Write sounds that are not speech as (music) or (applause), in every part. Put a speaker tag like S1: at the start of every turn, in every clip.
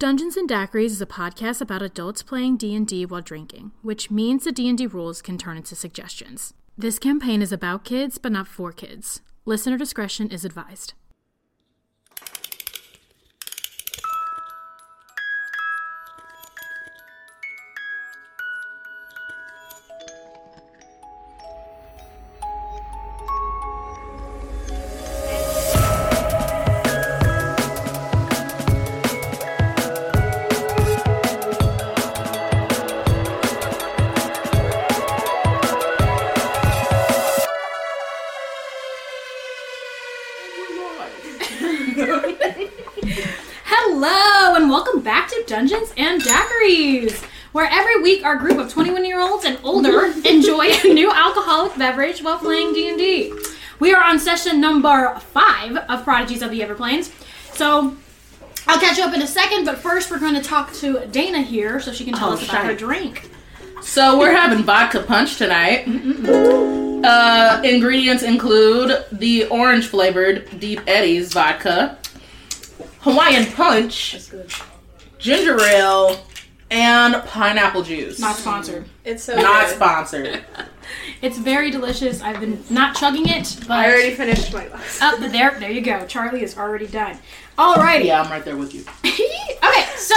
S1: Dungeons and Daiquiris is a podcast about adults playing D&D while drinking, which means the D&D rules can turn into suggestions. This campaign is about kids, but not for kids. Listener discretion is advised. Hello, and welcome back to Dungeons and Daiquiris, where every week our group of 21-year-olds and
S2: (laughs)
S1: older enjoy a new alcoholic beverage while playing D&D. We are on session number five of Prodigies of the Everplanes, so I'll catch you up in a second. But first, we're going to talk to Dana here, so she can tell
S3: Oh,
S1: us about
S3: shite.
S1: her drink.
S3: So we're having vodka punch tonight. Uh, ingredients include the orange flavored Deep Eddies vodka, Hawaiian punch,
S1: good.
S3: ginger ale, and pineapple juice.
S1: Not sponsored.
S2: It's so
S3: Not
S2: good.
S3: sponsored.
S1: It's very delicious. I've been not chugging it, but
S2: I already finished my glass.
S1: up there, there you go. Charlie is already done. Alrighty.
S3: Yeah, I'm right there with you.
S1: okay, so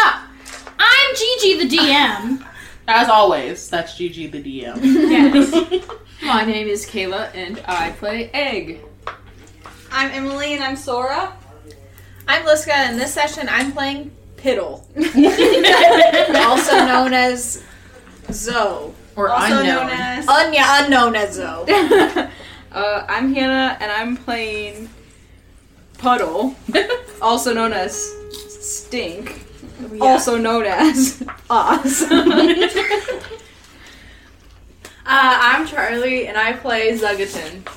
S1: I'm Gigi the DM.
S3: As always, that's Gigi the DM.
S1: Yes.
S4: My name is Kayla and I play Egg.
S2: I'm Emily and I'm Sora. I'm Liska and this session I'm playing
S4: (laughs)
S2: Piddle. (laughs) also known as Zoe.
S3: Or
S2: Also
S3: unknown.
S2: known as Anya unknown as (laughs) Zoe.
S4: uh, I'm Hannah and I'm playing Puddle, (laughs) also known as Stink, also known as
S2: (laughs)
S4: Oz. Uh, I'm Charlie and I play Zugaton.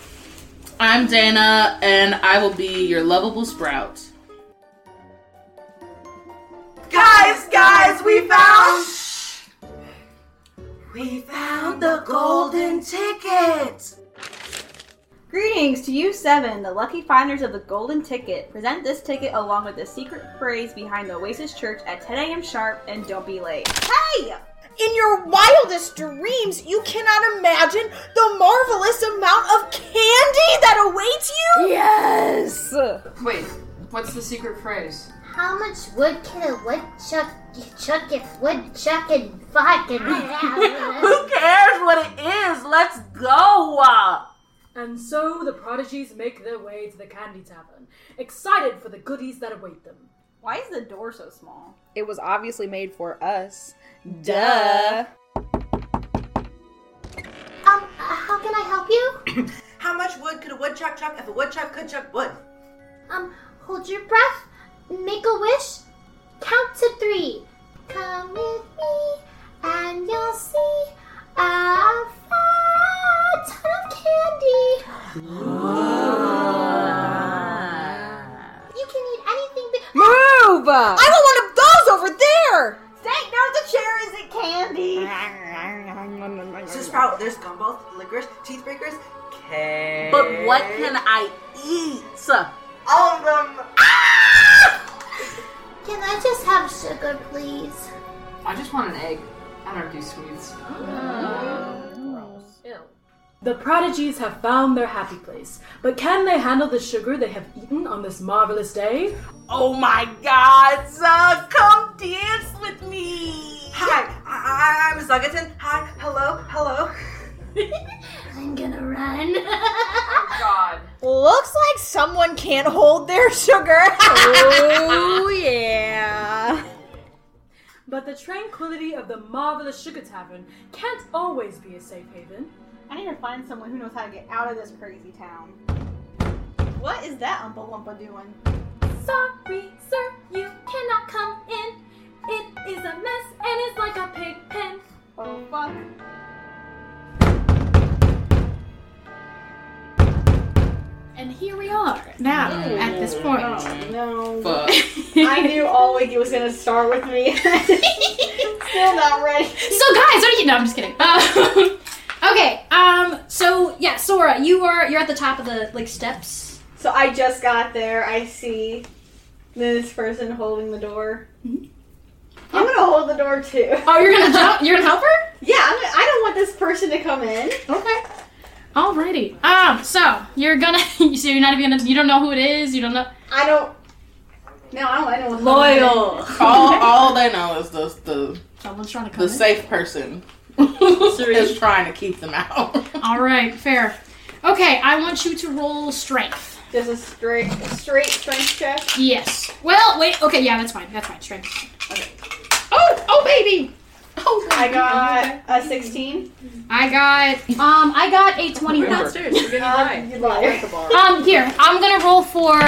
S3: I'm Dana, and I will be your lovable sprout.
S2: Guys, guys, we found
S5: Greetings to you seven, the lucky finders of the golden ticket. Present this ticket along with the secret phrase behind the Oasis Church at 10 a.m. sharp and don't be late.
S6: Hey! In your wildest dreams, you cannot imagine the marvelous amount of candy that awaits you! Yes!
S4: Wait, what's the secret phrase?
S7: How much wood can a woodchuck chuck if woodchuck and Um, fucking (laughs) have?
S3: cares what it is? Let's go!
S8: And so the prodigies make their way to the Candy Tavern, excited for the goodies that await them.
S5: Why is the door so small?
S9: It was obviously made for us.
S6: Duh.
S7: um, how can I help you?
S10: How much wood could a woodchuck chuck if a woodchuck could chuck wood?
S7: Um, hold your breath, make a wish, count to three. Come with me, and you'll see a fat ton of candy. You can eat anything, but
S9: Move!
S6: I want one of those over there!
S5: Take note the chair isn't candy!
S10: So sprout, there's gumballs, licorice, teethbreakers, cake.
S3: But what can I eat?
S10: All of them.
S7: can I just have sugar, please?
S4: I just want an egg. I don't do sweets.
S8: Ill. The prodigies have found their happy place, but can they handle the sugar they have eaten on this marvelous day?
S3: Oh my god, Zug, come dance with me!
S10: Hi, I- I- I'm Zuggeton. Hi, hello, hello.
S7: I'm gonna run. (laughs)
S4: God.
S6: Looks like someone can't hold their sugar.
S9: Oh yeah!
S8: But the tranquility of the marvelous Sugar Tavern can't always be a safe haven.
S5: I need to find someone who knows how to get out of this crazy town. What is that Umpa Lumpa doing?
S8: Sorry, sir, you cannot come in. It is a mess and it's like a pig pen.
S5: Oh fuck.
S1: And here we are now at this point.
S5: No.
S3: Fuck.
S5: I knew all week it was gonna start with me. Still not ready.
S1: So guys, what are you? No, I'm just kidding. Um, okay. Um. So yeah, Sora, you are you're at the top of the like steps.
S5: So
S1: Mm-hmm.
S5: I just got there. I see this person holding the door.
S11: the door too.
S7: Oh, you're gonna jump? You're gonna help her?
S11: Yeah, I'm, I don't want this person to come in.
S7: Okay. Alrighty. Um. So you're gonna. (laughs) So you're not even gonna. You don't know who it is. You don't know.
S11: I don't. No, I don't. I don't want
S3: all, all they know is the the
S7: someone's trying to
S3: the safe person is trying to keep them out.
S7: All right. Fair. Okay. I want you to roll strength.
S11: Just a straight straight strength check.
S7: Yes. Well, wait. Okay. Yeah. That's fine. That's fine. Strength. Okay. Oh. Oh, baby. Oh.
S11: I got a sixteen.
S7: I got. Um. I got a twenty-one.
S11: Um, you liar.
S7: Um, here, I'm gonna roll for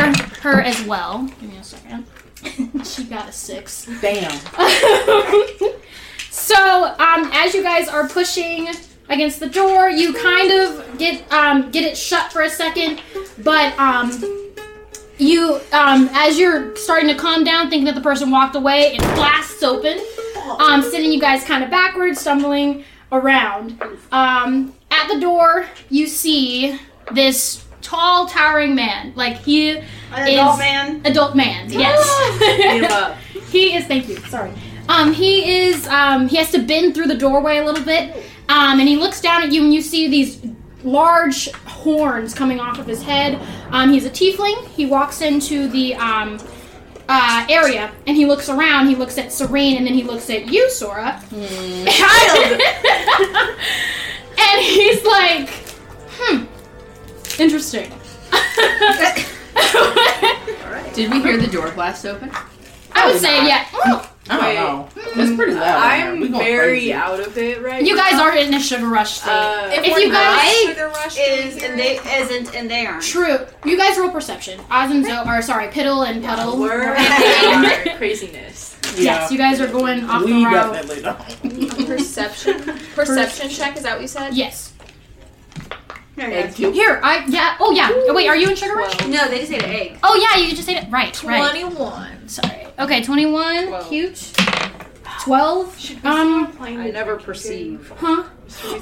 S7: her as well. Give me a second. (laughs) she got a six.
S3: Damn.
S7: (laughs) So, um, as you guys are pushing against the door, you kind of get um, get it shut for a second, but um, you um, as you're starting to calm down, thinking that the person walked away, it blasts open, um, sending you guys kind of backwards, stumbling around. Um, at the door, you see this tall, towering man. Like he
S11: An adult
S7: is-
S11: man?
S7: Adult man.
S11: (laughs) Beat him
S7: Yes.
S11: up.
S7: he is. Thank you. Sorry. Um, he is. Um, he has to bend through the doorway a little bit, um, and he looks down at you, and you see these large horns coming off of his head. Um, he's a tiefling. He walks into the um, uh, area, and he looks around. He looks at Serene, and then he looks at you, Sora.
S12: Hmm.
S7: (laughs) and he's like, "Hmm, interesting."
S12: (laughs) Did we hear the door blast open? Oh,
S7: I would say, yeah.
S12: I don't know. It's pretty loud.
S8: I'm very
S12: crazy.
S8: out of it right
S7: You
S8: now.
S7: guys are in a sugar rush state.
S8: Uh,
S7: if
S8: if
S7: you
S8: we're not,
S7: guys
S8: sugar
S2: rush
S7: is and they isn't and they
S5: (laughs)
S7: aren't. True. You guys roll perception. Oz and Zo, or sorry, Piddle and Puddle.
S8: craziness.
S7: Yes, you guys are going off
S3: We
S7: the route.
S3: definitely don't.
S2: (laughs) Perception. Perception check. Is that what you said?
S7: Yes.
S2: Thank
S3: you.
S7: Here, I yeah. Oh yeah. Oh, wait, are you in sugar rush?
S12: No, they just ate an egg.
S7: Oh yeah, you just ate it. Right. Right.
S2: 21.
S7: Sorry. Okay, twenty-one. Huge. Twelve. um.
S8: I never perceive.
S7: Huh?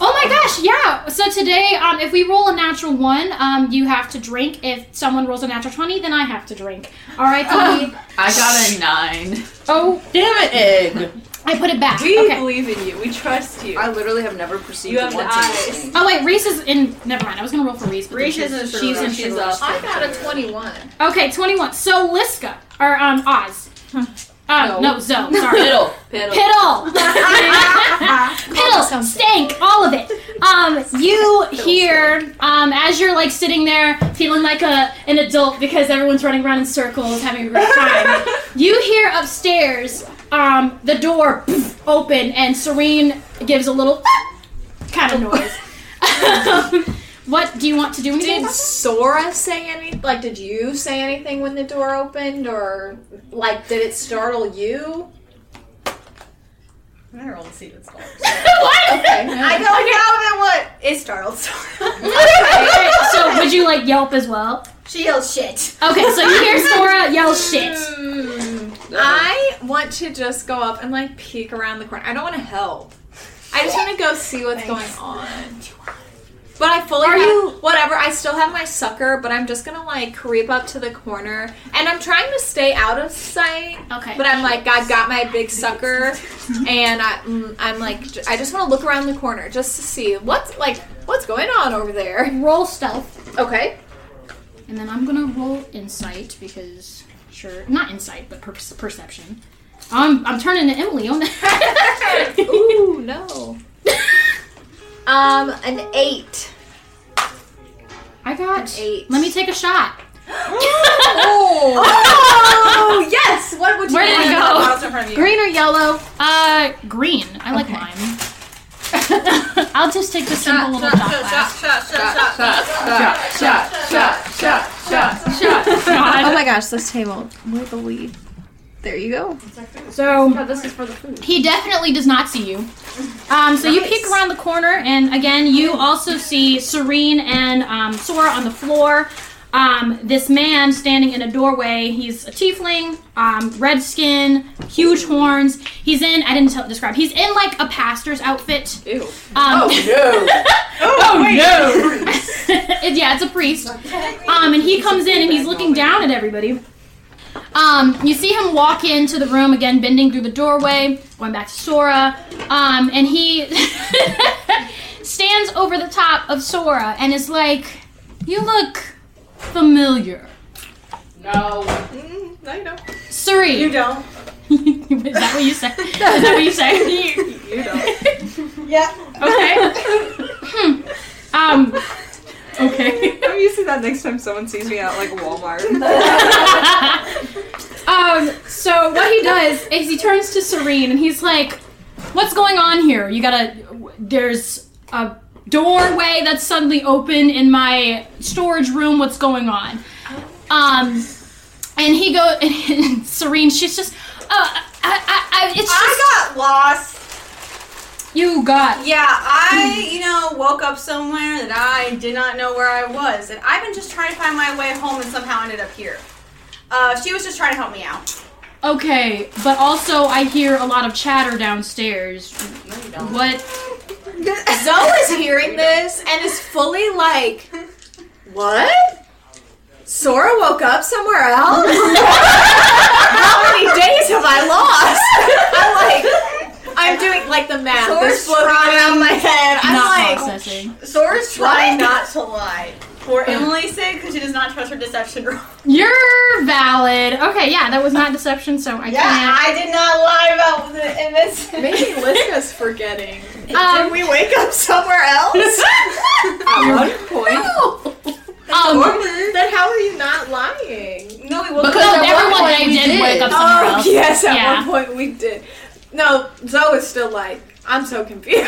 S7: Oh my gosh, yeah. So today, um, if we roll a natural one, um, you have to drink. If someone rolls a natural twenty, then I have to drink. All right.
S12: (gasps) Um, I got a nine.
S7: Oh,
S3: damn it, egg.
S7: I put it back.
S8: We
S7: okay.
S8: believe in you. We trust you. I
S12: literally have never perceived.
S8: You have the
S12: once in this
S8: eyes.
S12: game.
S7: Oh wait, Reese is in. Never mind. I was gonna roll for Reese. but
S12: Reese
S7: she's-
S12: is in Sugar
S7: she's in
S12: Rush.
S7: she's
S12: Sugar Rush.
S7: up.
S2: I got a 21.
S7: Okay, twenty-one. So Liska or um Oz. Um, no, Zoe. Sorry.
S3: Piddle.
S7: (laughs) Piddle. (laughs) Piddle. Stank. All of it. Um, you hear um as you're like sitting there feeling like a an adult because everyone's running around in circles having a great time. you hear upstairs um the door open and Serene gives a little (laughs) kind of noise. (laughs) What do you want to do? Anything?
S2: Did Sora say anything? Like, did you say anything when the door opened, or like, did it startle you? I roll to see what's (laughs) going.
S7: what?
S2: Okay.
S11: I don't know if it would. It startled.
S2: (laughs)
S7: okay, so would you like yelp as well?
S11: She yells shit.
S7: Okay, so
S11: (laughs)
S7: you hear Sora yell shit. Uh-huh.
S2: I want to just go up and like peek around the corner. I don't want to help. I just want to go see what's going on. But I fully
S7: Are
S2: have,
S7: you-
S2: whatever. I still have my sucker, but I'm just gonna like creep up to the corner, and I'm trying to stay out of sight.
S7: Okay.
S2: But I'm like, I've got my big sucker, and I, mm, I'm like, j- I just want to look around the corner just to see what's like what's going on over there.
S7: Roll stealth.
S2: Okay.
S7: And then I'm gonna roll insight because sure, not insight, but per- perception. I'm I'm turning to Emily (laughs) on that.
S2: (laughs) Ooh no. um, an eight.
S7: I got eight. Let me take a
S11: (gasps)
S7: shot.
S2: oh yes! What would you
S7: Where did
S2: want?
S7: it
S2: Miles in front of
S7: go?
S2: you.
S7: Green or yellow? Uh, green. I like mine. (laughs) I'll just take the simple little shot glass. (laughs)
S3: shot, shot, shot, shot, shot.
S2: Oh my gosh, this table. We believe. There you go.
S7: So
S2: this is for the food.
S7: He definitely does not see you. Um, so you peek around the corner, and again, you also see Serene and um, Sora on the floor. Um, this man standing in a doorway. He's a tiefling, um, red skin, huge horns. He's in, I didn't tell, describe, he's in like a pastor's outfit.
S2: Ew.
S7: Um, (laughs)
S3: Oh, no.
S7: oh no! (laughs) yeah, it's a priest. Um, and he comes in and he's looking down at everybody. Um, you see him walk into the room again, bending through the doorway, going back to Sora, um, and he (laughs) stands over the top of Sora and is like, "You look familiar,
S3: No.
S2: Mm, no, you don't.
S7: Suri."
S2: You don't.
S7: (laughs) is that what you say? Is that what
S2: (laughs)
S7: you say? You-
S13: Yeah.
S7: Okay. um. Okay.
S14: I'm used to that next time someone sees me at like Walmart.
S7: (laughs) um, so what he does is he turns to Serene and he's like, "What's going on here? You gotta. There's a doorway that's suddenly open in my storage room. What's going on?" Um, and he go (laughs) and Serene, she's just, uh, I, I, I, it's just.
S5: I got lost.
S7: You got.
S5: Yeah, I, you know, woke up somewhere that I did not know where I was. And I've been just trying to find my way home and somehow ended up here. Uh, she was just trying to help me out.
S7: Okay, but also I hear a lot of chatter downstairs. What?
S2: Zoe is hearing this and is fully like, what? Sora woke up somewhere else? (laughs) How many days have I lost? (laughs) I'm like, I'm doing like the math.
S5: Sora's
S2: is floating around my head.
S5: I'm
S2: Not
S5: like,
S7: processing.
S5: Sora's trying
S2: What?
S5: not to lie. For Emily's sake, because she does not trust her deception roll.
S7: You're valid. Okay, yeah, that was not deception, so I
S5: Yeah,
S7: can't.
S5: I did not lie about the MS.
S2: Maybe Liska's forgetting.
S7: Um,
S2: Did we wake up somewhere
S10: (laughs)
S2: else? At one point.
S7: Um,
S2: then how are you not lying?
S5: No, we
S7: woke Because up- at one point we did wake up somewhere
S2: oh,
S7: else.
S2: yes, at
S7: Yeah.
S2: one point we did. No, Zoe is still like, I'm so confused.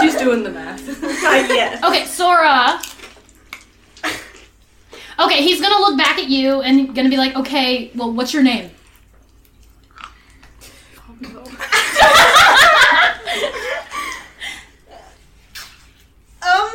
S2: She's doing the math. yes.
S7: Okay, Sora. Okay, he's gonna look back at you and gonna be like, okay, well, what's your name?
S5: Um,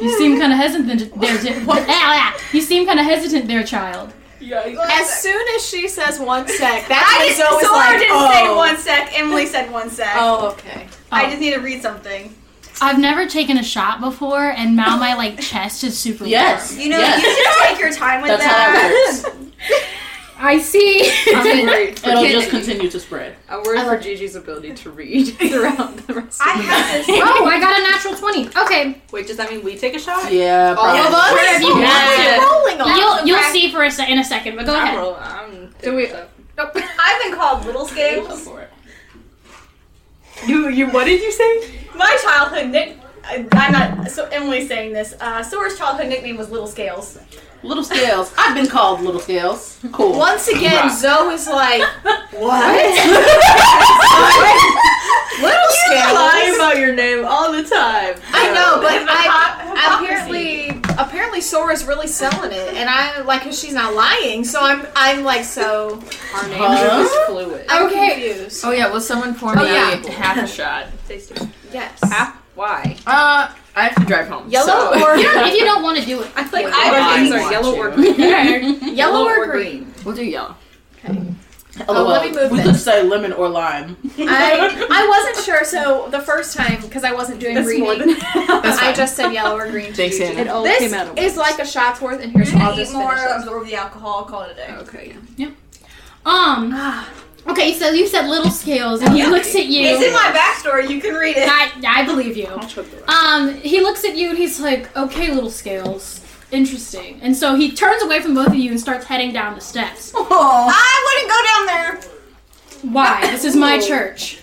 S7: You seem kind of hesitant there. di- (laughs) what- ah, ah. You seem kind of hesitant there, child.
S2: (laughs) As soon as she says one sec, that's
S5: I
S2: when
S5: didn't,
S2: Zoe's
S5: Sora
S2: like,
S5: didn't
S2: oh.
S5: say one sec. Emily said one sec.
S2: Oh, okay.
S5: I
S7: Oh.
S5: just need to read something.
S7: I've never taken a shot before, and now my like chest is super
S3: Yes.
S7: warm.
S5: You know,
S3: Yes.
S5: you should take your time with
S3: That's how
S5: that.
S3: that works.
S7: I see.
S3: I'm worried for It'll just continue to spread.
S14: I'm worried for Gigi's ability to read throughout the rest
S5: I
S14: of the
S5: have
S14: night.
S5: this.
S7: oh, I got a natural twenty. Okay,
S14: Wait, does that mean we take a shot?
S3: Yeah.
S14: All
S3: probably.
S14: of us?
S7: Whatever you
S14: Yeah.
S7: want
S5: Rolling on.
S7: you'll you'll see for a se- in a second. But go
S14: I'm
S7: ahead.
S14: roll- I'm-
S7: Do we?
S5: I've been called little scales.
S14: You, you, what did you say?
S5: My childhood nick. I- I'm not. So Emily's saying this. Uh, Sora's childhood nickname was Little Scales.
S3: Little scales. I've been called little scales. Cool.
S2: Once again,
S3: Right.
S2: Zoe is like, (laughs) little
S14: You
S2: scales.
S14: lie about your name all the time.
S2: I know,
S5: (laughs)
S2: but
S14: It's a
S2: I
S14: hypocrisy.
S2: apparently apparently Sora's really selling it, and I like 'cause she's not lying, so I'm I'm like so.
S14: Our name
S10: Huh?
S14: is fluid.
S2: I'm
S7: Okay.
S2: confused.
S10: Oh yeah, will someone pour
S2: Oh,
S10: me
S2: yeah.
S10: half
S3: (laughs)
S10: a shot?
S2: Yes.
S14: Why?
S10: Uh, I have to drive home.
S2: Yellow
S3: (laughs)
S10: so-
S2: or
S7: You don't, if you don't want to do it,
S2: I feel like
S10: I
S14: Our
S10: don't
S14: names
S10: want
S14: are yellow or
S10: to.
S14: green.
S2: yellow or green.
S10: We'll do yellow.
S2: Oh, let me
S3: LOL.
S2: move
S3: we
S2: this.
S3: could say lemon or lime.
S8: (laughs)
S2: I I wasn't sure, so the first time because I wasn't doing
S14: That's more
S2: reading,
S8: (laughs)
S2: I just said yellow or green.
S10: Thanks,
S2: Gigi.
S10: Hannah. It
S15: all
S2: this
S15: came out at
S2: is like a shot's worth, and here's
S5: I'm
S2: all
S5: gonna
S2: this
S5: eat more, absorb the alcohol, call it a day.
S10: Okay. Yeah.
S7: um.
S5: (sighs)
S7: Okay, so you said little scales, and he looks at you.
S5: It's in my backstory. You can read it.
S7: I, I believe you. Um, he looks at you and he's like, okay, little scales. Interesting. And so he turns away from both of you and starts heading down the steps.
S5: I wouldn't go down there.
S7: Why? This
S5: (laughs)
S7: is my church.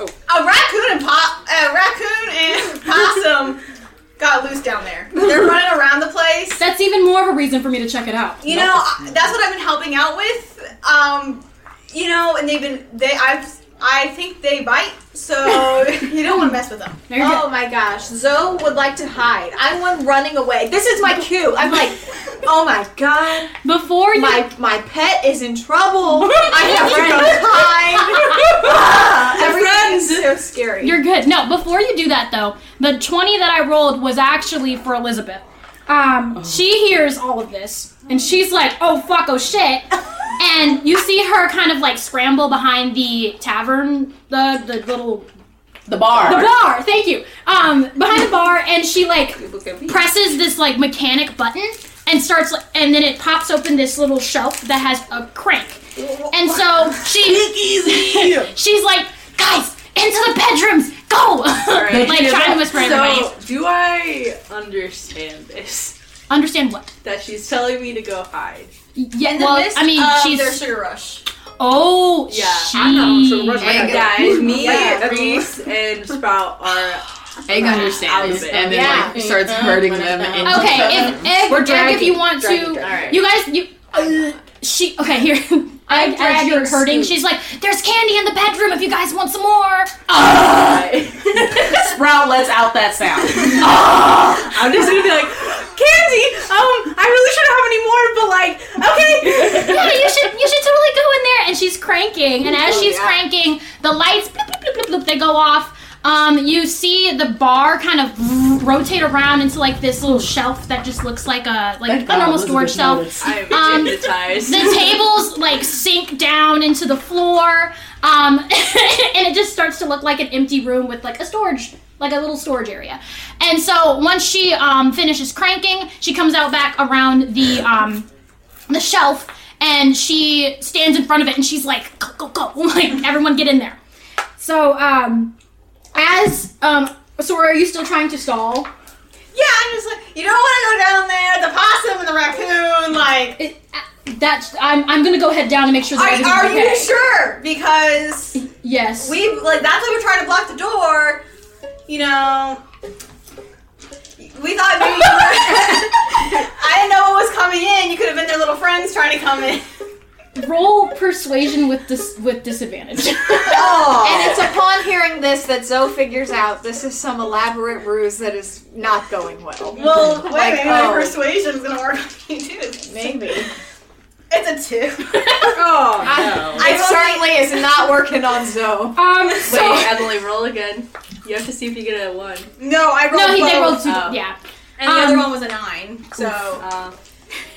S5: A raccoon and pop, a raccoon and (laughs) possum got loose down there. They're running around the place.
S7: That's even more of a reason for me to check it out.
S5: You know, I- that's what I've been helping out with. Um, you know, and they've been they I've I think they bite, so you don't want to mess with them.
S7: There you go.
S2: Oh my gosh, Zoe would like to hide. I'm one running away. This is my cue. I'm like, oh my god,
S7: Before you
S2: my my pet is in trouble. I have run hide. Ah, Everything is so scary.
S7: You're good. No, before you do that though, the 20 that I rolled was actually for Elizabeth. Um, she hears all of this and she's like, "Oh fuck, oh (laughs) shit." and you see her kind of like scramble behind the tavern, the the little
S3: The bar.
S7: the bar. Thank you. Um, behind the bar and she like
S14: Look at me.
S7: presses this like mechanic button and starts like, and then it pops open this little shelf that has a crank. And so she (laughs) she's like, guys, into the bedrooms, go! (laughs)
S8: Alright.
S7: like trying to whisper
S8: so,
S7: in everybody's
S8: do I understand this?
S7: Understand what?
S8: That she's telling me to go hide.
S7: Yeah, well, I mean, she's
S8: sugar rush.
S7: Oh,
S8: Yeah,
S7: she.
S8: I know, Sugar Rush,
S10: I
S8: And
S10: got
S8: guys,
S10: it.
S8: me,
S10: Yeah, that's-
S8: Reese, and Sprout are.
S10: Egg understands,
S8: Out of it.
S10: and then like
S8: Yeah.
S10: starts hurting them. And
S7: Okay, if egg,
S10: We're
S7: egg if
S10: dragging.
S7: you want
S10: Dragging,
S7: to,
S10: dragging.
S7: you guys, you uh, she okay here. (laughs) Egg, as
S10: dragging
S7: you're hurting,
S10: Scoop.
S7: she's like, "There's candy in the bedroom if you guys want some more."
S3: (laughs) Sprout lets out that sound.
S8: I'm just gonna be like, Candy, um, I really shouldn't have any more, but like, okay.
S7: yeah, you should you should totally go in there. And she's cranking, and as
S8: Oh,
S7: she's
S8: yeah.
S7: cranking, the lights bloop, bloop, bloop, bloop, bloop, they go off. Um, you see the bar kind of rotate around into like this little shelf that just looks like a like a normal storage shelf.
S8: I'm
S7: Um,
S8: hypnotized.
S7: the tables like sink down into the floor um, (laughs) and it just starts to look like an empty room with like a storage like a little storage area and so once she um, finishes cranking she comes out back around the um, the shelf and she stands in front of it and she's like go go (laughs) go like everyone get in there so um as um Sora, are you still trying to stall?
S5: Yeah, I'm just like, you don't want to go down there. The possum and the raccoon, like.
S7: uh, That's I'm, I'm gonna go head down and make sure that
S5: Are,
S7: everything's
S5: are
S7: okay.
S5: you sure? Because
S7: Yes.
S5: we like that's why we're trying to block the door. You know, we thought maybe you were. (laughs) I didn't know what was coming in. You could have been their little friends trying to come in.
S7: Roll persuasion with dis- with disadvantage. (laughs)
S2: And
S8: Oh.
S2: it's upon hearing this that Zoe figures out this is some elaborate ruse that is not going well.
S5: Well, wait,
S2: Like,
S5: maybe my
S2: oh.
S5: persuasion's gonna work on you too.
S2: Maybe.
S5: It's a two.
S2: Oh,
S5: I
S2: It certainly is not working on Zoe.
S7: Um,
S8: Wait, Emily, roll again. You have to see if you get a one.
S5: No, I rolled.
S8: No, he- they
S5: both.
S8: rolled two-
S5: Oh.
S7: yeah.
S5: and the other
S7: Um,
S5: one was a nine. So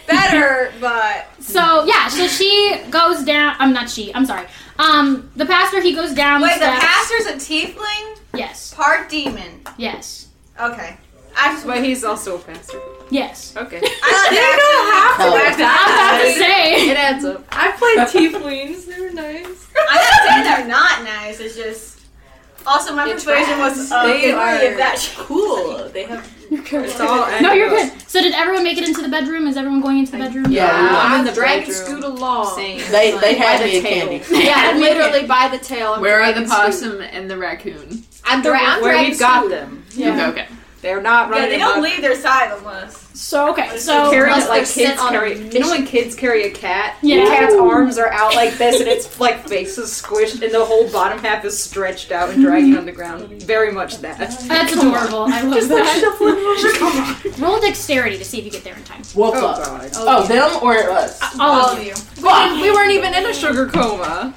S5: better, but
S7: So yeah, so she goes down. I'm not she. I'm sorry. Um, the pastor he goes down.
S5: wait, the
S7: steps.
S5: pastor's a tiefling,
S7: Yes.
S5: part demon.
S7: Yes.
S5: Okay, I just
S7: Oh,
S10: But he's also a pastor.
S5: (laughs)
S7: Yes.
S2: (laughs)
S10: Okay.
S5: I
S10: Oh.
S5: don't have to.
S7: I'm about to say.
S10: It adds up.
S8: I played tieflings. They were nice.
S5: I'm not saying they're not nice. It's just also my persuasion was uh,
S8: they
S5: in
S8: are
S5: three of that. shit.
S8: cool. They have. It's all
S7: (laughs) No, you're good. So did everyone make it into the bedroom? Is everyone going into the bedroom?
S3: Yeah, Yeah, we are. I'm in the
S2: Dragon
S7: bedroom.
S2: scoot along.
S3: They they
S2: By
S3: had
S2: the
S3: me in
S2: tail.
S3: candy.
S2: Yeah, literally by the tail. I'm
S10: Where are the
S2: dragging Scoot.
S10: possum and the raccoon?
S2: I'm, dra- I'm
S10: Where
S2: dragging
S10: we've got
S2: Scoot.
S10: them.
S2: Yeah.
S10: Okay.
S2: They're not
S5: (laughs) Yeah, they don't leave their side unless.
S7: So okay,
S5: so-
S16: carrying
S5: Unless
S16: it like
S5: they're sent
S16: kids
S5: on a
S16: carry. You know when kids carry a cat?
S7: Yeah.
S16: The cat's arms are out like this, and its like face is squished, and the whole bottom half is stretched out and dragging on the ground. Very much that.
S7: That's adorable. I love
S16: Just like shuffling
S7: (laughs) that. Roll dexterity to see if you get there in time.
S3: Wolf up. Oh, them or us?
S7: All
S5: Oh,
S7: of you.
S10: Well, we weren't even in a sugar coma.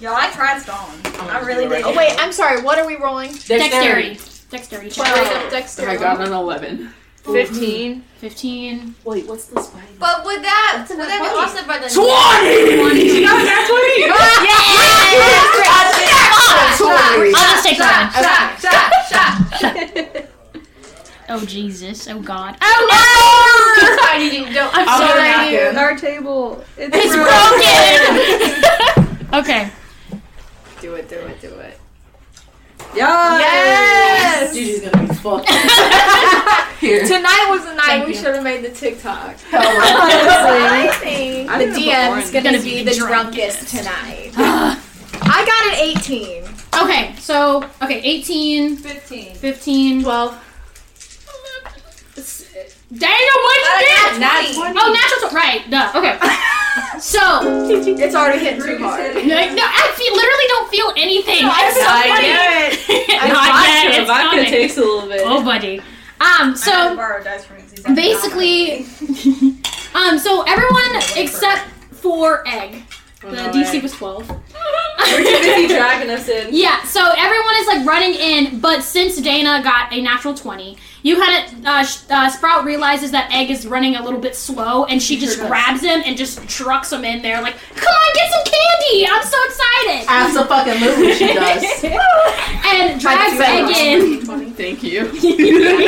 S5: Y'all, I tried stalling. I really did.
S2: Oh wait, I'm sorry. What are we rolling?
S7: Dexterity. Dexterity. check.
S2: Twelve.
S10: Oh my
S2: Dexterity.
S10: god, an 11.
S2: 15.
S7: 15.
S3: Wait, what's this one?
S5: But would that would that be offset by the
S3: 20! No, (laughs) that's what it is.
S7: I'll just take that one.
S5: Shot, shot, shot.
S7: Oh Jesus! Oh God! Oh no! I'm sorry.
S16: Our table. It's,
S7: It's broken.
S16: (laughs)
S7: okay.
S8: Do it. Do it. Do it.
S2: Yes.
S3: Gigi's gonna be fucked. Here.
S2: Tonight was the night
S7: Thank
S2: we
S7: you.
S2: should have made the TikTok. (laughs)
S3: right.
S2: I think
S3: I
S2: the
S3: think
S2: DM is
S7: before
S2: gonna,
S7: is
S2: be
S7: gonna
S2: the
S7: be drunk
S2: drunkest tonight. I got an 18.
S7: Okay. So okay, 18,
S5: 15.
S7: 15, 12. Damn!
S5: Uh,
S7: What you did? Oh, natural. tw- Right. Duh. Okay. so
S2: It's already hit too hard.
S7: no, no, I feel, literally don't feel anything.
S2: No, I
S7: It's so
S2: feel
S8: it.
S7: funny. (laughs) Not yet,
S8: Vodka,
S7: it's
S8: vodka
S7: coming.
S8: takes a little bit.
S7: Oh, buddy. Um.
S5: I had
S7: So
S5: to borrow dice from him 'cause he's like,
S7: basically um so everyone except for egg the
S8: Oh, no,
S7: dc
S8: Egg.
S7: was (laughs) 12
S8: We're too busy dragging us in.
S7: yeah so everyone is like running in but since dana got a natural 20 you kind of uh, sh- uh, sprout realizes that egg is running a little bit slow and she just grabs him and just trucks him in there like come on get some candy i'm so excited
S3: Absolutely, she does.
S8: (laughs)
S7: and drags egg in
S16: Thank
S3: (laughs)
S16: you.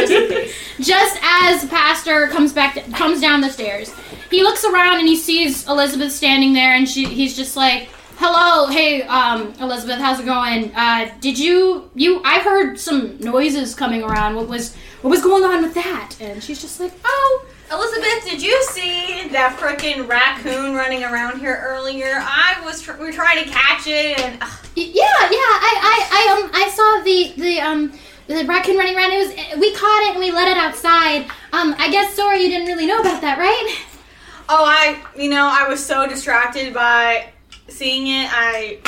S7: Just as Pastor comes back, comes down the stairs, he looks around and he sees Elizabeth standing there, and she, he's just like, "Hello, hey, um, Elizabeth, how's it going? Uh, did you, you? I heard some noises coming around. What was, what was going on with that?" And she's just like, "Oh,
S5: Elizabeth, did you see that freaking raccoon running around here earlier? I was tr- we were trying to catch it, and ugh,
S7: y- yeah, yeah, I, I, I, um, I saw the, the, um." The raccoon running around. It was we caught it and we let it outside. Um, I guess sorry you didn't really know about that, right?
S5: oh, I, you know, I was so distracted by seeing it. I,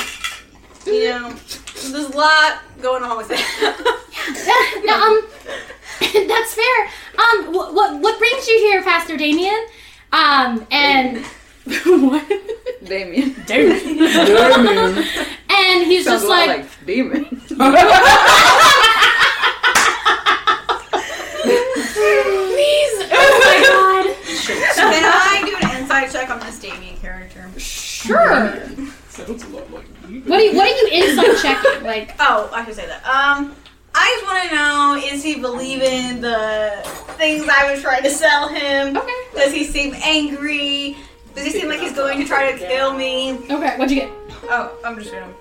S5: you know, there's a lot going on with that.
S7: (laughs) no, um, that's fair. Um, what, what what brings you here, Pastor Damien? Um, and (laughs) what?
S17: Damien.
S7: Damien. (laughs) And he's
S17: Sounds
S7: just
S17: a lot
S7: like,
S17: demon.
S7: please. Oh my god.
S5: (laughs) Can I do an inside check on this Damien character?
S7: Sure.
S18: Sounds a lot like you.
S7: What are you, what are you inside checking? Like,
S5: Oh, I should say that. Um, I just want to know: is he believing the things I was trying to sell him?
S7: Okay.
S5: Does he seem angry? Does he seem like he's going to try to kill me?
S7: Okay. What'd you get?
S5: Oh, I'm just gonna.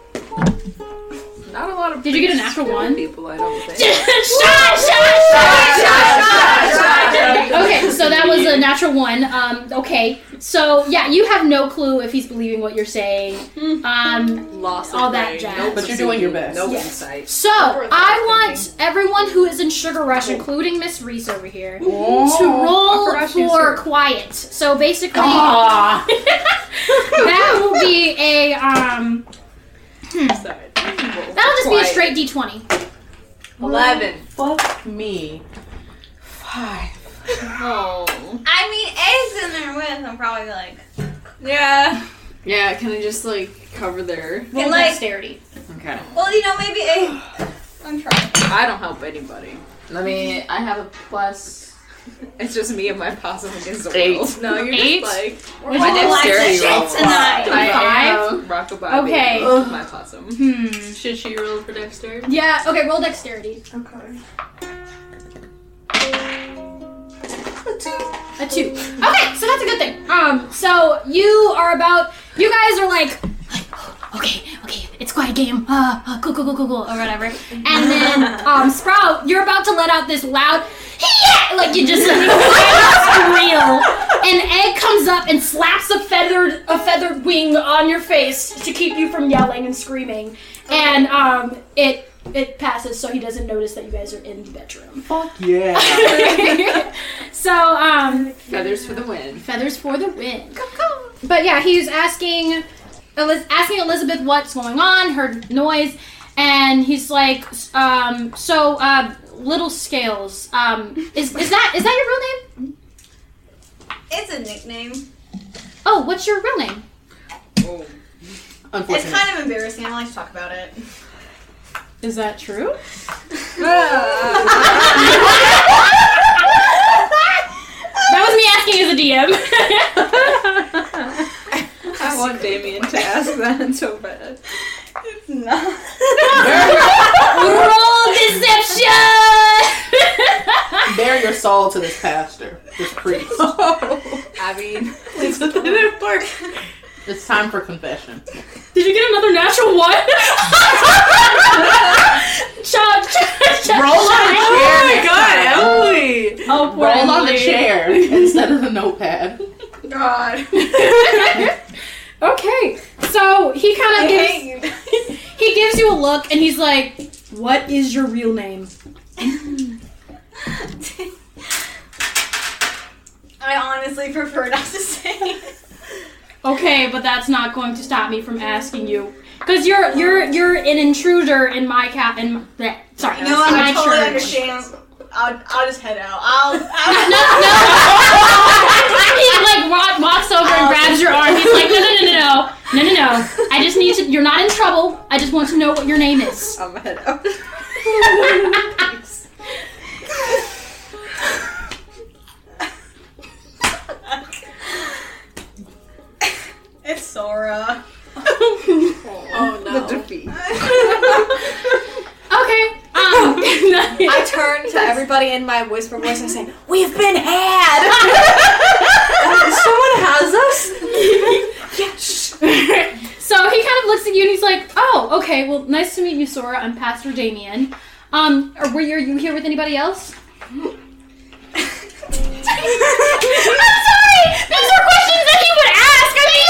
S16: Not a lot of.
S7: Did you get an
S16: priests
S7: natural
S16: kill
S7: one?
S16: People, I don't
S7: (laughs)
S16: think.
S7: shot, Okay, so that was a natural one. Um, okay, so yeah, you have no clue if he's believing what you're saying. Um,
S16: Lost
S7: all that jazz.
S3: But you're doing your best.
S17: No
S7: Yes.
S17: insight.
S7: So I want everyone who is in Sugar Rush, including Miss Reese over here,
S3: Oh,
S7: to
S3: I
S7: roll
S3: forgot she was
S7: for
S3: here.
S7: quiet. So basically,
S3: Ah.
S7: (laughs) that will be a um. hmm. That'll just be a straight D twenty.
S3: Eleven. Fuck me.
S16: Oh.
S5: I mean, eggs in there with. I'm probably like, yeah.
S16: Yeah, can I just like cover their?
S5: And like,
S7: dexterity.
S16: Okay.
S5: well, you know, maybe egg. I'm trying.
S16: I don't help anybody. I mean, I have a plus. It's just me and my possum against the
S17: Eight.
S16: world. (laughs) No, you're
S7: Eight?
S16: just like
S7: Would
S16: my
S7: you like
S16: dexterity
S7: to
S16: roll.
S7: shit tonight?
S16: I am rockabye.
S7: Okay.
S16: baby,
S7: Ugh.
S16: My possum.
S7: Hmm.
S16: Should she roll for dexterity?
S7: Yeah. Okay. Roll dexterity. Okay. A two. Okay, so that's a good thing. Um, so you are about. You guys are like, okay, okay, it's quiet game. Uh, uh, cool, cool, cool, cool, cool, or whatever. And then, um, Sprout, you're about to let out this loud, yeah, like you just (laughs) scream. An egg comes up and slaps a feathered a feathered wing on your face to keep you from yelling and screaming. And um, it it passes, so he doesn't notice that you guys are in the bedroom.
S18: Yeah.
S7: (laughs) so um,
S16: Feathers for the win.
S7: feathers for the win. But yeah, he's asking, Eliz- asking Elizabeth what's going on, her noise, and he's like, s- um, so uh, little scales. Um, is is that is that your real name?
S5: It's a nickname.
S7: Oh, what's your real name?
S5: It's kind of embarrassing. I don't like to talk about it. (laughs)
S3: Is that true?
S7: That was me asking as a DM.
S17: I want Damien to ask that (laughs) so bad.
S5: It's not.
S7: Roll deception.
S3: (laughs) Bear your soul to this pastor, (laughs) this priest.
S17: I
S3: (laughs)
S17: mean,
S3: It's time for confession.
S7: Did you get another natural one? (laughs) Chop, chop, chop,
S3: Roll on the
S7: chop.
S3: chair.
S7: Oh my
S3: next
S7: God,
S3: time.
S7: Oh, poor
S3: Roll on the
S7: Emily.
S3: chair instead of the notepad.
S5: God.
S7: (laughs) okay, so he kind
S5: I
S7: of gives
S5: hate you.
S7: (laughs) he gives you a look, and he's like, "What is your real name?"
S5: I honestly prefer not to say. it.
S7: Okay, but that's not going to stop me from asking you, because you're you're
S5: Oh.
S7: you're an intruder in my cat in my, bleh, sorry,
S5: You know what?
S7: in my
S5: I totally
S7: church.
S5: understand. I'll, I'll just head out. I'll. I'll
S16: (laughs)
S7: No, no. he like wa- walks over and grabs your arm. He's like, no, no, no, no, no, no, no, no. I just need to. You're not in trouble. I just want to know what your name is.
S17: I'm head out.
S5: It's Sora.
S16: Oh no.
S17: defeat.
S7: Okay. Um, (laughs)
S5: I
S2: turn to everybody in my whisper voice and say, "We've been had." Someone has us.
S7: so he kind of looks at you and he's like, "Oh, okay. Well, nice to meet you, Sora. I'm Pastor Damien. Um, are, were you, are you here with anybody else?" I'm sorry. These are questions that he would ask. I mean,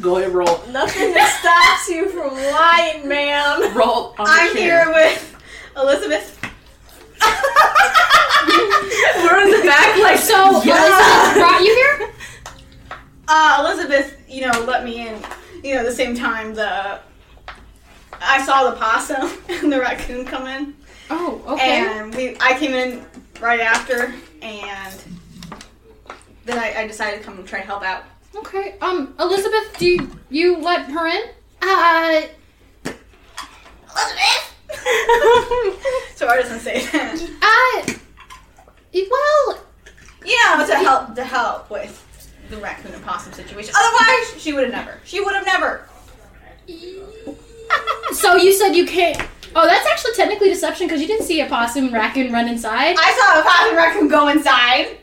S3: Go ahead, roll.
S5: Nothing that stops you from lying, ma'am.
S3: Roll on the
S5: I'm
S3: chair.
S5: here with Elizabeth. We're in the back, like
S7: so. Elizabeth brought you here.
S5: Uh, Elizabeth, you know, let me in. You know, the same time the I saw the possum (laughs) and the raccoon come in.
S7: Oh, okay.
S5: And we, I came in right after, and then I, I decided to come and try to help out.
S7: Okay. Um, Elizabeth, do you, you let her in? Uh,
S5: (laughs) So I doesn't say that.
S7: uh, well, (laughs)
S5: Yeah, to help to help with the raccoon and possum situation. Otherwise, she would have never. She would have never.
S7: so you said you can't. Oh, that's actually technically deception because you didn't see a possum and raccoon run inside.
S5: I saw a possum raccoon go inside.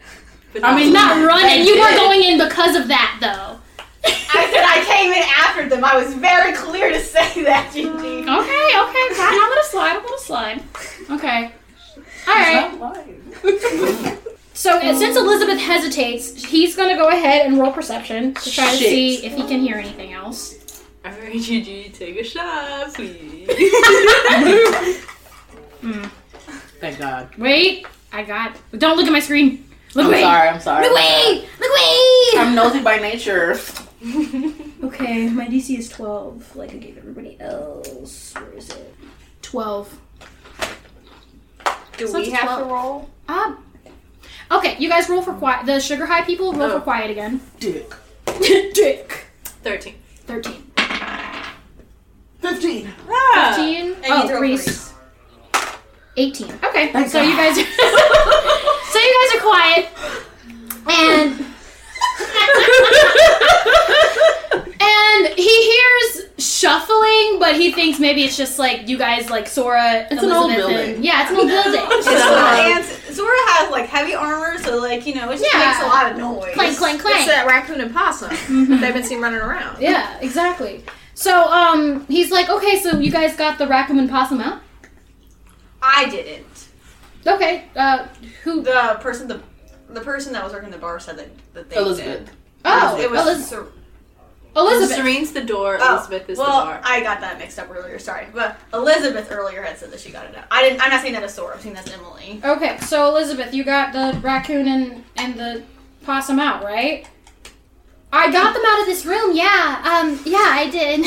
S7: I mean, not run,
S5: They
S7: and you were
S5: did.
S7: going in because of that, though.
S5: I said I came in after them. I was very clear to say that, Gigi.
S7: Okay, okay, fine. I'm gonna slide. I'm gonna slide. Okay. All right. (laughs) So uh, since Elizabeth hesitates, he's gonna go ahead and roll perception to try to
S16: Shit.
S7: see if he can hear anything else.
S16: Alright, Gigi, take a shot, please.
S3: Thank God.
S7: Wait, I got. Don't look at my screen. Look
S3: I'm
S7: away.
S3: sorry, I'm sorry.
S7: Look away. Look away.
S3: I'm nosy by
S7: (laughs)
S3: nature.
S7: Okay, my DC is 12, like I gave everybody else. Where is it? 12.
S16: Do
S7: So
S16: we
S7: it's
S16: have to
S7: 12.
S16: roll?
S7: Um. Okay, you guys roll for quiet. The sugar high people roll
S16: Oh.
S7: for quiet again.
S3: Dick.
S7: (laughs) Dick.
S16: 13.
S7: 13.
S3: 15.
S7: 15.
S16: Ah, you
S7: oh,
S16: throw
S7: Reese. 18. Okay,
S16: Thank
S7: so
S16: God.
S7: you guys are. (laughs) so you guys are quiet. And. (laughs) and he hears shuffling, but he thinks maybe it's just like you guys, like Sora.
S3: It's an old
S7: Elizabeth, and-
S3: building. (laughs)
S7: yeah, it's an old building.
S5: It's
S7: So-
S5: and Zora has like heavy armor, so like you know, it just
S7: Yeah.
S5: makes a lot of noise.
S7: Clank, clank, clank.
S5: It's that raccoon and possum.
S2: Mm-hmm.
S5: They've been seen running around.
S7: Yeah, exactly. So um, he's like, okay, so you guys got the Rackham and Possum out.
S5: I didn't.
S7: Okay, uh, who?
S5: The person, the the person that was working the bar said that that they
S3: Elizabeth.
S5: did.
S7: Oh,
S5: it was.
S7: Eliz-
S5: Ser-
S7: Elizabeth.
S16: Serene's the door,
S5: Oh,
S16: Elizabeth is
S5: well,
S16: the bar.
S5: I got that mixed up earlier. Sorry, but Elizabeth earlier had said that she got it out. I didn't. I'm not saying that as Sora. I'm saying that's (laughs) Emily.
S7: Okay, so Elizabeth, you got the raccoon and and the possum out, right? I got them out of this room. Yeah, um, yeah, I (laughs) did.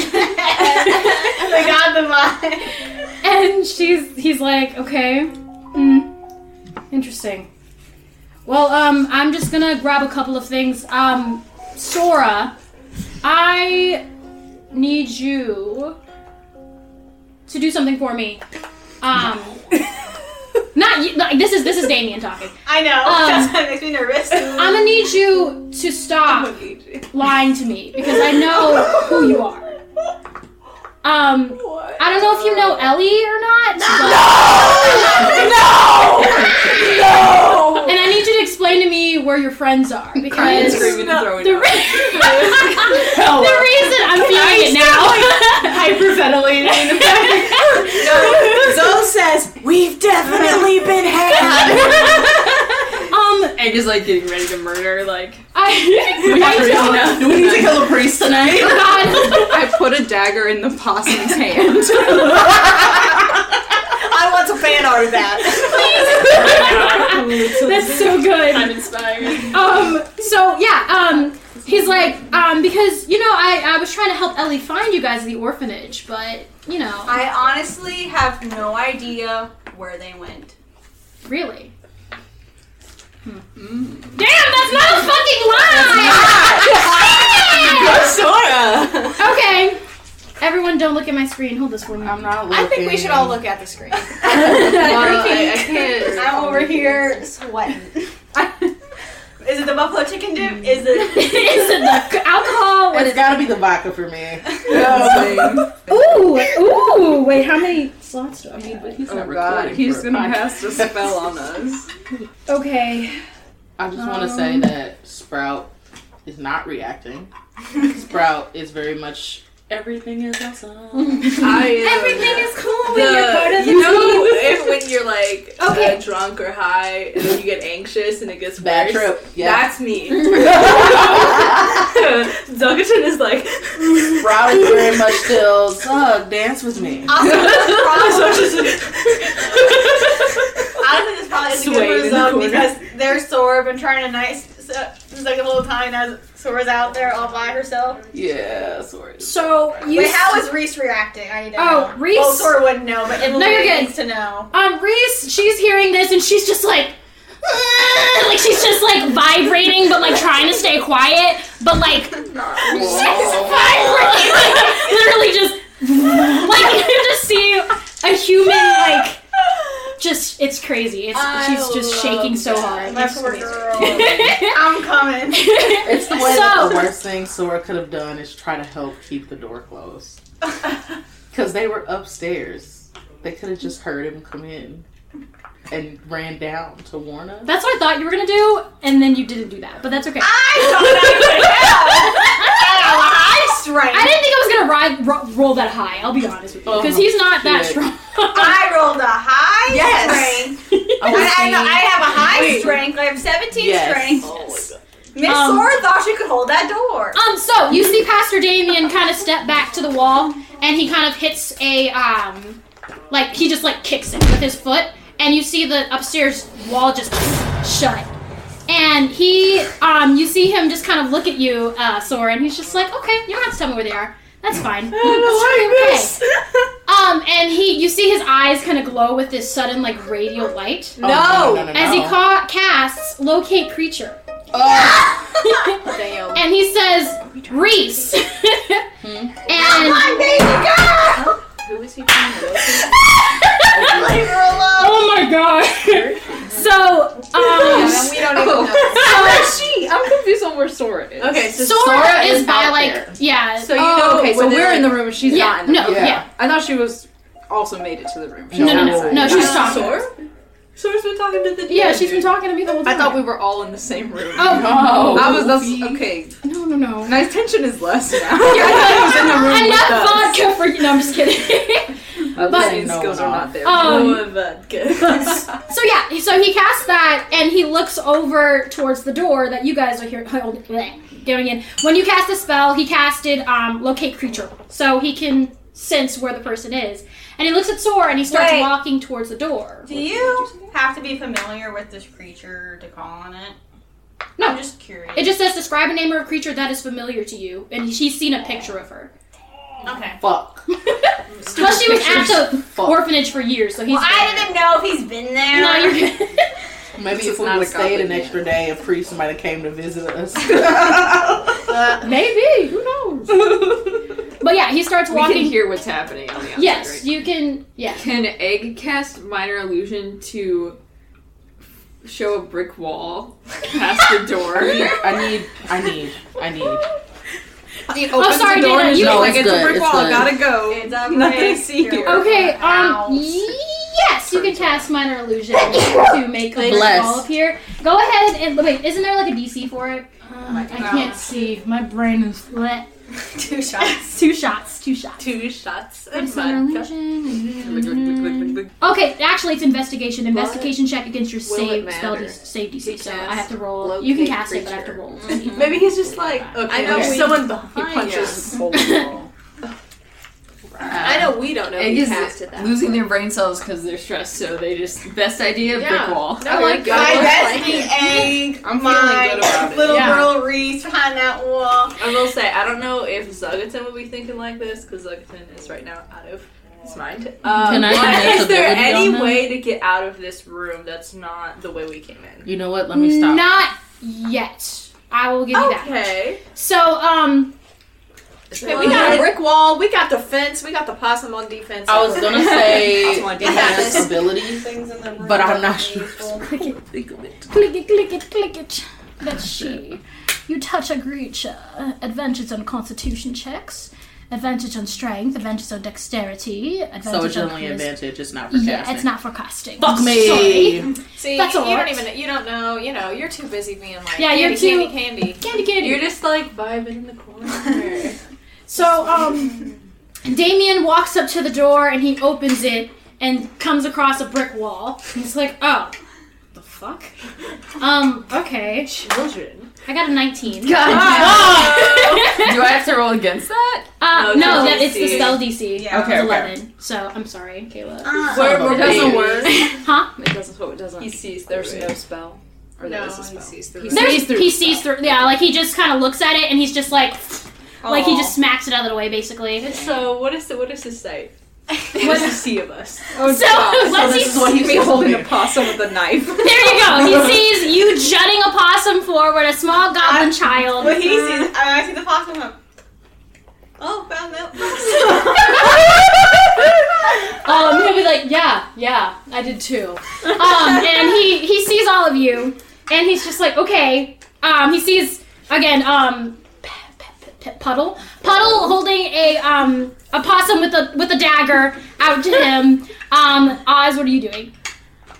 S5: I got them out.
S7: and she's he's like, okay, hmm, interesting. Well, um, I'm just gonna grab a couple of things. Um, Sora, I need you to do something for me. Um, not you, like, this is this is Damien talking.
S5: I know.
S7: Um,
S5: (laughs) that's what makes me
S16: (laughs)
S5: nervous.
S7: I'm gonna need you to stop lying to me because I know who you are. Um, I don't know if you know Ellie or not. No, no, no. And I need you to explain to me where your friends are because
S16: screaming and
S7: (laughs) the, re- the reason I'm feeling it now. (laughs)
S19: hyperventilating. Zoe says, We've definitely been had.
S7: um,
S16: and just like getting ready to murder, (laughs) like.
S7: I,
S16: I
S3: Do we need to kill a priest tonight?
S16: I put a dagger in the possum's (laughs) hand.
S19: I want to fan art of that.
S7: That's so good. I'm
S16: inspired.
S7: um so yeah um he's like um because you know i i was trying to help ellie find you guys at the orphanage but you know
S5: I honestly have no idea where they went.
S7: really damn that's not a fucking lie
S16: Sora!
S7: (laughs) okay everyone don't look at my screen hold this for me i'm
S3: not
S5: I think we should all look at the (laughs) screen.
S16: I
S5: (laughs) I'm over here sweating. (laughs) Is it the buffalo chicken dip? Is it? (laughs)
S7: is it the alcohol?
S3: It's gotta be the vodka for me. (laughs)
S7: Ooh, ooh. Wait, how many slots do I have?
S16: He's not recording. He's gonna cast a spell on us.
S7: Okay.
S3: I just want to say
S7: Um.
S3: that Sprout is not (laughs) reacting. Sprout is very much everything is awesome.
S16: I, uh,
S7: Everything is cool
S16: the-
S7: when you're part of the
S16: you know,
S7: team.
S16: if when you're like
S7: Okay.
S16: uh, drunk or high and then you get anxious and it gets
S3: Bad
S16: worse.
S3: trip, yeah.
S16: That's me. (laughs) Zugaton is like
S3: Sprout is very much (laughs) still. Zug, dance with me.
S5: Honestly, this probably is a
S3: Swayed in
S5: good
S3: the
S5: for Zug
S3: corner.
S5: because they're sore been trying to nice so, just like the whole time as Sora's out there all by herself.
S3: Yeah, sorry.
S7: So you.
S5: Wait, how is Reese reacting? I need to
S7: Oh,
S5: know.
S7: Reese-
S5: Well, Sora wouldn't know, but Emily
S7: No, you're good.
S5: needs to know.
S7: Um, Reese, she's hearing this and she's just like, (laughs) "Ugh," like she's just like vibrating, but like trying to stay quiet, but like she's vibrating, like, (laughs) literally just like you can just see a human like just it's crazy. It's
S5: I
S7: she's just shaking so hard.
S5: My
S7: It's
S5: poor
S7: amazing.
S5: girl.
S7: (laughs)
S5: I'm coming.
S3: It's the way
S7: so,
S3: that the worst thing Sora could have done is try to help keep the door closed. Because they were upstairs. They could have just heard him come in and ran down to warn us.
S7: That's what I thought you were gonna do, and then you didn't do that. But that's okay.
S5: I strength.
S7: I didn't think I was gonna ride ro- roll that high. I'll be honest with you, because
S3: Oh,
S7: he's not that
S3: shit.
S7: strong.
S5: I rolled a high
S7: Yes.
S5: strength. I, I know, I have a high strength. I have 17
S7: Yes.
S5: strength. Miss
S7: Um,
S5: Sora thought she could hold that door.
S7: Um, so you see Pastor Damien kind of step back to the wall, and he kind of hits a um, like he just like kicks it with his foot, and you see the upstairs wall just shut. And he, um, you see him just kind of look at you, uh, Sora, and he's just like, okay, you don't have to tell me where they are. That's fine. It's totally okay. Um, and he, you see his eyes kind of glow with this sudden like radial light.
S3: Oh, no, no, no, no,
S7: As he
S3: no.
S7: ca- casts locate creature. and he says
S5: (laughs)
S7: Reese. and
S5: my baby girl.
S16: Who is he trying to look
S5: (laughs)
S16: at?
S5: Leave her alone.
S7: Oh my god. so um
S16: Yeah, we don't even know.
S7: So-
S16: Where's she? I'm confused on where Sora is. Okay,
S7: Sora, is, by like yeah.
S16: So you know, okay, Oh, so we're in the room and she's
S7: yeah,
S16: not in the
S7: no,
S16: room.
S7: yeah. Yeah.
S16: I thought she was also made it to the room.
S7: No, no, no, no, no, she's talking.
S16: Sora? Sora's been talking to the
S7: Yeah, she's been talking to me the whole time.
S16: I thought we were all in the same room.
S7: Oh. No.
S16: I was that's, okay.
S7: No, no, no.
S16: My tension is less now. (laughs)
S7: You're
S16: I was in
S7: Enough vodka
S16: the room with us.
S7: for you. No, I'm just kidding. (laughs)
S16: But,
S7: But-
S16: these
S7: No,
S16: skills
S7: no.
S16: are not there.
S7: Um,
S16: No vodka.
S7: so yeah, so he casts that, and he looks over towards the door that you guys are here hold- bleh, going in. When you cast the spell, he casted um, locate creature, so he can sense where the person is. And he looks at Sora, and he starts
S5: Wait.
S7: walking towards the door.
S5: Do you have to be familiar with this creature to call on it?
S7: No.
S5: I'm just curious.
S7: It just says describe a name or a creature that is familiar to you, and she's seen a picture of
S5: (laughs)
S7: her.
S5: okay.
S3: Fuck.
S7: Plus, she was at the
S3: Fuck.
S16: (laughs)
S7: orphanage for years, so he's.
S5: Well, I didn't know if he's been there.
S7: No, you're good.
S5: (laughs)
S3: Maybe
S16: It's
S3: if we
S16: not
S3: would
S16: a
S3: have stayed
S16: goblin
S3: an extra day, a priest might have came to visit us. (laughs)
S7: Maybe. Who knows? but yeah, he starts
S16: we can
S7: walking.
S16: hear what's happening on the outside.
S7: yes,
S16: right?
S7: you can. Yeah.
S16: Can Egg cast Minor Illusion to show a brick wall past the door?
S3: I need, I need, I need, I need.
S16: It
S7: Oh,
S16: opens
S7: sorry,
S16: the door
S7: Dana,
S16: and
S7: you-
S16: it's
S7: No,
S16: like
S3: it's
S16: it's
S3: good,
S16: a brick
S3: it's
S16: wall.
S3: good.
S16: Gotta go.
S5: It's a
S16: Nothing
S5: brick
S7: (laughs)
S16: secret.
S7: Okay. Um. Yes, you can cast minor
S16: (laughs)
S7: illusion to make a
S3: Bless.
S7: ball appear. Go ahead and wait. Isn't there like a DC for it?
S16: Oh
S7: I can't see. My brain is flat.
S5: two shots.
S7: two shots. Two shots.
S16: Two shots.
S7: Cast minor illusion. Okay, actually, it's investigation. Investigation check against your
S16: Will it
S7: save spell
S16: matter?
S7: DC, save DC. So I have to roll. You can
S16: locate Mm-hmm.
S7: cast it, but I have to roll.
S16: Maybe he's just like, I know
S7: okay.
S16: we,
S7: Someone
S16: behind (laughs) he
S7: us.
S16: punches us. I know we don't know.
S2: Egg
S16: who
S2: is
S16: cast it that
S2: losing their brain cells because they're stressed, so they just best idea
S16: Yeah.
S2: brick wall.
S16: No, I like
S5: (laughs) My
S16: I
S5: bestie egg.
S16: I'm feeling
S5: my
S16: good about it.
S5: little
S16: Yeah.
S5: girl Reese behind that wall.
S16: I will say, I don't know if Zugaton will be thinking like this because Zugaton is right now out of his mind. Um,
S3: Can I
S16: but
S3: have
S16: is there
S3: disability on
S16: any
S3: that?
S16: way to get out of this room that's not the way we came in?
S3: You know what? Let me stop.
S7: Not yet. I will give you that.
S16: Okay.
S7: So, um,
S16: Hey, we got a brick
S20: wall. We got the fence. We got the possum on defense.
S3: I was gonna say
S20: Possum on defense.
S7: (laughs)
S3: enhance ability, but I'm not sure.
S7: click it, click it, click it. Let's see. You touch a creature. Advantage on constitution checks. Advantage on strength. Advantage on dexterity. Advantage
S3: So it's
S7: on
S3: only
S7: charisma.
S3: advantage. It's not for
S7: Yeah,
S3: casting.
S7: it's not for casting.
S3: Fuck me.
S7: Sorry.
S5: See,
S7: That's
S5: you,
S7: all
S5: you
S7: right.
S5: don't even you don't know. You know, you're too busy being like
S7: Yeah,
S5: candy,
S7: you're too-
S5: candy, candy,
S7: candy, candy.
S5: You're just like vibing in the corner.
S7: So, um, Damien walks up to the door and he opens it and comes across a brick wall. He's like, oh, the fuck? Um, okay. Children. I got a 19.
S16: God.
S7: Oh.
S16: Do I have to roll against that?
S7: Uh, no,
S16: No, it's
S7: that it's the
S16: DC.
S7: spell DC.
S16: Yeah.
S7: It's
S16: Okay, okay.
S7: 11. So, I'm sorry, Kayla.
S5: Um,
S16: Uh, Word- word doesn't work.
S7: huh?
S16: It doesn't. So it doesn't. He sees. There's
S10: no
S16: spell. Or
S10: there
S16: there
S10: No, is
S16: is
S10: a
S16: a
S10: he spell.
S16: spell.
S10: sees through
S7: He sees, through, he sees through. Yeah, like he just kind of looks at it and he's just like, like he
S10: Aw.
S7: just smacks it out of the way, basically.
S10: So what is the what is his sight?
S7: What-
S10: What does he
S5: (laughs)
S10: see of us?
S7: Oh, So, God. let's
S21: this
S7: see-
S21: is what he's
S7: Me holding
S21: holding a possum with a knife.
S7: There you go. He sees you jutting a possum forward, a small goblin child.
S5: But he sees. I, I see the possum. I'm, oh, found that possum.
S7: Um, he'll be like, yeah, yeah, I did too. Um, and he he sees all of you, and he's just like, okay. Um, he sees again. Um, P- P- P- puddle, puddle holding a um a possum with a with a dagger out to him. Um, Oz, what are you doing?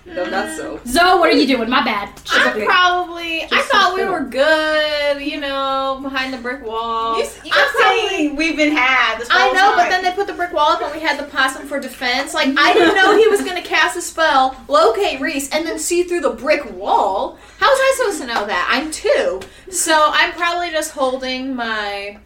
S21: no, not so.
S7: Zoe, what are you doing? My bad.
S5: I'm probably. I
S7: Just
S5: thought we
S7: something.
S5: were good. You know, behind the brick wall.
S2: I'm
S5: I'm saying we've been had. This
S2: I
S5: whole
S2: know, but
S5: time.
S2: then they put the brick wall up and we had the possum for defense. Like, I (laughs) didn't know he was going to cast a spell, locate Reese, and then see through the brick wall. How was I supposed to know that? I'm two. So I'm probably just holding my.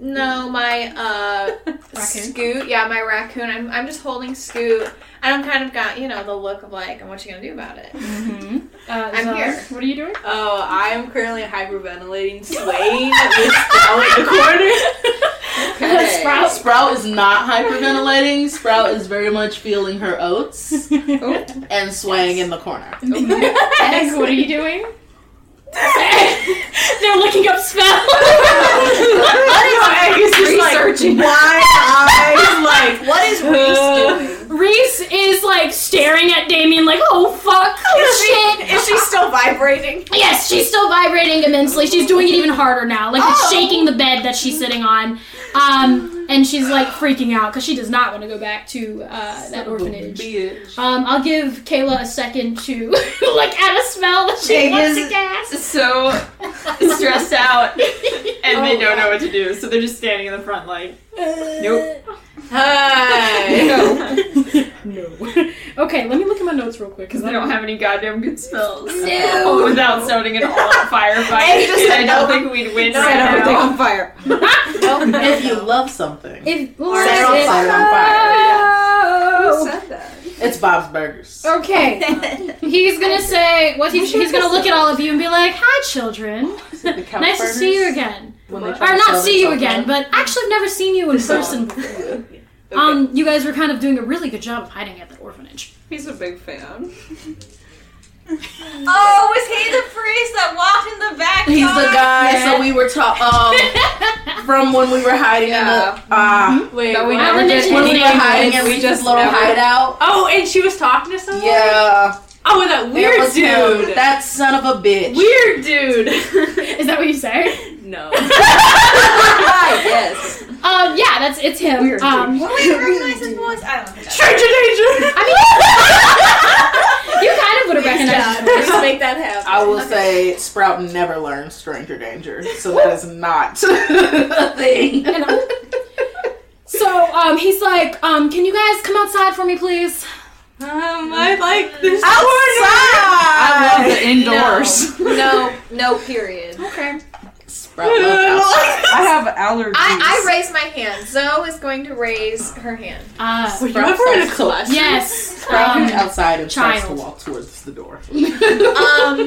S2: No, my uh scoot. Yeah, my raccoon. I'm, I'm just holding scoot. And I'm kind of got, you know, the look of like, and what you gonna do about (laughs) it?
S7: Mm-hmm. Uh,
S2: I'm
S7: Zoe,
S2: here.
S7: What are you doing?
S10: Oh, I am currently hyperventilating,
S2: (laughs)
S10: swaying with Sprout in the corner.
S3: Sprout. Sprout is not hyperventilating. Sprout is very much feeling her
S7: (laughs)
S3: oats and swaying in the corner.
S16: (laughs)
S7: Egg, what are you doing? (laughs) They're looking up spells. (laughs)
S22: Egg is just like, wide-eyed, like,
S7: what is
S16: (laughs)
S7: Reese doing? Reese is like staring at Damien, like, oh (laughs) fuck, oh
S22: Is she-
S7: shit.
S22: is she
S7: still vibrating? Yes, she's still vibrating immensely. She's doing it even harder now. Like
S22: Oh.
S7: it's shaking the bed that she's sitting on. Um, and she's like freaking out because she does not want to go back to uh, that orphanage. Um, I'll give Kayla a second to (laughs) look at a spell that she
S16: Jake
S7: wants to
S16: is
S7: cast.
S16: So stressed out, and they don't know what to do, so they're just standing in the front, like, nope.
S7: Hi.
S16: No.
S7: Okay, let me look at my notes real quick because
S16: I don't have any goddamn good spells.
S7: No.
S16: Without sounding an all out firefight.
S7: Hey, just
S16: and I
S7: no.
S16: don't think we'd win.
S3: No,
S16: right
S3: I don't
S16: now.
S3: think I'm
S21: fire.
S3: if you love something,
S7: If
S3: set it on fire. on fire.
S7: Oh.
S3: It's Bob's Burgers.
S7: Okay. he's gonna say what he's, he's gonna look at all of you and be like, "Hi, children. nice to see you again."
S3: When
S7: Or
S3: they try to sell
S7: not see you
S3: themselves
S7: again, but actually, I've never seen you in person before. Um, you guys were kind of doing a really good job of hiding at the orphanage.
S21: He's a big fan.
S5: Oh, was he the priest that walked in the backyard?
S3: He's the guy. So we were taught um, from when we were hiding in the
S16: Mm-hmm.
S3: ah.
S10: Wait,
S3: we
S10: what?
S3: never did when we were hiding in we just little
S10: never-
S3: hideout.
S10: Oh, and she was talking to someone.
S3: Yeah.
S10: Oh, and that weird
S3: That was him.
S10: dude.
S3: That son of a bitch.
S10: Weird dude.
S16: (laughs)
S7: Is that what you say?
S10: No.
S7: yes. Um, yeah, that's it's him. Um,
S5: Well, we
S3: (laughs)
S5: recognize his voice. I don't know.
S7: Stranger danger. I mean, you kind of would have recognized. his voice.
S3: make that happen. I will say Sprout never learned Stranger Danger, so that is not a thing.
S7: So um, he's like, um, can you guys come outside for me, please? Um, I like this
S21: I love the indoors.
S2: No, no, period.
S7: Okay.
S3: (laughs)
S21: I have allergies.
S2: I, I raise my hand. Zoe is going to raise her hand.
S7: Uh,
S3: Were you ever in a classroom?
S2: Yes.
S3: Sprout comes
S2: Um,
S3: outside and starts to
S2: child.
S3: walk towards the door.
S2: (laughs) um,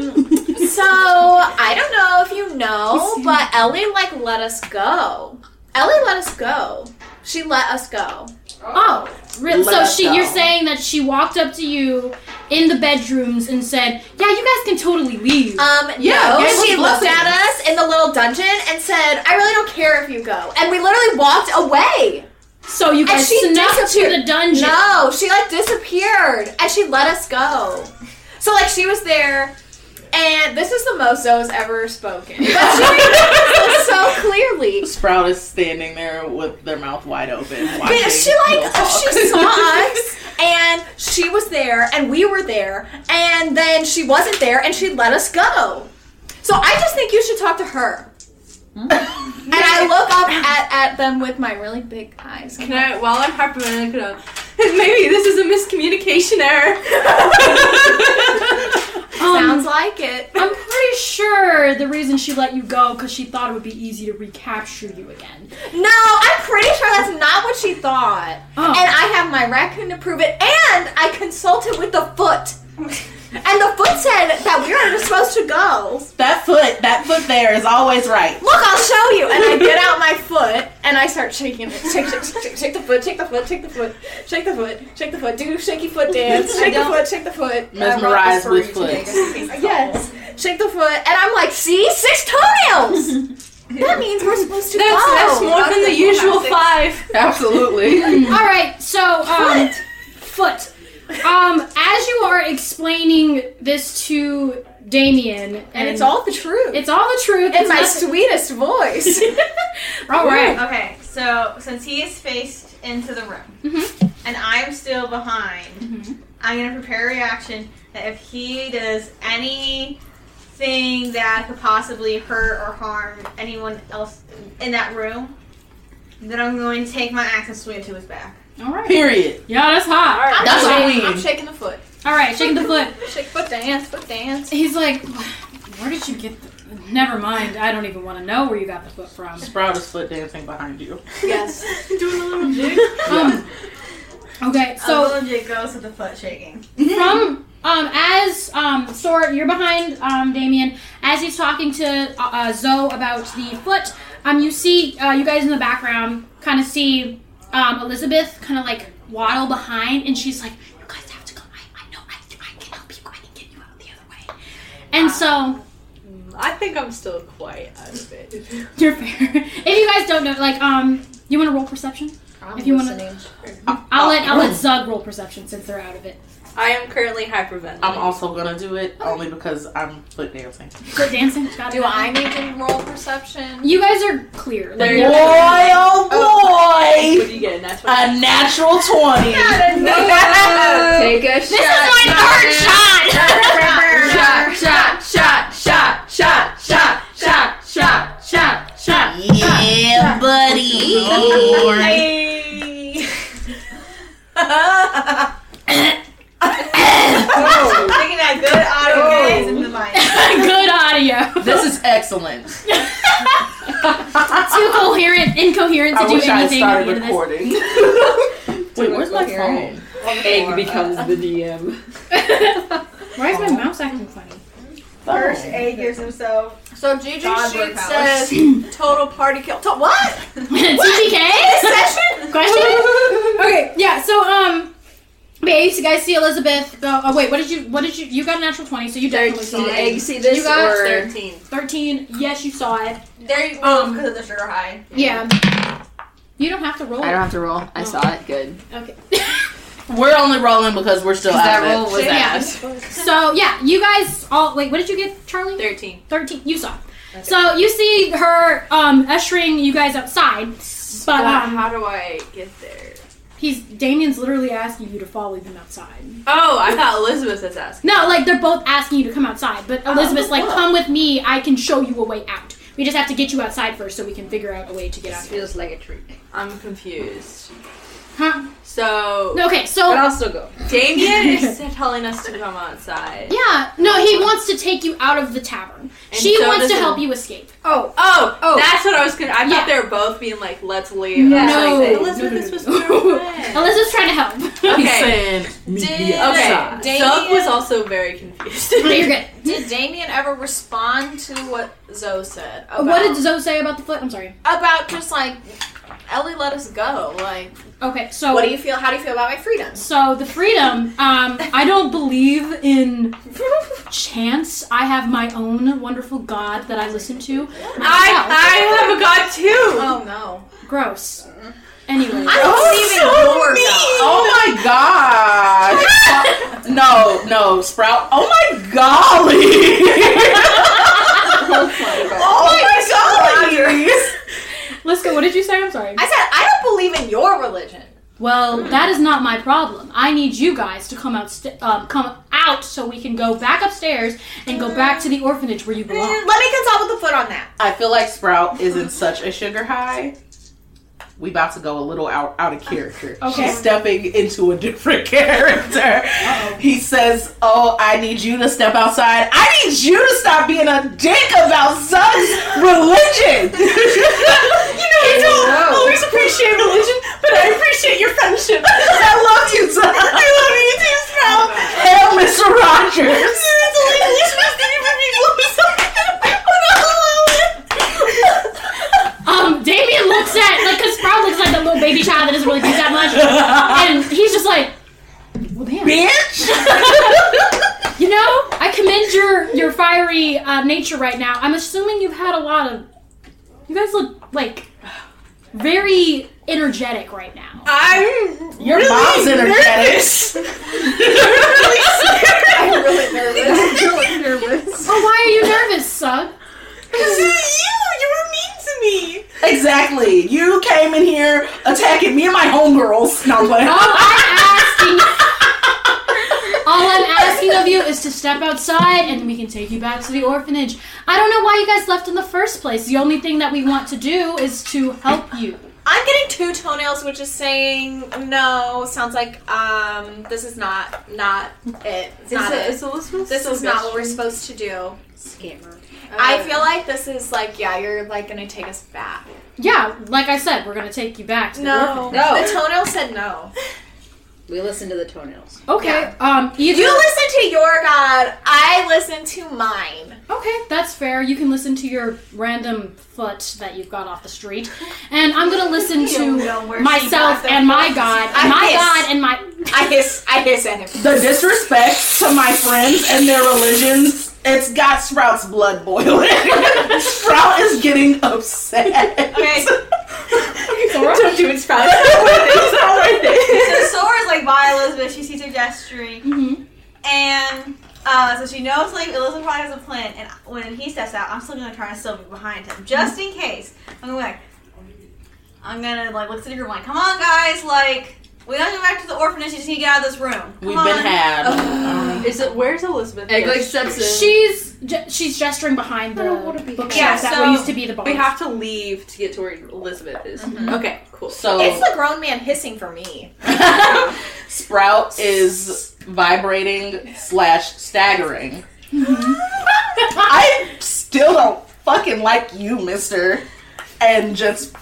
S2: so I don't know if you know, but Ellie like let us go. Ellie let us go. She let us go.
S7: Oh, Re- so
S2: Let
S7: she,
S2: go.
S7: you're saying that she walked up to you in the bedrooms and said, "Yeah, you guys can totally leave."
S2: Um, no, she looked at us in the little dungeon and said, "I really don't care if you go." And we literally walked away.
S7: So you guys snuck to the dungeon. Um,
S2: No, she like disappeared, and she let us go. So like she was there. And this is the most Zoe's ever spoken. (laughs) But she remembers this so clearly.
S3: Sprout is standing there with their mouth wide open.
S2: Yeah,
S3: watching
S2: she
S3: Will
S2: like oh,
S3: talk.
S2: (laughs) she saw
S16: (laughs)
S2: us and she was there and we were there and then she wasn't there and she let us go. So I just think you should talk to her.
S16: Mm-hmm.
S2: and I look up at, at them with my really big eyes.
S16: Can I, while I'm harping, I (laughs) could, uh, maybe this is a miscommunication
S2: (laughs)
S16: error. Um,
S2: Sounds like it.
S7: I'm pretty sure the reason she let you go because she thought it would be easy to recapture you again.
S2: No, I'm pretty sure that's not what she thought.
S16: Oh.
S7: Oh,
S2: And I have my raccoon to prove it. And I consulted with the foot. And the foot said that we were supposed to go.
S3: That foot, that foot there is always right.
S2: Look, I'll show you. And I get out my foot and I start shaking it. Shake, shake, shake, shake, shake the foot, shake the foot, shake the foot, shake the foot, shake the foot. Do shaky foot dance. Shake the foot, shake the foot. I brought
S3: Mesmerized
S2: this for you
S3: with
S2: today,
S3: foot.
S2: just in case. Yes. Shake the foot. And I'm like, see, six toenails. That means we're supposed to
S16: That's-
S2: go.
S16: that's more than the usual five.
S3: Absolutely.
S7: All right, so um, foot. Um, as you are explaining this to Damien, and,
S2: it's all the truth.
S7: It's all the truth.
S2: In
S7: it's
S2: my
S7: nothing-
S2: sweetest voice.
S16: (laughs)
S7: all right.
S5: Okay, so since he is faced into the room
S3: Mm-hmm.
S5: and I'm still behind, I'm gonna prepare a reaction that if he does anything that could possibly hurt or harm anyone else in that room, then I'm going to take my axe and swing it to his back.
S7: All right.
S3: Period.
S7: Yeah, that's hot. All
S2: I'm
S7: right.
S2: That's
S7: all
S2: shaking- I'm shaking the foot.
S7: All right, shaking the foot.
S2: Shake foot dance, foot dance.
S7: He's like, where did you get? The- Never mind. I don't even want to know where you got the foot from.
S3: Sprout is foot dancing behind you.
S7: Yes.
S5: Doing a little jig.
S7: Um, okay,
S5: a
S7: so
S5: little jig goes with the foot shaking.
S7: from um as um Sora, you're behind um Damien as he's talking to uh, uh, Zoe about the foot. Um, you see uh, you guys in the background kind of see um Elizabeth kind of like waddle behind, and she's like, "You guys have to go. I, I know I, I can help you. I can get you out the other way." And so.
S16: I think I'm still quite out of it.
S7: (laughs) You're fair. If you guys don't know, like, um, you want to roll perception? if you wanna, I'll let I'll let Zug roll perception since they're out of it.
S16: I am currently hyperventilating.
S3: (laughs) I'm also gonna do it only because I'm foot dancing.
S7: Good dancing. Got
S2: Do
S7: it.
S2: I need to roll
S7: (laughs)
S2: perception?
S7: You guys are clear. Like,
S3: Boy,
S7: you're-
S3: oh boy!
S16: you get? A natural.
S3: A natural 20.
S10: Take a shot. shot, shot, shot, shot, shot, shot, shot, shot, shot, shot.
S3: Yeah, buddy.
S5: Taking that good
S3: Oh.
S5: audio gaze in the mic.
S7: Good
S10: (laughs)
S7: audio.
S3: This is excellent.
S7: Too coherent, incoherent to
S3: I
S7: do
S3: wish I had
S7: anything. at
S3: started
S7: the end of this.
S3: recording. Wait, where's my phone?
S10: Egg becomes the DM.
S7: Why is my mouse acting (laughs) funny?
S5: First aid gives himself.
S2: So Gigi
S5: God,
S2: Sheet
S5: we're
S2: says total party kill. To- what? This
S7: TPK
S2: session?
S16: (laughs)
S7: question. (laughs) Okay, yeah. So um, babes, you guys see Elizabeth? Go, oh wait, what did you? What did you? You got a natural twenty, so you definitely saw it.
S10: Egg, see this
S7: You got
S10: or-
S7: thirteen. Thirteen. Yes, you saw it.
S5: There you go,
S3: Um,
S5: because of the sugar high.
S7: Yeah. You don't have to roll. Oh.
S10: I don't have to roll. I saw it. Good. (laughs)
S7: Okay.
S3: We're only rolling because we're still
S10: 'Cause
S3: out
S10: that
S3: of it.
S10: roll was
S7: (laughs) Yeah.
S10: ass.
S7: So yeah, you guys all wait. What did you get, Charlie?
S16: Thirteen.
S7: Thirteen. You saw. So you see her um ushering you guys outside, but
S16: Uh,
S7: um,
S16: how do I get there?
S7: he's Damien's literally asking you to follow them outside.
S16: Oh, I thought Elizabeth was asking.
S7: No, like they're both asking you to come outside, but Elizabeth's like, "Come with me. I can show you a way out. We just have to get you outside first, so we can figure out a way to get out."
S10: This feels like a treat.
S16: I'm confused.
S7: Huh?
S16: So
S7: Okay, so
S10: But I'll still go.
S16: Damien is telling us to come outside.
S7: yeah, no, he wants to take you out of the tavern.
S16: And
S7: she
S16: so
S7: wants
S16: does
S7: to help
S16: the-
S7: you escape.
S16: Oh, oh,
S7: Oh.
S16: That's what I was gonna. I
S7: Yeah.
S16: thought they were both being like, "Let's leave."
S7: No.
S16: I was like,
S7: No, no,
S16: Elizabeth,
S7: no,
S16: (laughs) this was
S7: Elizabeth's trying to help. (laughs)
S16: Okay.
S3: He's saying, meet me
S16: Okay.
S3: outside.
S16: Doug was also very confused.
S7: But (laughs) You're good.
S2: Did Damien ever respond to what Zoe said? About,
S7: What did Zoe say about the foot? I'm sorry.
S2: about just like Ellie let us go? Like,
S7: Okay, so
S2: what do you feel? How do you feel about my freedoms?
S7: So the freedom, um, I don't believe in chance. I have my own wonderful God that I listen to. Myself.
S16: I have a god too.
S2: Oh no!
S7: Gross. Anyway,
S2: I don't believe in your God.
S3: Oh my Oh gosh. No, no, Sprout. Oh my golly! (laughs)
S1: Oh my Let's go. What did you say? I'm sorry.
S2: I said I don't believe in your religion.
S7: Well, that is not my problem. I need you guys to come out, st- um, come out, so we can go back upstairs and go back to the orphanage where you belong.
S2: Let me consult with the foot on that.
S3: I feel like Sprout is in such a sugar high. We about to go a little out, out of character.
S7: Okay.
S3: She's stepping into a different (laughs) character. He says, "Oh, I need you to step outside. I need you to stop being a dick about son's
S4: (laughs)
S3: religion." (laughs)
S4: You know, I don't always appreciate religion, but I appreciate your
S3: (laughs)
S4: friendship. I love you, son. I love you too, Sprout.
S3: Hail, Mr. Rogers.
S4: (laughs) That's the
S3: (laughs)
S4: least nice thing for people who suck. But I love it.
S7: Um, Damien looks at like because Sprout looks like the little baby child that doesn't really do that much,
S3: Oh,
S4: (laughs)
S7: and he's just like, "Well, damn,
S3: bitch."
S7: you know, I commend your your fiery uh, nature right now. I'm assuming you've had a lot of. You guys look like very energetic right now.
S4: I'm
S3: (laughs) Your
S4: really
S3: mom's energetic.
S4: nervous. (laughs) I'm really nervous.
S7: really nervous. Oh, why are you nervous, Sug?
S4: Because you, you were mean to me.
S3: Exactly. You came in here attacking me and my homegirls. No, but
S4: (laughs)
S7: All I'm asking, all I'm asking of you is to step outside, and we can take you back to the orphanage. I don't know why you guys left in the first place. The only thing that we want to do is to help you.
S2: I'm getting two toenails, which is saying no. Sounds like um, this is not not it.
S9: Is
S2: It's not
S9: it-
S2: it.
S9: is Elizabeth
S2: This is not what we're
S9: suggestion?
S2: supposed to do.
S9: Scammer.
S2: I feel like this is like yeah, you're like gonna take us back.
S7: Yeah, like I said, we're gonna take you back to the
S2: No,
S7: orphanage.
S2: The toenail said no.
S9: We listen to the toenails.
S7: Okay. Um. Either
S2: You listen to your god. I listen to mine.
S7: Okay, that's fair. You can listen to your random foot that you've got off the street, and I'm gonna listen
S2: You know
S7: to
S2: where she got
S7: myself
S2: them
S7: and my
S2: from.
S7: God,
S2: I
S7: and my
S2: hiss.
S7: God, and my.
S2: I hiss. I hiss at him.
S3: the disrespect to my friends and their religions, it's got Sprout's blood boiling. (laughs) Sprout is getting upset. (laughs)
S2: Okay.
S3: Sora?
S4: Don't do it, Sprout.
S3: It's not (laughs) worth
S5: so
S3: it.
S5: Sora's like by Elizabeth. She sees her destiny,
S2: Mm-hmm.
S5: and uh, so she knows like Elizabeth probably has a plan. And when he steps out, I'm still gonna try to still be behind him just
S2: Mm-hmm.
S5: in case. I'm gonna be like, I'm gonna like look to the group like, come on guys, like we gotta go back to the orphanage. You just need to get out of this room. Come
S3: We've
S5: on.
S3: been had.
S9: Is it where's Elizabeth?
S5: Egg like steps in.
S7: She's ge- she's gesturing behind the bookshelf
S9: Yeah,
S7: that
S9: so
S7: used to be the bar.
S9: We have to leave to get to where Elizabeth is. Okay, cool.
S3: So
S2: (laughs) It's the grown man hissing for me.
S3: Sprout is vibrating slash staggering. I still don't fucking like you, mister. And just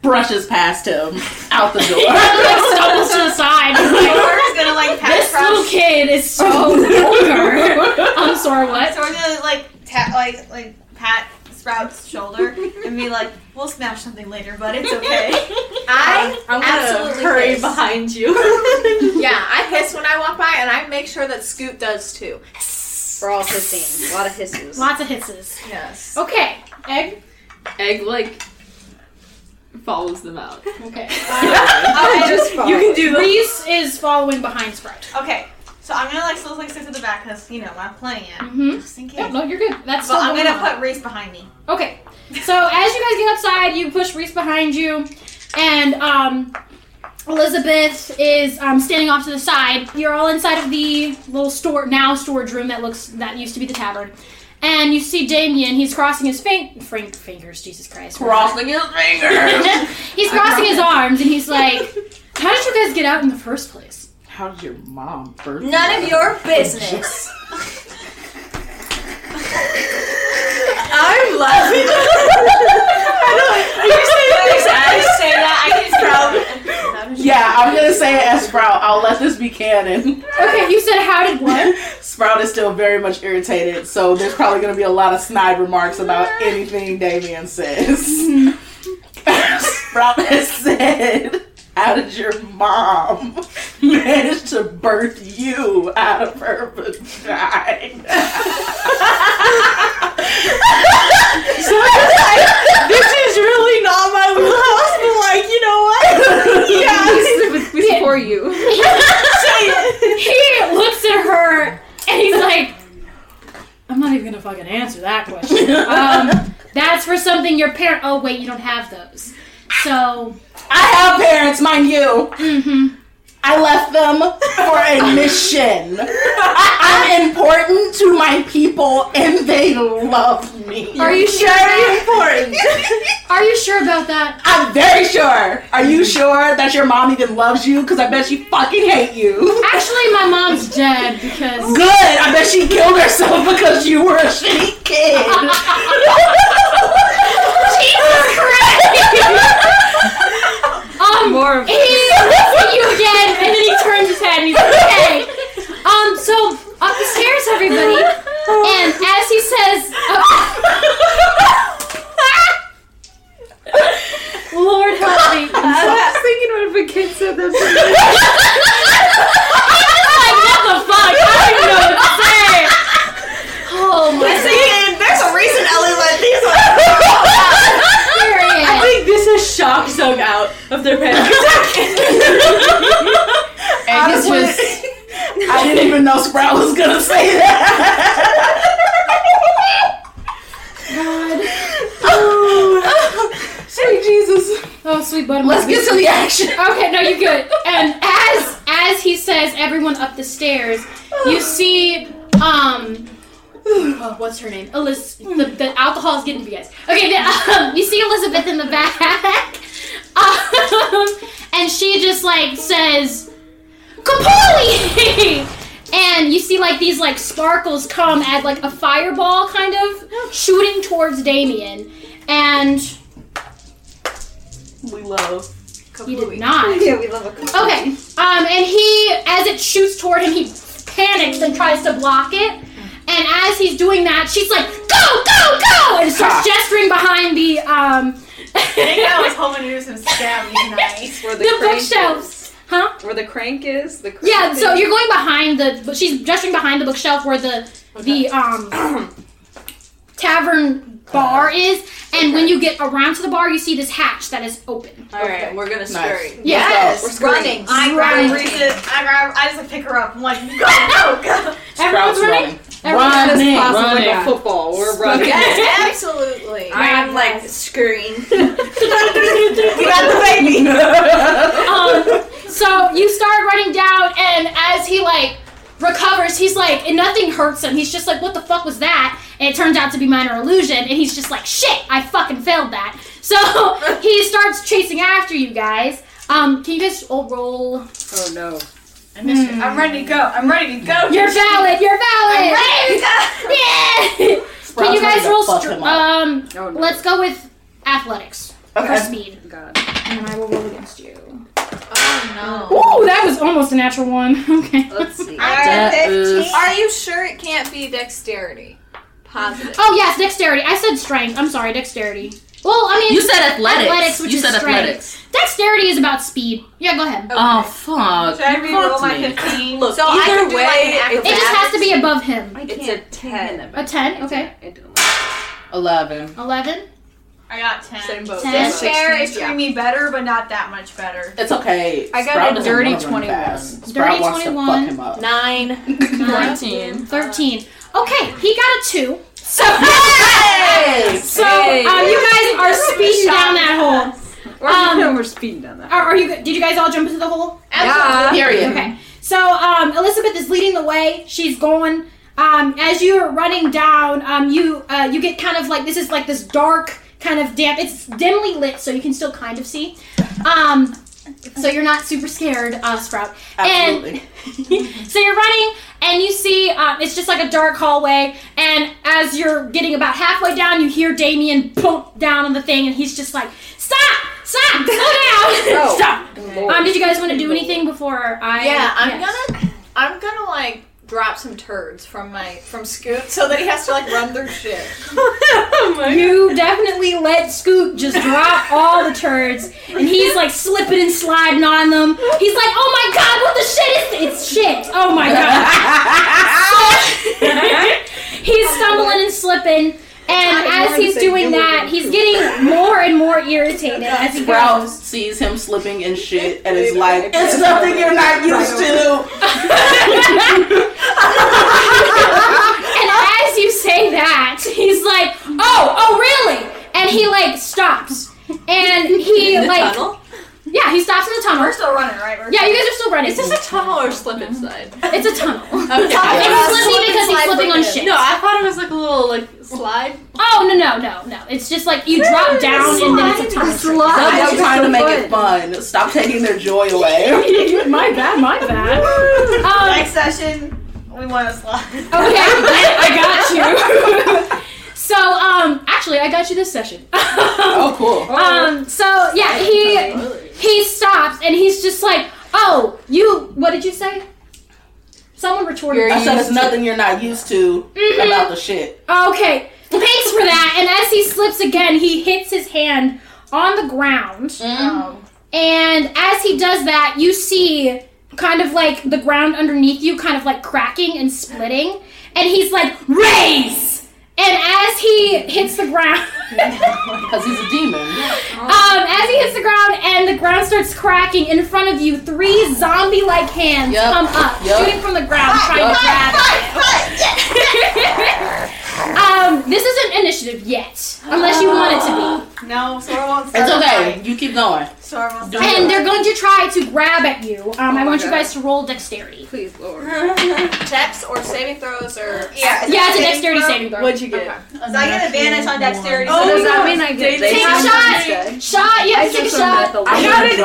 S3: brushes past him out the door. (laughs)
S7: like stumbles to the side.
S5: Sora's gonna like pat
S7: This
S5: Sprout-
S7: little kid is so vulgar. I'm sorry,
S5: (laughs)
S7: what?
S5: So we're gonna like tap, like like pat Sprout's
S2: (laughs)
S5: shoulder and be like, we'll smash something later, but it's okay.
S2: I
S5: I'm gonna
S2: absolutely
S5: hurry
S2: hiss.
S9: behind you.
S2: (laughs) yeah, I hiss when I walk by, and I make sure that Scoop does too.
S9: We're all hissing. A lot of
S2: (laughs)
S9: hisses.
S7: Lots of hisses.
S2: Yes.
S7: Okay, egg.
S16: Egg like follows them out.
S7: Okay.
S5: I just
S16: you can do the
S7: Reese is following behind Sprout.
S5: Okay, so I'm gonna like still like sit to the back because you know my plan.
S7: Mm-hmm.
S5: Just in case.
S7: Yep, no, you're good. That's
S5: but
S7: still
S5: I'm
S7: going
S5: gonna
S7: on.
S5: put Reese behind me.
S7: Okay. So as you guys get outside, you push Reese behind you, and um, Elizabeth is um, standing off to the side. You're all inside of the little store now storage room that looks that used to be the tavern, and you see Damien. He's crossing his fin- fin- fingers. Jesus Christ!
S3: Crossing his fingers.
S7: he's crossing his arms, and he's like, "How did you guys get out in the first place?"
S3: How did your mom birth? (laughs)
S2: None of your business. I'm laughing.
S4: I know. You say that.
S2: I say that. I get Sprout.
S3: Yeah, I'm gonna say it as Sprout. I'll let this be canon.
S7: Okay, you said how did what?
S3: (laughs) Sprout is still very much irritated, so there's probably gonna be a lot of snide remarks about anything Damien
S4: (laughs)
S3: says. Sprout has said, How did your mom manage to birth you out of her vagina?
S4: So I was like, this is really not my wheelhouse, but like, you know what?
S3: (laughs)
S4: Yeah.
S16: We support you.
S4: Say it.
S7: (laughs) He looks at her fucking answer that question. um, that's for something your parent. Oh wait, you don't have those. So
S4: I have parents, mind you.
S7: Mm-hmm.
S4: I left them for a mission. I, am important to my people, and they love me.
S7: Are you sure?
S4: Very important.
S7: Are you sure about that?
S4: I'm very sure. Are you sure that your mom even loves you? Because I bet she fucking hate you.
S7: Actually, my mom's dead because.
S3: (laughs)
S4: Good. I bet she killed herself because you were a shitty kid.
S7: (laughs) Jesus
S4: (laughs)
S7: Um,
S4: More.
S7: he looks at you again, and then he turns his head. And he's like, "Okay." Um, so up the stairs, everybody, and as he says, "Lord help me."
S16: I was thinking what if a kid said that to me?
S7: like, what the fuck? I don't even know what to say. Oh my
S2: See, there's a reason Ellie let these (laughs)
S7: Period.
S4: I think this has shocked some out of their panic
S7: (laughs)
S2: And it's
S4: just. I didn't even know Sprout was gonna say that.
S7: God. Sweet Jesus. Oh, sweet buttermilk.
S4: Let's get to the action.
S7: Okay, no, you're good. And as as he says, everyone up the stairs, you see, um, (sighs) oh, what's her name? Elizabeth. The, the alcohol is getting to you guys. Okay, the, um, you see Elizabeth in the back, (laughs) um, and she just like says, "Kapoli!" (laughs) and you see like these like sparkles come at like a fireball kind of shooting towards Damien, and.
S3: We love.
S7: You did not.
S3: (laughs) Yeah, we love a kaboom.
S7: Okay. Um, and he, as it shoots toward him, he panics and tries to block it. And as he's doing that, she's like, "Go, go, go!"
S3: Ah.
S7: and starts gesturing behind the um,
S5: I was hoping to do some stabbing tonight.
S9: Where
S7: the bookshelves. (laughs) Huh?
S9: Where the crank is? The crank
S7: Yeah. So
S9: is-
S7: you're going behind the, but she's gesturing behind the bookshelf where the the um tavern bar is. And when you get around to the bar, you see this hatch that is open.
S9: All right, we're gonna scurry.
S7: Yes,
S9: We're scurrying.
S5: I grab
S7: Running.
S5: Reese's. I grab. I just like, pick her up. I'm like, go, go, go.
S7: Everyone's running.
S9: Run
S7: Everyone's
S9: in,
S7: possible.
S9: run in.
S7: Yeah.
S9: Football, we're running.
S2: (laughs) Yes, absolutely.
S9: I'm,
S2: like scurrying.
S7: we
S2: got the baby.
S7: um, so you start running down, and as he like recovers, he's like, and nothing hurts him. He's just like, what the fuck was that? And it turns out to be minor illusion, and he's just like, shit, I fucking failed that. (laughs) So he starts chasing after you guys. Um, can you guys all roll?
S9: Oh no.
S5: I missed it. I'm ready to go. I'm ready to go.
S7: You're valid. You're valid.
S5: I'm ready to go.
S7: (laughs) Yeah. Can
S5: Sprout's ready
S7: you guys
S5: to
S7: roll?
S5: fuck
S7: Str-
S5: him up.
S7: um,
S9: Oh, no.
S7: let's go with athletics
S9: Okay.
S7: for speed.
S9: God.
S7: And then I will roll against you.
S2: no.
S7: Ooh, Oh, that was almost a natural one. (laughs) Okay.
S9: Let's see.
S2: Are you sure it can't be dexterity? Positive.
S7: Oh yes, dexterity. I said strength. I'm sorry, dexterity. Well, I mean,
S2: You said athletics.
S7: Athletics, which
S2: You
S7: is
S2: said
S7: strength.
S2: athletics.
S7: Dexterity is about speed. Yeah, go ahead.
S3: Oh fuck!
S5: Should I re-roll
S3: Fuck
S5: my
S3: me.
S5: 15?
S9: Look,
S5: so I
S9: either
S5: can do
S9: way,
S5: like an
S9: it's-
S7: It
S5: acrobat.
S7: just has to be above him.
S9: It's a ten.
S7: A ten. Okay.
S3: Eleven.
S7: Eleven.
S5: I got 10. Same
S9: boat.
S3: Yeah,
S5: This chair
S3: 16,
S5: is treating me better, but not that much better.
S3: It's okay.
S5: I got
S3: Sprout
S5: a
S3: doesn't
S5: dirty
S3: wanna run
S5: 21.
S3: fast.
S7: Dirty
S3: Sprout wants to fuck him up.
S2: Nine.
S7: Thirteen. Thirteen. Okay, he got a two. So, (laughs) so
S9: Hey.
S7: um, you guys are speeding
S9: Shot.
S7: down that hole.
S9: We're,
S7: Um,
S9: no, we're speeding down that.
S7: Are, are you? Did you guys all jump into the hole?
S9: Absolutely. Yeah. Period.
S7: Okay. So um, Elizabeth is leading the way. She's going. Um, as you're running down, um, you uh, you get kind of like this is like this dark kind of damp. It's dimly lit, so you can still kind of see. Um, so you're not super scared, uh, Sprout.
S3: Absolutely.
S7: And (laughs) so you're running, and you see um, it's just like a dark hallway. And as you're getting about halfway down, you hear Damien bump down on the thing, and he's just like, "Stop! Stop! Slow down!
S2: Oh,
S7: (laughs) Stop!" Um, did you guys want to do anything before I?
S2: yeah, I'm
S7: Yes.
S2: gonna, I'm gonna like drop some turds from my from Scoot so that he has to like run through (laughs) shit.
S7: You definitely let Scoot just drop all the turds, and he's like slipping and sliding on them. He's like, "Oh my god, what the shit is? It's shit! Oh my god!" he's stumbling and slipping, and
S3: I
S7: as
S3: wanted to
S7: he's
S3: say
S7: doing that, he's getting more and more irritated as he
S3: Sprout
S7: goes.
S3: sees him slipping and shit, and is like, "It's
S4: something you're not used to."
S7: and as you say that, he's like, "Oh, oh, really?" And he like stops, and he
S5: In the
S7: like,
S5: tunnel?
S7: yeah, he stops in the tunnel.
S5: We're still running, right? We're
S7: yeah,
S5: still-
S7: you guys are still running.
S5: Is this a
S7: tunnel or slip
S2: (laughs)
S7: inside? It's a tunnel. (laughs)
S5: Okay.
S7: It's slippy
S5: Slip
S7: because he's
S5: inside
S7: slipping on
S5: with it.
S7: shit.
S5: No, I
S7: thought it was like a little like
S2: (laughs)
S7: slide. Oh no no no no! It's just like you drop down and then it's a tunnel.
S3: That was trying to make it fun. Stop taking their joy away.
S7: (laughs) my bad, my bad. Um,
S2: Next session, we want to slide. Okay, (laughs)
S7: I got you. (laughs) so, um, actually, I got you this session. (laughs)
S3: oh, cool.
S7: Um, so yeah, he he stops and he's just like, "Oh, you, what did you say?" Someone retorted.
S3: I said it's nothing you're not used to
S7: Mhm.
S3: about the shit.
S7: Okay, thanks for that. And as he slips again, he hits his hand on the ground. And as he does that, you see kind of like the ground underneath you kind of like cracking and splitting. And he's like, raise! And as he hits the ground.
S3: Because he's a demon.
S7: Um, as he hits the ground and the ground starts cracking in front of you, three zombie-like hands come up,
S3: Yup.
S7: shooting from the ground, trying to grab. (laughs) um, this isn't initiative yet, unless you want it to
S2: be. No, Sora won't
S3: It's okay. You keep going.
S2: Sora won't
S7: be. And they're going to try to grab at you. Um, I want you guys to roll dexterity, please, Lord.
S5: Dex or saving throws or
S7: Yeah, yeah, it's a dexterity saving throw. What'd you get?
S5: So I get advantage on dexterity.
S7: Oh,
S5: so
S7: does
S5: no.
S7: that mean I get
S5: Take
S7: advantage? Take a
S5: a
S7: shot. Shot, yes, take a shot. I got an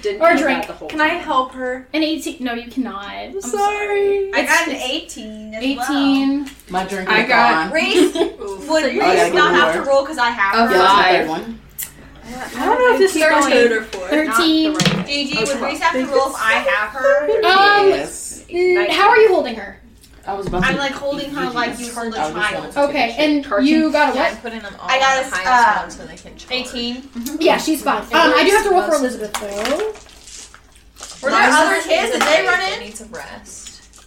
S7: 18. Or drink.
S5: Can I help her?
S7: An 18. No, you cannot. Um, I'm
S5: sorry. I got an
S2: 18
S7: as 18.
S3: My drink
S5: I
S3: is
S5: got
S3: gone.
S5: Reese. Would
S3: So you gotta
S5: Reese
S3: give
S5: not
S3: me
S5: have to
S3: more.
S5: roll because I have her?
S3: Yeah, that's the third one.
S5: I don't know if this is
S2: Thirteen.
S5: code or four.
S7: Thirteen.
S5: Gigi, would Reese have to roll if I have her?
S7: Um,
S3: Yes.
S7: mm, how are you holding her?
S3: I was about
S2: I'm
S3: to-
S2: like holding her like you hold a
S3: I just wanted
S2: child.
S3: to
S7: Okay, and you got a what?
S2: I got a uh, 18.
S7: Yeah, she's fine. Um, I do have to roll for Elizabeth though.
S2: Were there other kids? Did they run
S5: in? Need some rest.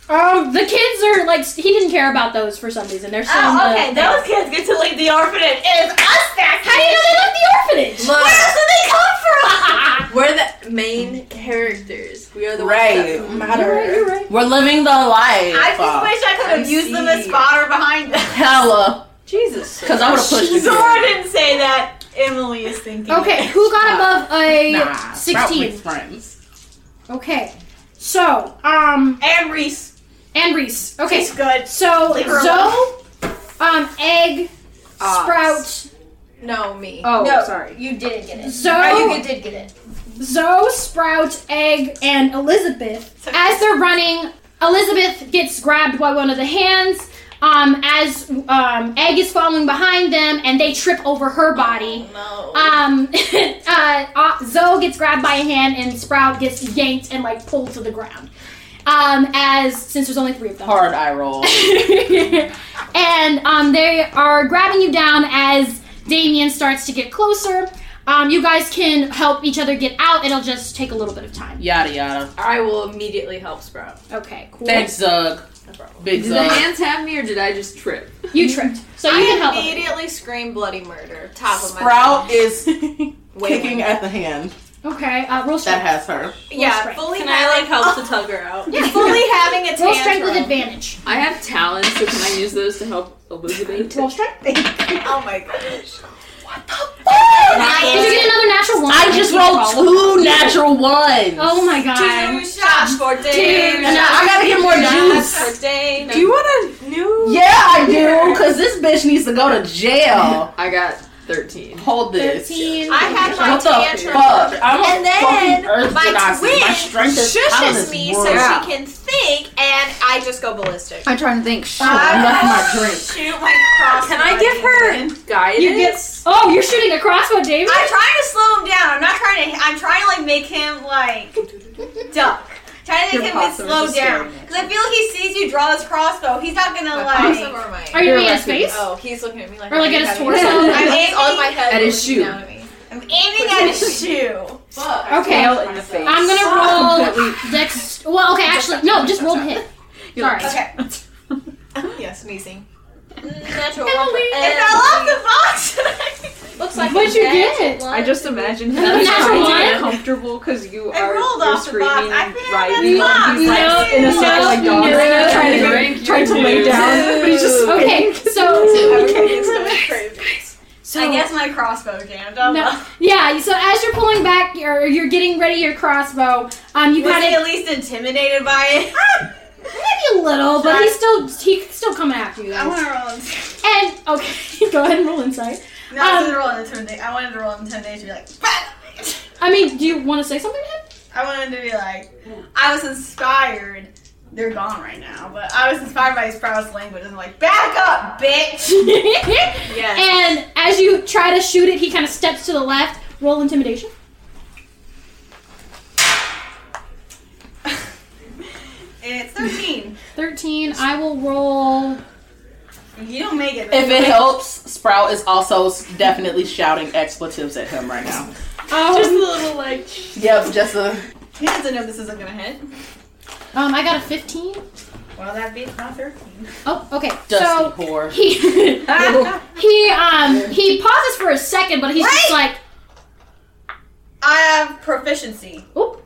S7: Um, the kids are like he didn't care about those for some reason. They're still
S2: Oh,
S7: in the
S2: okay. Those kids get to leave the orphanage. It is us that
S7: How do you know they left the orphanage?
S2: Where else did they come
S5: from? We're the main characters. We are the
S3: Right.
S5: ones that
S3: Matter. We're living the life.
S5: I just wish I
S2: could have used them as fodder behind
S3: (laughs)
S2: us.
S3: Hella.
S2: Jesus.
S3: 'Cause I would've pushed you.
S2: Zora didn't say that. Emily is thinking.
S7: Okay,
S5: (laughs)
S7: who got above a
S2: Nah, Sprout
S7: sixteen?
S2: makes
S7: Okay, so um,
S2: and Reese,
S7: and Reese. Okay,
S2: She's good.
S7: So
S5: Leave her
S7: Zoe, um, egg,
S5: Ox.
S2: Ah.
S7: sprout.
S5: No, me.
S7: Oh,
S5: no,
S7: sorry.
S5: You did get it.
S7: So-
S5: Oh, you did get it.
S7: Zoe, Sprout, Egg, and Elizabeth. As they're running, Elizabeth gets grabbed by one of the hands. Um, as um, Egg is following behind them, and they trip over her body. Um, (laughs) uh, uh, Zoe gets grabbed by a hand, and Sprout gets yanked and like pulled to the ground. Um, as since there's only three of them,
S3: Hard eye roll.
S7: (laughs) and um, they are grabbing you down as Damien starts to get closer. Um, you guys can help each other get out. It'll just take a little bit of time.
S3: Yada yada.
S5: I will immediately help Sprout.
S7: Okay, cool.
S3: Thanks, Zug. Big
S16: Did the
S3: Zug.
S16: hands have me or did I just trip?
S7: You tripped. So
S5: I
S16: you can help him.
S5: immediately scream bloody murder. Top of my
S3: Sprout (laughs) is
S5: Wait,
S3: kicking at the hand
S7: Okay, uh, roll
S3: that
S7: strength.
S3: has her.
S5: Yeah,
S7: strength.
S5: fully
S7: Can
S5: having,
S16: I, like, help
S5: to tug her out.
S7: Yeah.
S5: fully having a
S7: Roll
S5: tantrum.
S7: strength with advantage.
S16: I have talents, so can I use those to help (laughs) Elizabeth?
S7: Roll strength.
S5: oh my gosh.
S7: Did you get another natural one?
S3: I just rolled two natural ones.
S7: Oh my god.
S5: Two shots for
S3: Dude,
S5: days.
S3: and I- I gotta get more
S5: Shots
S3: juice.
S5: For days.
S3: Do you
S5: want
S8: (laughs)
S5: a new?
S3: Yeah, I do, because this bitch needs to go to jail.
S16: I got 13.
S3: Hold this.
S5: I had my
S3: What the
S5: tantrum.
S3: fuck? I'm a
S5: and then
S3: fucking Earth
S5: my
S3: Genasi.
S5: twin
S3: My strength is out of
S5: shushes
S3: this
S5: me so
S3: world. Yeah.
S5: she can think, and I just go ballistic.
S23: I'm trying to think. Shit,
S5: I
S3: left my drink.
S5: Shoot my crossbow.
S23: Can I give her guidance?
S5: You get-
S7: Oh, you're shooting a crossbow, David?
S5: I'm trying to slow him down. I'm not trying to. I'm trying to like make him like duck. Trying to
S7: Your
S5: make him
S7: possum is
S5: slow
S7: just
S5: down
S7: staring at
S5: because I feel like he sees you draw his crossbow. He's not gonna like.
S7: possum or my- Are you looking at his face?
S5: Oh, he's looking at me like.
S7: Or, like,
S5: I'm
S7: at his
S5: having- (laughs)
S7: torso?
S5: I'm aiming on my head.
S16: At his
S5: looking
S16: shoe.
S5: down at me. I'm aiming at (laughs) his shoe.
S7: Okay,
S5: in the face.
S7: I'm gonna roll dex. Well, okay, actually, no, just roll hit. Sorry.
S5: Okay. yeah, sneezing. Natural.
S7: Emily!
S5: And I (laughs) love the box. Looks like.
S7: What'd you
S5: a magic
S7: get?
S5: wand.
S16: I just imagine
S7: Natural
S16: how
S7: one?
S16: comfortable because you
S5: I
S16: are
S5: rolled a off the box.
S9: screaming,
S5: I
S9: writhing, like he's like in a circle like
S7: no,
S9: dogs,
S7: no, no,
S9: trying
S7: no.
S9: to go, trying to lay down,
S5: (laughs)
S9: but he's just
S7: Okay, so
S5: So I guess my crossbow jammed. I'm
S7: No.
S5: like-
S7: Yeah, so as you're pulling back, or you're getting ready your crossbow. Um, you
S5: was
S7: got
S5: he
S7: it
S5: at least intimidated by it?
S7: maybe a little, but
S5: Shot.
S7: he's still he's still coming after you. Though.
S5: (laughs) I wanna roll
S7: And okay, (laughs) go ahead and roll insight.
S5: No, I
S7: Um,
S5: wanted to roll intimidation. I wanted to roll intimidation. Be like,
S7: I mean, do you want to say something to him?
S5: I wanted to be like, I was inspired. They're gone right now, but I was inspired by his prowess language. And I'm like, back up, bitch.
S7: (laughs) And as you try to shoot it, he kind of steps to the left. Roll intimidation.
S5: It's 13.
S7: 13. I will roll.
S5: You don't make it.
S3: If it helps, Sprout is also s- definitely shouting expletives at him right now.
S7: Um,
S5: just a little like.
S3: Yep, just a.
S5: He doesn't know this isn't gonna hit.
S7: Um, I got a 15.
S5: Well, that beats my 13.
S7: Oh, okay.
S3: Dusty
S7: so
S3: whore.
S7: he (laughs)
S5: Oh.
S7: he um he pauses for a second, but he's just like
S5: (laughs) I have proficiency.
S7: Oop.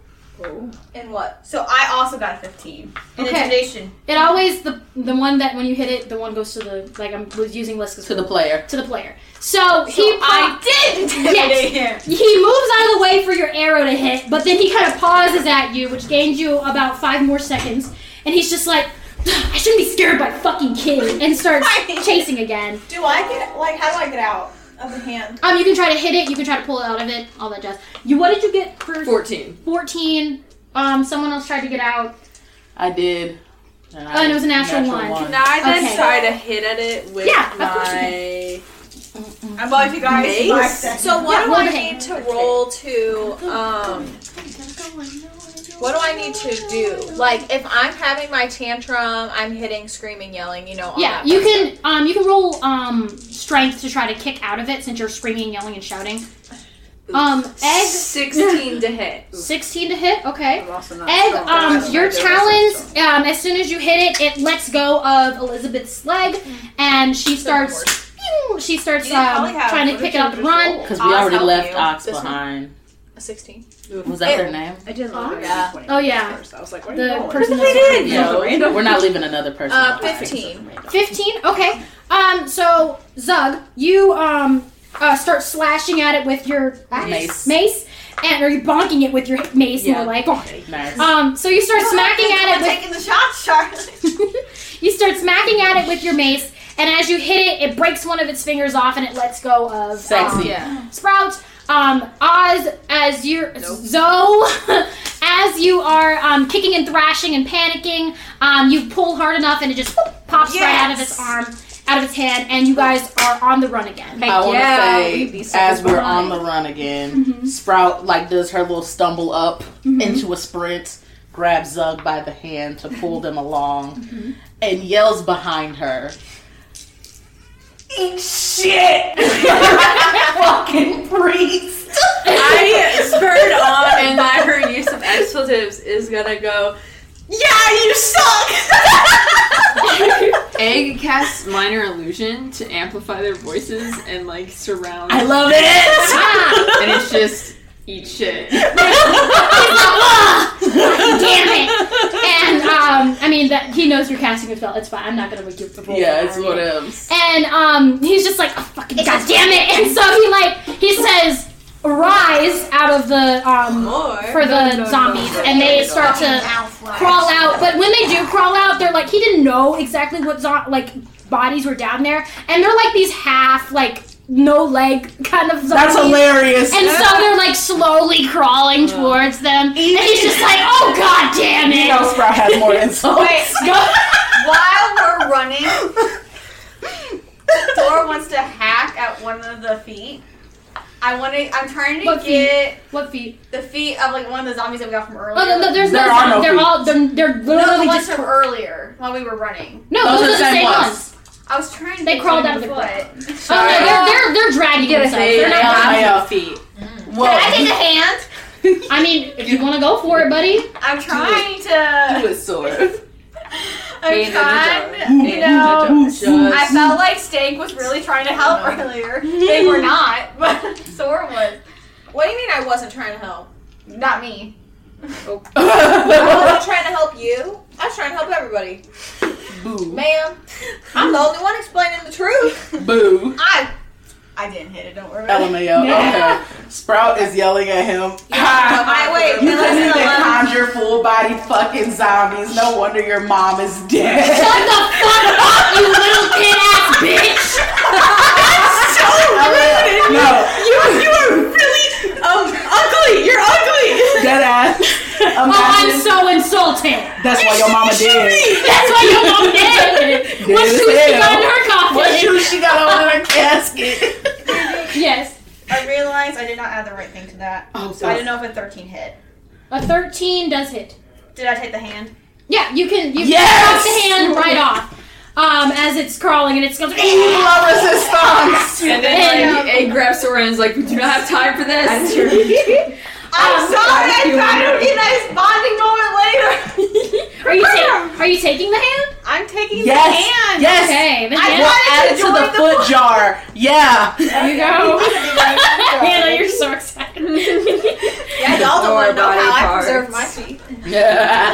S5: In what? So I also got a 15. In
S7: Okay.
S5: intimidation.
S7: It always the the one that when you hit it, the one goes to the like I'm was using Liska's
S3: To the player.
S7: to the player. So, he
S5: I did
S7: (laughs)
S5: intimidate
S7: yes,
S5: him.
S7: he moves out of the way for your arrow to hit, but then he kind of pauses at you, which gains you about five more seconds, and he's just like, I shouldn't be scared by fucking kid, and starts chasing again.
S5: Do I get like how do I get out of the hand?
S7: Um, you can try to hit it. You can try to pull it out of it. All that jazz. You. What did you get for?
S3: 14.
S7: Fourteen. Um, someone else tried to get out.
S3: I did.
S7: Oh, and it was a natural one.
S9: Can I then
S7: Okay.
S9: try to hit at it with
S7: Yeah, of course you
S9: my?
S5: I bought you guys my second.
S2: So what
S5: Yeah,
S2: do
S5: roll
S2: I
S5: the
S2: need to roll to um what do I need to do? Like if I'm having my tantrum, I'm hitting, screaming, yelling, you know, all
S7: Yeah,
S2: that
S7: you
S2: fun
S7: can. Um, you can roll um strength to try to kick out of it since you're screaming, yelling, and shouting. Um, egg
S9: sixteen to hit.
S7: Sixteen to hit. Okay.
S16: Oh,
S9: not
S7: Egg.
S9: strong.
S7: Um,
S9: That's
S7: your
S9: my difference.
S7: talons. Um, as soon as you hit it, it lets go of Elizabeth's leg, and she starts. She starts
S2: You didn't probably
S7: um,
S2: have-
S7: trying to
S2: what
S7: pick
S2: did
S7: it
S2: you
S7: up and
S2: just
S7: run.
S3: Because we already left Ox
S2: This one?
S3: behind.
S2: stuff. A sixteen.
S3: Was that their name?
S9: I did
S2: Oh, yeah.
S7: Oh yeah.
S9: I was like,
S7: the person
S3: They
S7: that's
S3: did.
S7: Yeah.
S3: No, we're not leaving another person.
S2: Uh,
S3: behind.
S2: 15.
S7: 15 okay um so zug you um uh, start slashing at it with your
S3: Mace.
S7: mace and or you bonking it with your mace and you're like "Oh."
S3: Nice.
S7: um so
S5: (laughs)
S7: you start
S5: Come on,
S7: smacking
S5: I'm
S7: at it with,
S5: taking the shots, Charlotte.
S7: (laughs) you start smacking at it with your mace and as you hit it it breaks one of its fingers off and it lets go of um,
S3: Sexy.
S2: (laughs)
S3: Yeah.
S7: sprout um oz as you're zoe (laughs) as you are um, kicking and thrashing and panicking um, you pull hard enough and it just whoop, pops right out of its
S3: Yes.
S7: arm out of its hand and you guys are on the
S3: (laughs)
S7: run again
S3: I want to say, as we're on the run again, Sprout like does her little stumble up into a sprint, grabs Zug by the hand to pull them along, and yells behind her, "Eat shit, fucking priest!"
S16: I spurred on, and by her use of expletives is gonna go. Yeah, you suck. Egg casts minor illusion to amplify their voices and like surround.
S3: I love it!
S16: and it's just eat
S7: (laughs)
S16: shit.
S7: damn it and um, i mean that he knows you're casting a spell it's fine i'm not gonna make you roll
S3: Yeah,
S7: for
S3: it's
S7: that.
S3: what else.
S7: And um, he's just like, oh, fucking god damn it! And so he like he says, rise out of the um for the zombies, and they start to crawl out. But when they do crawl out, they're like he didn't know exactly what zo- like bodies were down there, and they're like these half like no leg kind of zombies.
S4: That's hilarious.
S7: And so they're like slowly crawling towards them, and he's just like, oh god damn
S4: You
S7: it!
S4: know Sprout has more insults.
S5: While we're running, Dora wants to hack at one of the feet. I want to. I'm trying to
S7: What feet?
S5: get
S7: what feet?
S5: The feet of like one of the zombies that we got from earlier.
S7: Oh, no, no, there's no, they're all they're, they're
S5: No,
S7: literally
S5: the ones
S7: just
S5: from earlier while we were running.
S7: No, those, are the same ones.
S5: I was trying. to
S7: They
S5: get
S7: crawled
S5: to
S7: out of the
S5: foot.
S7: Oh no, they're they're, they're dragging
S5: You gotta
S7: themselves.
S5: say
S7: They're not
S5: it.
S7: dragging.
S5: Yeah.
S3: feet.
S5: Can I get a hand?
S7: I mean, if you want to go for it, buddy.
S5: I'm trying to.
S3: Do it, sword.
S5: I'm
S7: Hand in the
S5: trying. You
S3: jar.
S5: know,
S3: Just-
S5: I felt like Stank was really trying to help earlier. They were not, (laughs) but Sora was.
S2: What do you mean I wasn't trying to help?
S5: Not me.
S9: Oh.
S2: I wasn't trying to help you. I was trying to help everybody.
S3: (laughs) Boo.
S2: Ma'am, I'm the only one explaining the truth.
S3: Boo.
S2: I I didn't hit it, don't worry about it.
S3: LMAO. Okay. Sprout is yelling at him.
S2: Yeah,
S3: (laughs)
S2: my way.
S3: You
S2: Unless
S3: couldn't
S2: it's
S3: even
S2: a lot.
S3: conjure full body fucking zombies. No wonder your mom is dead.
S7: (laughs) Shut the fuck up, you little kid ass bitch!
S3: That's (laughs) so rude. No.
S2: You, you are really um, ugly. You're ugly.
S3: Dead ass.
S7: Oh, I'm
S3: Imagine-
S7: so (laughs) insulting.
S3: That's why your mama did.
S7: That's why your mom did. What
S3: as
S7: shoes she
S3: hell.
S7: got in her coffin?
S3: What shoes she got on in her casket? (laughs)
S7: Yes.
S5: I realized I did not add the right thing to that.
S3: Oh,
S5: so I don't know if a 13 hit.
S7: A 13 does hit.
S5: Did I take the hand?
S7: Yeah, you can you
S5: Yes!
S7: can chop the hand right off. Um, as it's crawling and it's going
S16: And then like, Egg grabs Sora and is like, we do not have time for this.
S2: I'm
S7: Um,
S2: sorry. I
S7: you-
S2: thought it would be a nice bonding moment later.
S7: Are you ta- are you taking the hand?
S2: I'm taking
S3: Yes.
S2: the hand.
S3: Yes.
S7: Okay, the
S2: I
S7: hand.
S3: We'll add it to
S2: wanted
S3: the foot jar. Yeah.
S7: There you go. Hannah, you're so excited. (laughs)
S2: Yeah, y'all don't
S3: Or
S2: want to know
S3: body
S2: how
S3: parts.
S2: I preserve my teeth.
S3: Yeah.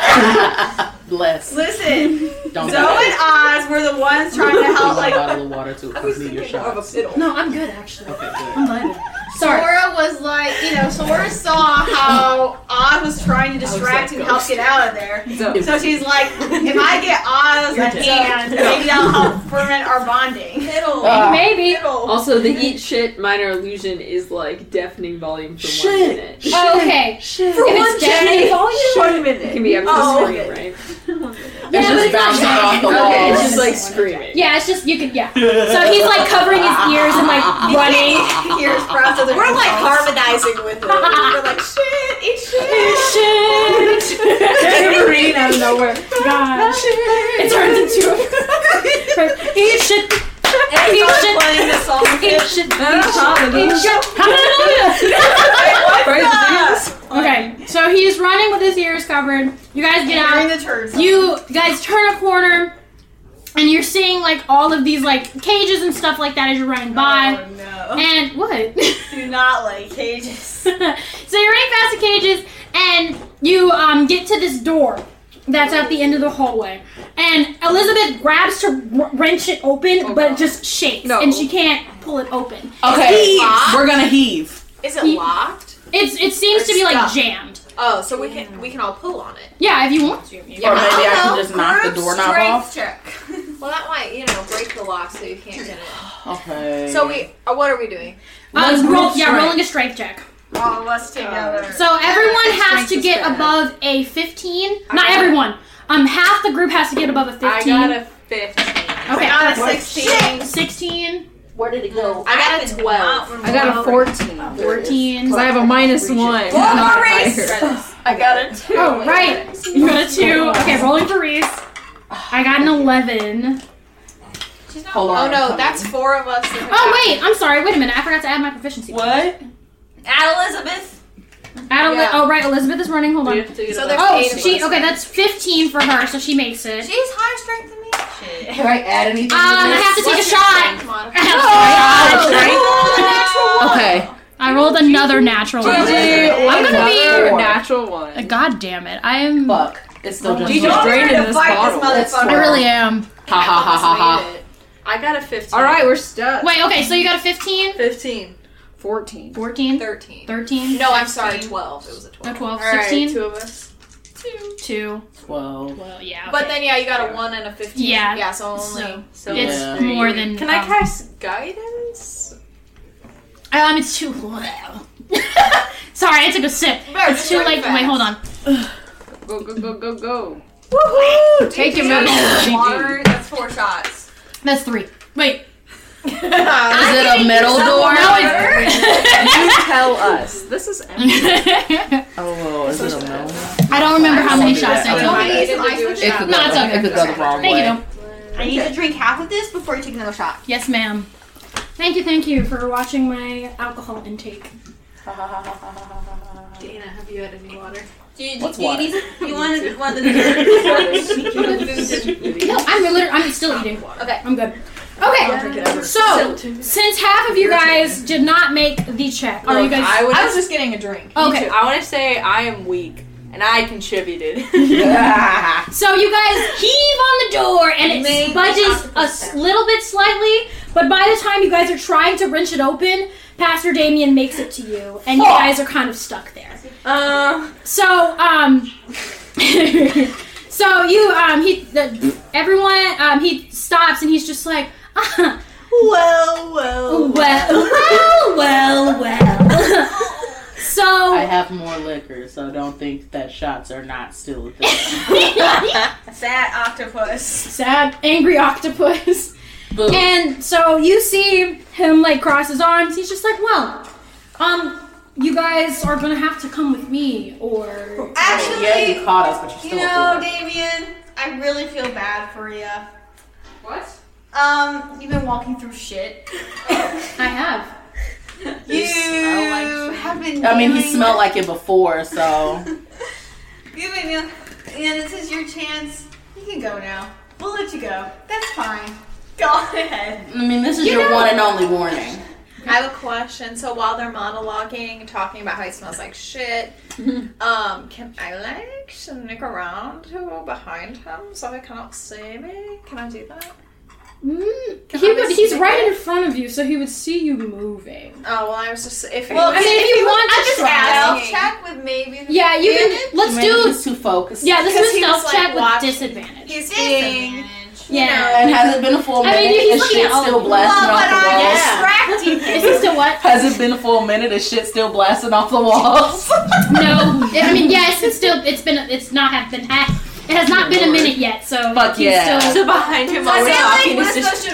S3: (laughs) Bless.
S2: Listen,
S3: Don't
S2: Zoe
S3: do
S2: and
S3: that.
S2: Oz were the ones trying to
S3: Please
S2: help.
S3: buy a
S2: Like,
S3: bottle of water to accompany your shots.
S7: no, I'm good actually.
S3: Okay, good.
S7: I'm lighter. (laughs) Sorry.
S5: Sora was like, you know, Sora saw how Oz was trying to distract and help get out of there.
S2: Zoe.
S5: So she's like, if I get Oz
S2: You're
S5: a
S2: dead.
S5: hand, maybe that'll help ferment our
S7: (laughs)
S5: bonding.
S2: Middle.
S7: Maybe.
S16: Also, the eat shit minor illusion is like deafening volume for one minute.
S7: Oh, okay.
S16: For
S7: If
S16: one
S7: it's deafening
S16: day.
S9: Oh,
S7: volume.
S16: One minute. It can be up to
S7: Oh,
S16: scream,
S7: Yeah,
S16: right?
S7: but it's not
S16: off the
S7: Okay, it's
S16: wall. It's
S7: just
S16: just like screaming.
S7: Yeah, it's just you could yeah. So he's like covering his ears and like running.
S2: Ears crossed. We're like harmonizing with it. We're like shit, eat shit, (laughs)
S7: Tambourine out of nowhere. God. It turns into a
S2: (laughs)
S7: eat shit.
S2: And
S7: Eat
S2: start
S7: shit.
S2: playing the song.
S7: Eat shit.
S16: Hallelujah.
S7: Eat shit. Hallelujah.
S9: Ah!
S7: Okay, so he's running with his ears covered. You guys get out.
S5: During the turn.
S7: You guys turn a corner, and you're seeing like all of these like cages and stuff like that as you're running by. And what?
S5: Oh,
S7: (laughs)
S5: Do not like cages.
S7: so you're running past the cages, and you um, get to this door that's at the end of the hallway. And Elizabeth grabs to wr- wrench it open, but it just shakes, and she can't pull it open.
S3: Okay. We're gonna heave.
S2: Is it
S7: He-
S2: locked?
S7: It's it seems to be like
S2: Stuck.
S7: jammed.
S2: Oh, so we can we can all pull on it.
S7: Yeah, if you want to. maybe. Uh,
S3: Or maybe I can just knock the doorknob off.
S2: Check. (laughs) well, that might you know break the lock so you can't get in.
S3: Okay.
S2: So we, uh, what are we doing?
S7: Uh,
S2: Let's
S7: roll,
S2: roll
S7: yeah,
S2: strength.
S7: rolling a strength check.
S5: All of us together.
S7: So everyone has
S2: Strength
S7: to
S2: is
S7: get
S2: bad.
S7: above a 15. Not everyone. Um, half the group has to get above a 15.
S9: I got a 15.
S7: Okay.
S9: I got a 16.
S7: Shit. 16.
S9: Where did it go?
S2: I got a twelve.
S9: I got a 14.
S7: 14.
S9: Because I have a minus one.
S7: Roll
S9: Not
S7: for
S9: a
S7: race.
S9: higher.
S2: I got a two.
S7: Oh, right. You got a 2. Okay, rolling for Reese. I got an 11.
S3: Hold
S2: Oh
S3: on.
S2: no, that's four of us. that have
S7: Oh, wait. I'm sorry. Wait a minute. I forgot to add my proficiency.
S3: What?
S2: Add Elizabeth.
S7: Add Eli-
S2: Yeah.
S7: Oh, right. Elizibeth is running. Hold on.
S2: So there's
S7: Oh,
S2: eight of
S7: she,
S2: us.
S7: okay, that's 15 for her, so she makes it.
S2: She's higher strength than me.
S3: Can I add anything? to
S7: Um, I
S3: this?
S7: have to take a
S2: (laughs) What's your
S7: shot. (laughs)
S2: strength modifier?
S7: I
S3: Oh,
S7: have to take a
S2: (laughs)
S7: shot.
S5: Oh,
S3: Okay.
S7: I rolled another natural one. I'm gonna be
S9: a natural one.
S7: Uh, God damn it! I am.
S3: Fuck. It's still just
S9: You just drained in this bottle.
S7: I really am.
S3: Ha ha ha ha ha.
S9: I got a 15. All right, we're stuck.
S7: Wait. Okay. So you got a 15,
S9: 15. 14.
S7: 14,
S2: 13.
S7: 13,
S2: No, I'm sorry, 12. It was a 12.
S7: no, 12,
S9: All right,
S7: 16,
S9: two of us.
S7: two.
S3: Twelve.
S7: Well, yeah.
S2: But
S7: okay.
S2: then, yeah, you got a 1 and a 15.
S7: Yeah.
S2: Yeah, so only.
S7: So-
S9: So
S7: it's
S3: Yeah.
S7: more than.
S9: Can I
S7: um,
S9: cast guidance?
S7: Um, it's too low. (laughs) Sorry, I took a sip.
S9: Bear,
S7: it's too
S9: drink
S7: late. for my
S9: fast.
S7: hold (sighs) on.
S9: Go, go, go, go, go.
S2: Woohoo!
S9: Take
S2: Dude,
S9: him out.
S2: that's
S9: GG.
S2: Water, that's four shots.
S7: That's three. (laughs) Wait.
S2: I
S9: it a
S2: think
S9: metal
S2: it's
S9: door?
S2: water.
S9: No, you tell us. This is
S7: I
S3: Oh, well, is it a no?
S7: don't remember how many
S3: I'll do that.
S7: shots I
S3: I'll
S7: took.
S3: do that. It could
S7: No,
S3: go-
S7: it's okay.
S3: It could go the wrong
S7: Thank
S3: way.
S7: you, though.
S5: I need to drink half of this before you take another shot.
S7: Yes, ma'am. Thank you, thank you for watching my alcohol intake.
S9: Dana, have you had any water?
S2: Do you,
S3: What's
S2: do you
S3: water?
S5: (laughs)
S2: need you wanted one of the desserts?
S7: No, I'm literally, I'm still eating.
S2: Okay.
S7: I'm good. Okay, so since half of you guys did not make the check, are you guys?
S9: I, would,
S2: I was just getting a drink.
S9: Me
S7: Okay.
S9: too. I want to say I am weak, and and I contributed.
S7: So you guys heave on the door, and it budges a s- little bit slightly. But by the time you guys are trying to wrench it open, Pastor Damien makes it to you, and you
S24: Fuck.
S7: guys are kind of stuck there. Uh, so um, (laughs) so you um he the, everyone um he stops and he's just like. (laughs) Ah, well, well, well, well, well. (laughs) so
S3: I have more liquor, so don't think that shots are not still a thing.
S5: Sad octopus.
S7: Sad, angry octopus. And so you see him like cross his arms. He's just like, well, um, you guys are gonna have to come with me, or
S5: Actually,
S7: (laughs) yeah, you caught us, but
S5: You know, Damien, I really feel bad for you. What? Um, you've been walking
S2: (laughs)
S5: through shit.
S7: I have.
S5: You have been.
S3: I mean, he
S5: doing-
S3: smelled like it before, so
S5: You've been doing- and this is your chance. You can go now. We'll let you go. That's fine. Go ahead.
S3: I mean, this is your one and only warning.
S2: I have a question. So while they're monologuing, talking about how he smells like shit, um, can I like sneak around to behind him so he cannot see me? Can I do that? Can
S7: mm, he
S2: I
S7: would,
S2: just
S7: he's
S2: sneak
S7: right
S2: in?
S7: in front of you, so he would see you moving.
S2: Oh well, I was just if
S7: Well, I mean, if you want to try.
S2: check with maybe. the
S7: Yeah, you
S2: advantage?
S7: can. Let's
S2: Maybe
S7: do.
S2: he's
S7: He's
S3: too focused.
S7: Yeah, this
S2: Because
S7: is
S2: he
S7: a
S2: was,
S7: stealth
S2: like,
S7: check with
S2: watching.
S7: disadvantage.
S2: He's being
S7: Yeah,
S3: And has it been a full
S7: I
S3: minute?
S7: mean, he's
S3: and
S7: looking
S3: shit
S7: at all
S3: still
S7: of them.
S3: blasting
S7: Well,
S3: off
S7: but
S3: the
S7: I'm
S3: walls.
S7: distracting him. Is this still what?
S3: Has it been a full minute? Is shit still blasting off the walls?
S7: No, I mean yes, it's still it's been it's not have been half. It has not been a minute yet, so
S3: Fuck
S7: he's
S3: yeah. So
S7: still behind
S2: him while we're talking, it's just-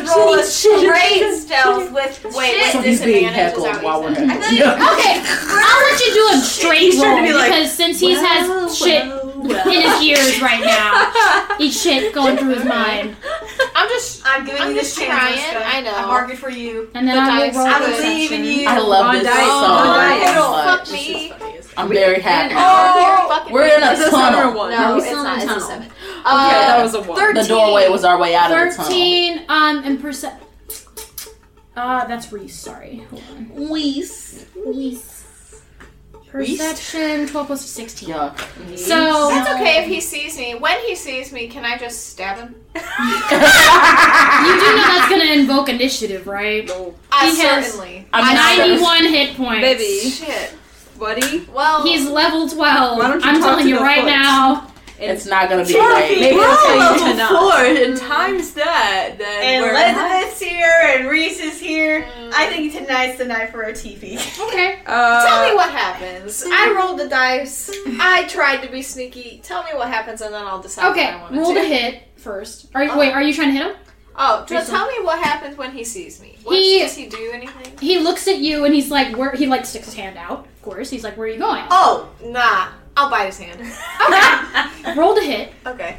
S5: Great stealth with
S2: Wait,
S5: shit.
S3: (laughs)
S2: with
S3: so he's being
S2: disadvantage is
S3: heckled
S2: out.
S3: while we're heckled.
S7: Okay, I'll let you do a straight
S3: He's
S7: roll
S3: trying to be like,
S7: because since he has shit in his ears right now, each shit going through his mind.
S2: (laughs) I'm just.
S5: I'm giving
S2: I'm
S5: you this
S2: just
S5: chance.
S2: trying,
S5: Jessica.
S2: I know.
S5: I'm arguing for you.
S7: And then
S5: The
S7: I will
S5: dice.
S7: roll
S5: I
S7: perception.
S5: believe in
S3: (laughs)
S5: you.
S3: I love this
S5: Dice.
S3: song. so
S5: Dice.
S3: much.
S5: Fuck me.
S3: I'm very happy.
S2: Oh,
S3: we're in a
S2: It's a
S3: tunnel.
S2: summer one. No, it's not. It's a seven. Uh,
S3: The doorway was our way out of the tunnel.
S7: Thirteen, um, and percent. Uh, that's Reese. Sorry. Hold on. Reese. Reese. Perception. Twelve plus sixteen. So
S2: that's okay if he sees me. When he sees me, can I just stab him?
S3: (laughs)
S7: You do know that's gonna invoke initiative, right?
S2: I
S7: he has
S2: Uh, certainly. I
S7: 91 hit points.
S2: Shit.
S9: Buddy.
S2: Well,
S7: He's level 12.
S9: Why don't you
S7: I'm
S9: talk
S7: telling
S9: to
S7: you
S9: the
S7: right
S9: foot?
S7: now.
S3: It's not gonna be
S9: Sorry,
S3: great.
S9: maybe I'll tell (laughs) you
S25: level
S9: tonight.
S25: four and times that. Then
S5: And
S25: we're
S5: Elizabeth's here, and Reese is here. I think tonight's the night for a TV.
S7: Okay.
S9: uh,
S2: Tell me what (laughs) happens. I rolled the dice. I tried to be sneaky. Tell me what happens, and then I'll decide. what
S7: Okay,
S2: I want
S7: roll
S2: to
S7: to
S2: do.
S7: hit first. Are you, wait, are you trying to hit him?
S2: Oh, so
S7: Jason.
S2: tell me what happens when he sees me. What,
S7: He-
S2: does he do anything?
S7: He looks at you and he's like, where? He like sticks his hand out. Of course, he's like, where are you going?
S2: Oh, nah. I'll bite his hand. Oh.
S7: Roll to hit.
S2: (laughs) Okay.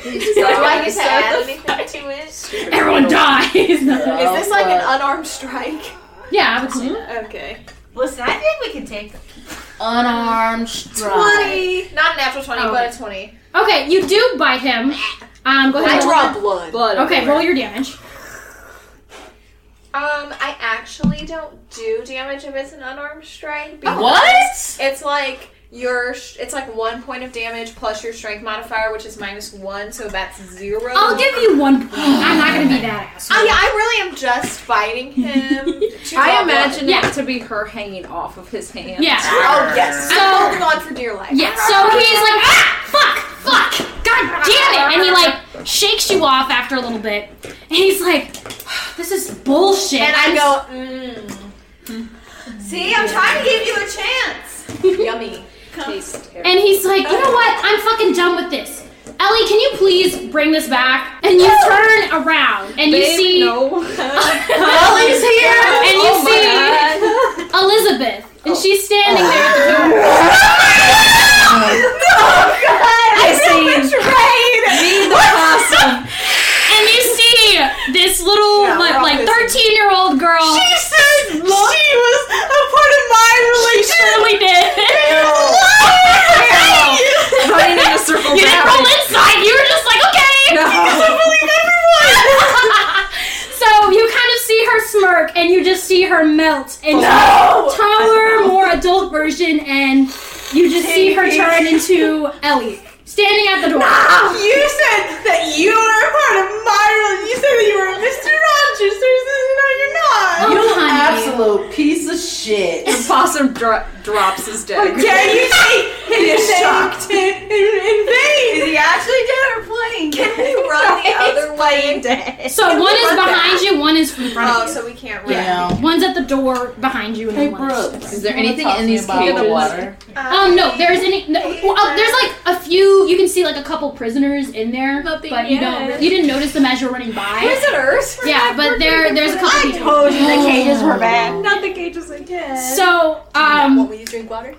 S7: So
S2: Do I get to add anything to it? (laughs)
S7: Everyone dies. (laughs) Is
S2: Is this like an unarmed strike?
S7: Yeah, I would say that.
S2: Okay.
S5: Listen, I think we can take
S3: Unarmed
S5: (laughs)
S2: Twenty. Not a natural twenty,
S7: Oh.
S2: but a twenty.
S7: Okay, you do bite him. Um, go ahead.
S2: I
S7: and
S2: draw
S7: roll the-
S2: blood.
S7: Okay, roll your damage.
S2: Um, I actually don't do damage if it's an unarmed strike.
S3: What?
S2: It's like your. sh- It's like one point of damage plus your strength modifier, which is minus one, so that's zero.
S7: I'll give you
S2: (gasps)
S7: one point. I'm not gonna be that asshole.
S2: Oh yeah, I really am just fighting (laughs) him. to
S9: I
S2: draw
S9: imagine
S2: blood.
S9: it to be her hanging off of his hand.
S7: Yeah.
S2: Oh yes.
S7: So-
S2: I'm holding on for dear life.
S7: Yeah, so he's like, ah, fuck, fuck, god damn it! And he like shakes you off after a little bit. And he's like, this is bullshit.
S2: And I (laughs)
S7: I'm-
S2: go, mm.
S5: See, I'm trying to give you a chance.
S2: Yummy. Taste.
S7: And he's like, you know what? I'm fucking done with this. Ellie, can you please bring this back? And
S9: (laughs)
S7: you turn around and you
S9: Babe,
S7: see
S9: no.
S7: Ellie's here, and you
S9: Oh my
S7: see Elizabeth, and she's standing there at the door. I see
S9: Be the possum.
S7: And you see this little like, like thirteen year old girl. She said she was a part of my relationship. She surely did.
S9: Running in a circle
S7: You didn't
S9: around.
S7: roll inside. You were just like, okay.
S9: No.
S7: (laughs) so you kind of see her smirk, and you just see her melt into
S9: No.
S7: a taller, more adult version, and you just see her turn into Ellie, standing at the door.
S2: You said that you were a part of my rel- You said that you were a Mr. Rogers. There's no, you're not.
S4: you absolute piece of shit.
S3: (laughs)
S9: The possum dro- drops his dead.
S2: How dare you say
S9: He is
S2: anything
S9: shocked.
S2: In, in vain.
S9: Is he actually dead or playing?
S2: Can we run the other way?
S7: So
S2: Can we
S7: one is
S2: run
S7: behind
S2: back?
S7: you, one is in front
S2: Oh,
S7: of you.
S2: so we can't run.
S7: Yeah. One's at the door behind you, and
S2: Hey,
S7: then one is-
S2: Brooks,
S7: is.
S2: you wanna talk to me about the water?
S7: Um, no, there's any. No, well, uh, there's like a few. You can see like a couple prisoners in there, but you don't.
S24: yet.
S7: You didn't notice them as you're running by.
S24: Prisoners?
S7: Yeah, but there there's a couple. people.
S24: Not the cages were bad.
S7: So, um,
S24: will you drink water?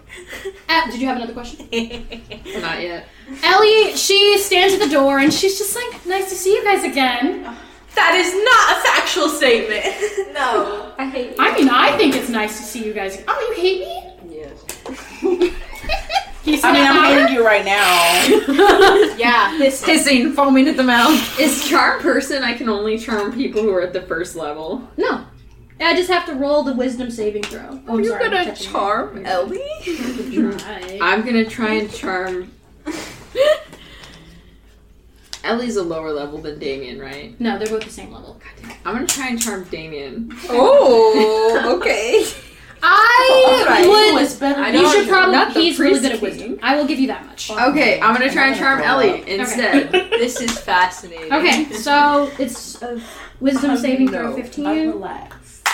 S7: Uh, did you have another question? (laughs)
S16: Not yet.
S7: Ellie, she stands at the door and she's just like, "Nice to see you guys again."
S2: That is not a factual
S16: (laughs)
S2: statement.
S24: No, I hate.
S7: I mean, I think it's nice to see you guys. Oh, you hate me? (laughs) "Uh-huh." Yes.
S4: I mean, I'm hating you right now.
S7: (laughs)
S24: yeah, this
S16: hissing, foaming at the mouth. Is charm person? I can only charm people who are at the first level.
S7: No. I just have to roll the wisdom saving throw. Oh, I'm
S16: You
S7: sorry,
S16: gonna
S7: I'm touching you.
S16: charm
S2: Ellie?
S16: I'm gonna try and charm. Ellie's a lower level than Damien, right?
S7: No, they're both the same level.
S16: I'm gonna try and charm Damien.
S9: Oh, okay.
S7: I
S16: Alright.
S7: would.
S16: Who is better
S7: you
S16: than you?
S7: should probably.
S16: Not the
S7: he's really good at
S16: priest
S7: wisdom. I will give you that much.
S16: Okay, I'm gonna try and charm Ellie
S7: Okay.
S16: instead. this is fascinating.
S7: Okay, so it's a wisdom
S16: Um,
S7: saving throw 15.
S3: I'm relaxed.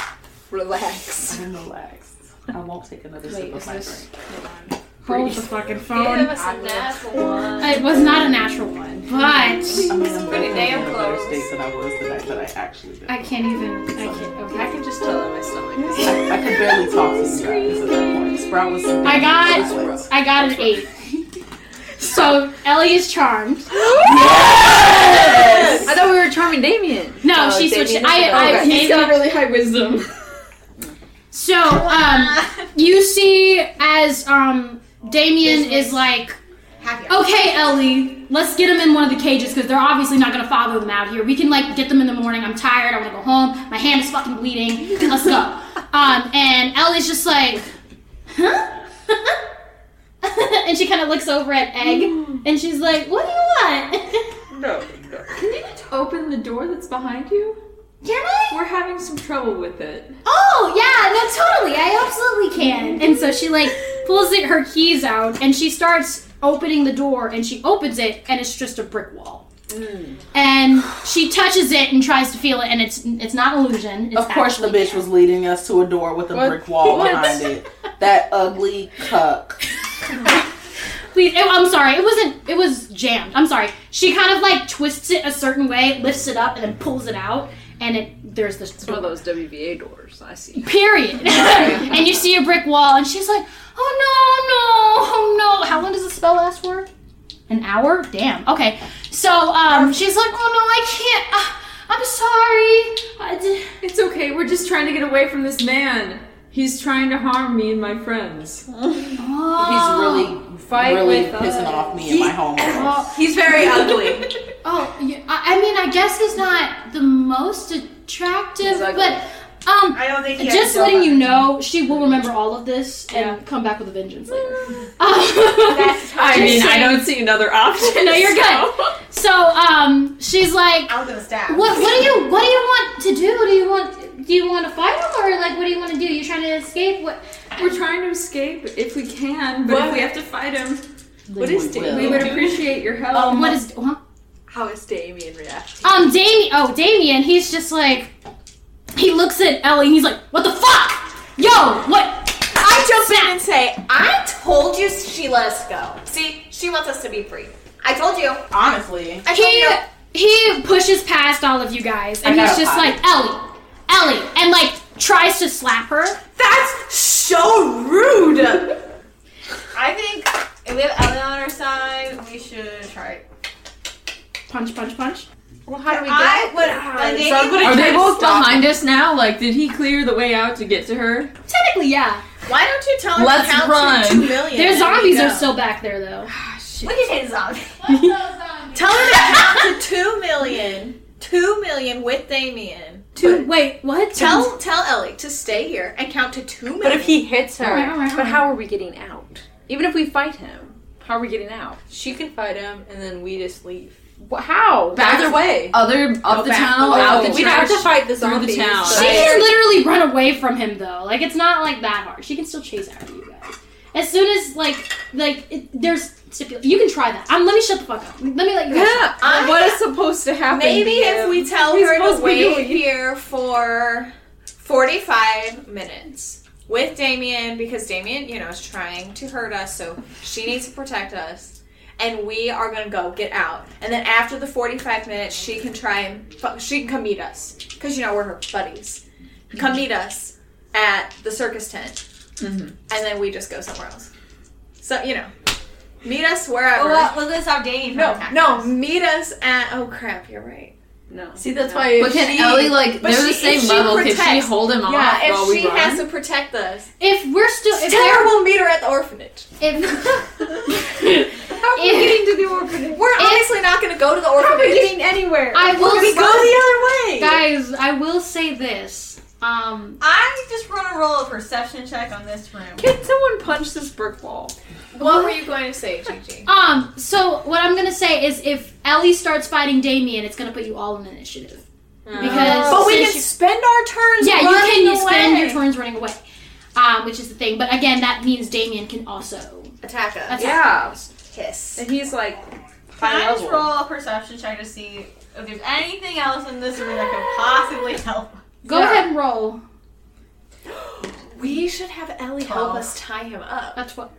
S9: Relax.
S3: I'm relaxed. I won't take another sip of my drink.
S7: Hold the fucking phone.
S3: Give us a
S7: I will-
S3: natural one.
S7: It was not a natural one,
S3: I mean,
S7: but
S3: I'm pretty damn close. States than I was the night that I actually did.
S7: I can't even. I can't. Okay. I can
S9: just tell that my stomach
S3: I could barely talk to you guys at that point. Sprout was.
S7: I got. I got an
S16: (laughs)
S7: eight. So Ellie is charmed.
S16: Yes!
S7: I thought we were charming Damien. No,
S16: Oh,
S7: she switched.
S16: Damien
S7: it. I,
S16: is
S7: I,
S16: okay. He's got really high wisdom.
S7: So, um, you see as um, Damien is like, okay, Ellie, let's get him in one of the cages because they're obviously not gonna follow them out here. We can like get them in the morning. I'm tired. I want to go home. My hand is fucking bleeding. Let's go. um, and Ellie's just like, huh? (laughs) and she kind of looks over at Egg
S16: Mm.
S7: and she's like, what do you want? (laughs)
S16: No, no. Can you just open the door that's behind you?
S7: Can I?
S16: We're having some trouble with it. Mm-hmm.
S7: Oh yeah, no, totally. I absolutely can. And so she like pulls it, her keys out, and she starts opening the door. And she opens it, and it's just a brick wall.
S16: Mm.
S7: And she touches it and tries to feel it, and it's it's not illusion. It's
S4: Of course, the
S7: actually-
S4: bitch was leading us to a door with a
S7: What?
S4: brick wall
S7: What?
S4: behind it. That ugly cuck.
S7: Please, it- I'm sorry. It wasn't. It was jammed. I'm sorry. She kind of like twists it a certain way, lifts it up, and then pulls it out. And it there's this.
S9: It's one of those WBA doors. I see.
S7: Period.
S9: (laughs)
S7: (laughs) and you see a brick wall, and she's like, "Oh no, no, oh no!" How long does the spell last for? An hour? Damn. Okay. So um, she's like, "Oh no, I can't. Ah, I'm sorry. I did-
S16: It's okay. We're just trying to get away from this man. He's trying to harm me and my friends.
S7: Oh.
S4: He's really
S16: Fight
S4: really
S16: with
S4: pissing
S16: us.
S4: off me and my homegirls.
S2: He's very ugly.
S7: Oh, yeah, I, I mean, I guess he's not the most attractive, but um, I don't think
S2: he has
S7: just
S2: no
S7: letting you know, she will remember all of this and come back with a vengeance later.
S9: Mm.
S7: (laughs) Um, That's
S25: I mean, I don't see another option.
S9: (laughs)
S7: no, you're
S25: so-
S7: good. So, um, she's like, I was gonna stab. What? What do you? What do you want to do? Do you want? Do you want to fight him, or like, what do you want to do? You're trying to escape. What?
S16: We're trying to escape if we can, but if
S9: What?
S16: we have to fight him,
S9: What is Damien?
S16: We would appreciate your help.
S7: Um, what is? Huh?
S9: How is Damien reacting?
S7: Um, Damien. Oh, Damien. He's just like, he looks at Ellie. and He's like, what the fuck? Yo, what?
S2: I jump in and say, I told you she let us go. See, she wants us to be free. I told you.
S4: Honestly.
S2: I told
S7: he
S2: you.
S7: he pushes past all of you guys, and
S2: I
S7: he's
S2: got a
S7: just
S2: pie.
S7: like Ellie, Ellie, and like tries to slap her.
S2: That's so rude.
S5: I think if we have Ellie on our side, we should try it.
S7: Punch, punch, punch.
S2: Well, how do we
S5: I
S2: get?
S5: would-
S2: Uh,
S5: they-
S2: so I'm gonna
S16: Are
S2: try
S16: they
S2: to
S16: both
S2: stop
S16: behind us now? Like, did he clear the way out to get to her?
S7: Technically, yeah.
S2: Why don't you tell
S16: her Let's to count to run. two million?
S7: Their
S16: There
S7: zombies
S16: we go.
S7: are still back there though.
S2: Look at his zombie. Tell him to count to two million. Two million with Damien.
S7: Two. Wait, what?
S2: Tell tell Ellie to stay here and count to two million.
S9: But if he hits her,
S2: Alright, alright,
S9: but how are we getting out? Even if we fight him, how are we getting out? She can fight him, and then we just leave. How?
S7: Back-
S9: Other way.
S7: other- up the tunnel, out the
S9: we have to
S7: church,
S9: fight the
S7: through the
S9: zombies.
S7: town.
S9: but-
S7: She can literally run away from him though. Like it's not like that hard. She can still chase after you guys. As soon as like like it, there's stipula- you can try that. Um, let me shut the fuck up. Let me let you. guys
S2: Yeah,
S7: talk.
S2: I- What is
S9: supposed to happen?
S2: Maybe if we tell
S7: He's
S2: her to
S7: supposed to be
S2: wait
S7: doing-
S2: here for 45 minutes with Damien, because Damien, you know, is trying to hurt us, so she needs to protect us. And we are gonna go get out, and then after the forty-five minutes, she can try and fu- she can come meet us because you know we're her buddies. Come meet us at the circus tent,
S9: Mhm.
S2: and then we just go somewhere else. So you know, meet us wherever.
S5: (laughs) Oh, Well, well, let's have Damien
S2: No,
S5: attack
S2: no, meet us at. Oh crap, you're right.
S9: No.
S2: See,
S5: that's why
S9: But can Ellie, like,
S2: but
S9: they're the
S2: she-
S9: same
S2: if she
S9: level, can she
S2: protects-
S9: hold him
S2: yeah,
S9: off
S2: if
S9: while we
S2: she
S9: run?
S2: has to protect us.
S7: If we're still, if
S2: Tell her
S7: they're-
S2: we'll meet her at the orphanage. (laughs)
S7: If
S2: How are we getting
S7: If-
S2: to the orphanage? We're
S7: If-
S2: obviously not going to go to the
S7: are
S2: orphanage.
S7: we getting
S2: anywhere?
S7: I will
S2: we go the other way.
S7: guys. I will say this. Um,
S5: I just want to roll a perception check on this room.
S9: Can someone punch this brick wall?
S2: What were you going to say, Gigi?
S7: um. So what I'm gonna say is, if Ellie starts fighting Damien, it's gonna put you all in initiative. Because
S2: but we
S7: since
S2: can
S7: you-
S2: spend our turns.
S7: yeah, you
S2: running
S7: can spend
S2: away.
S7: your turns running away, um, which is the thing. But again, that means Damien can also.
S2: Attack us.
S7: Attack.
S9: Yeah.
S2: Kiss.
S9: And he's like
S5: Can
S9: high
S5: I just
S9: level.
S5: roll a perception check to see if there's anything else in this room that could possibly help?
S7: Go ahead and roll.
S2: We should have Ellie help us tie him up.
S7: That's what.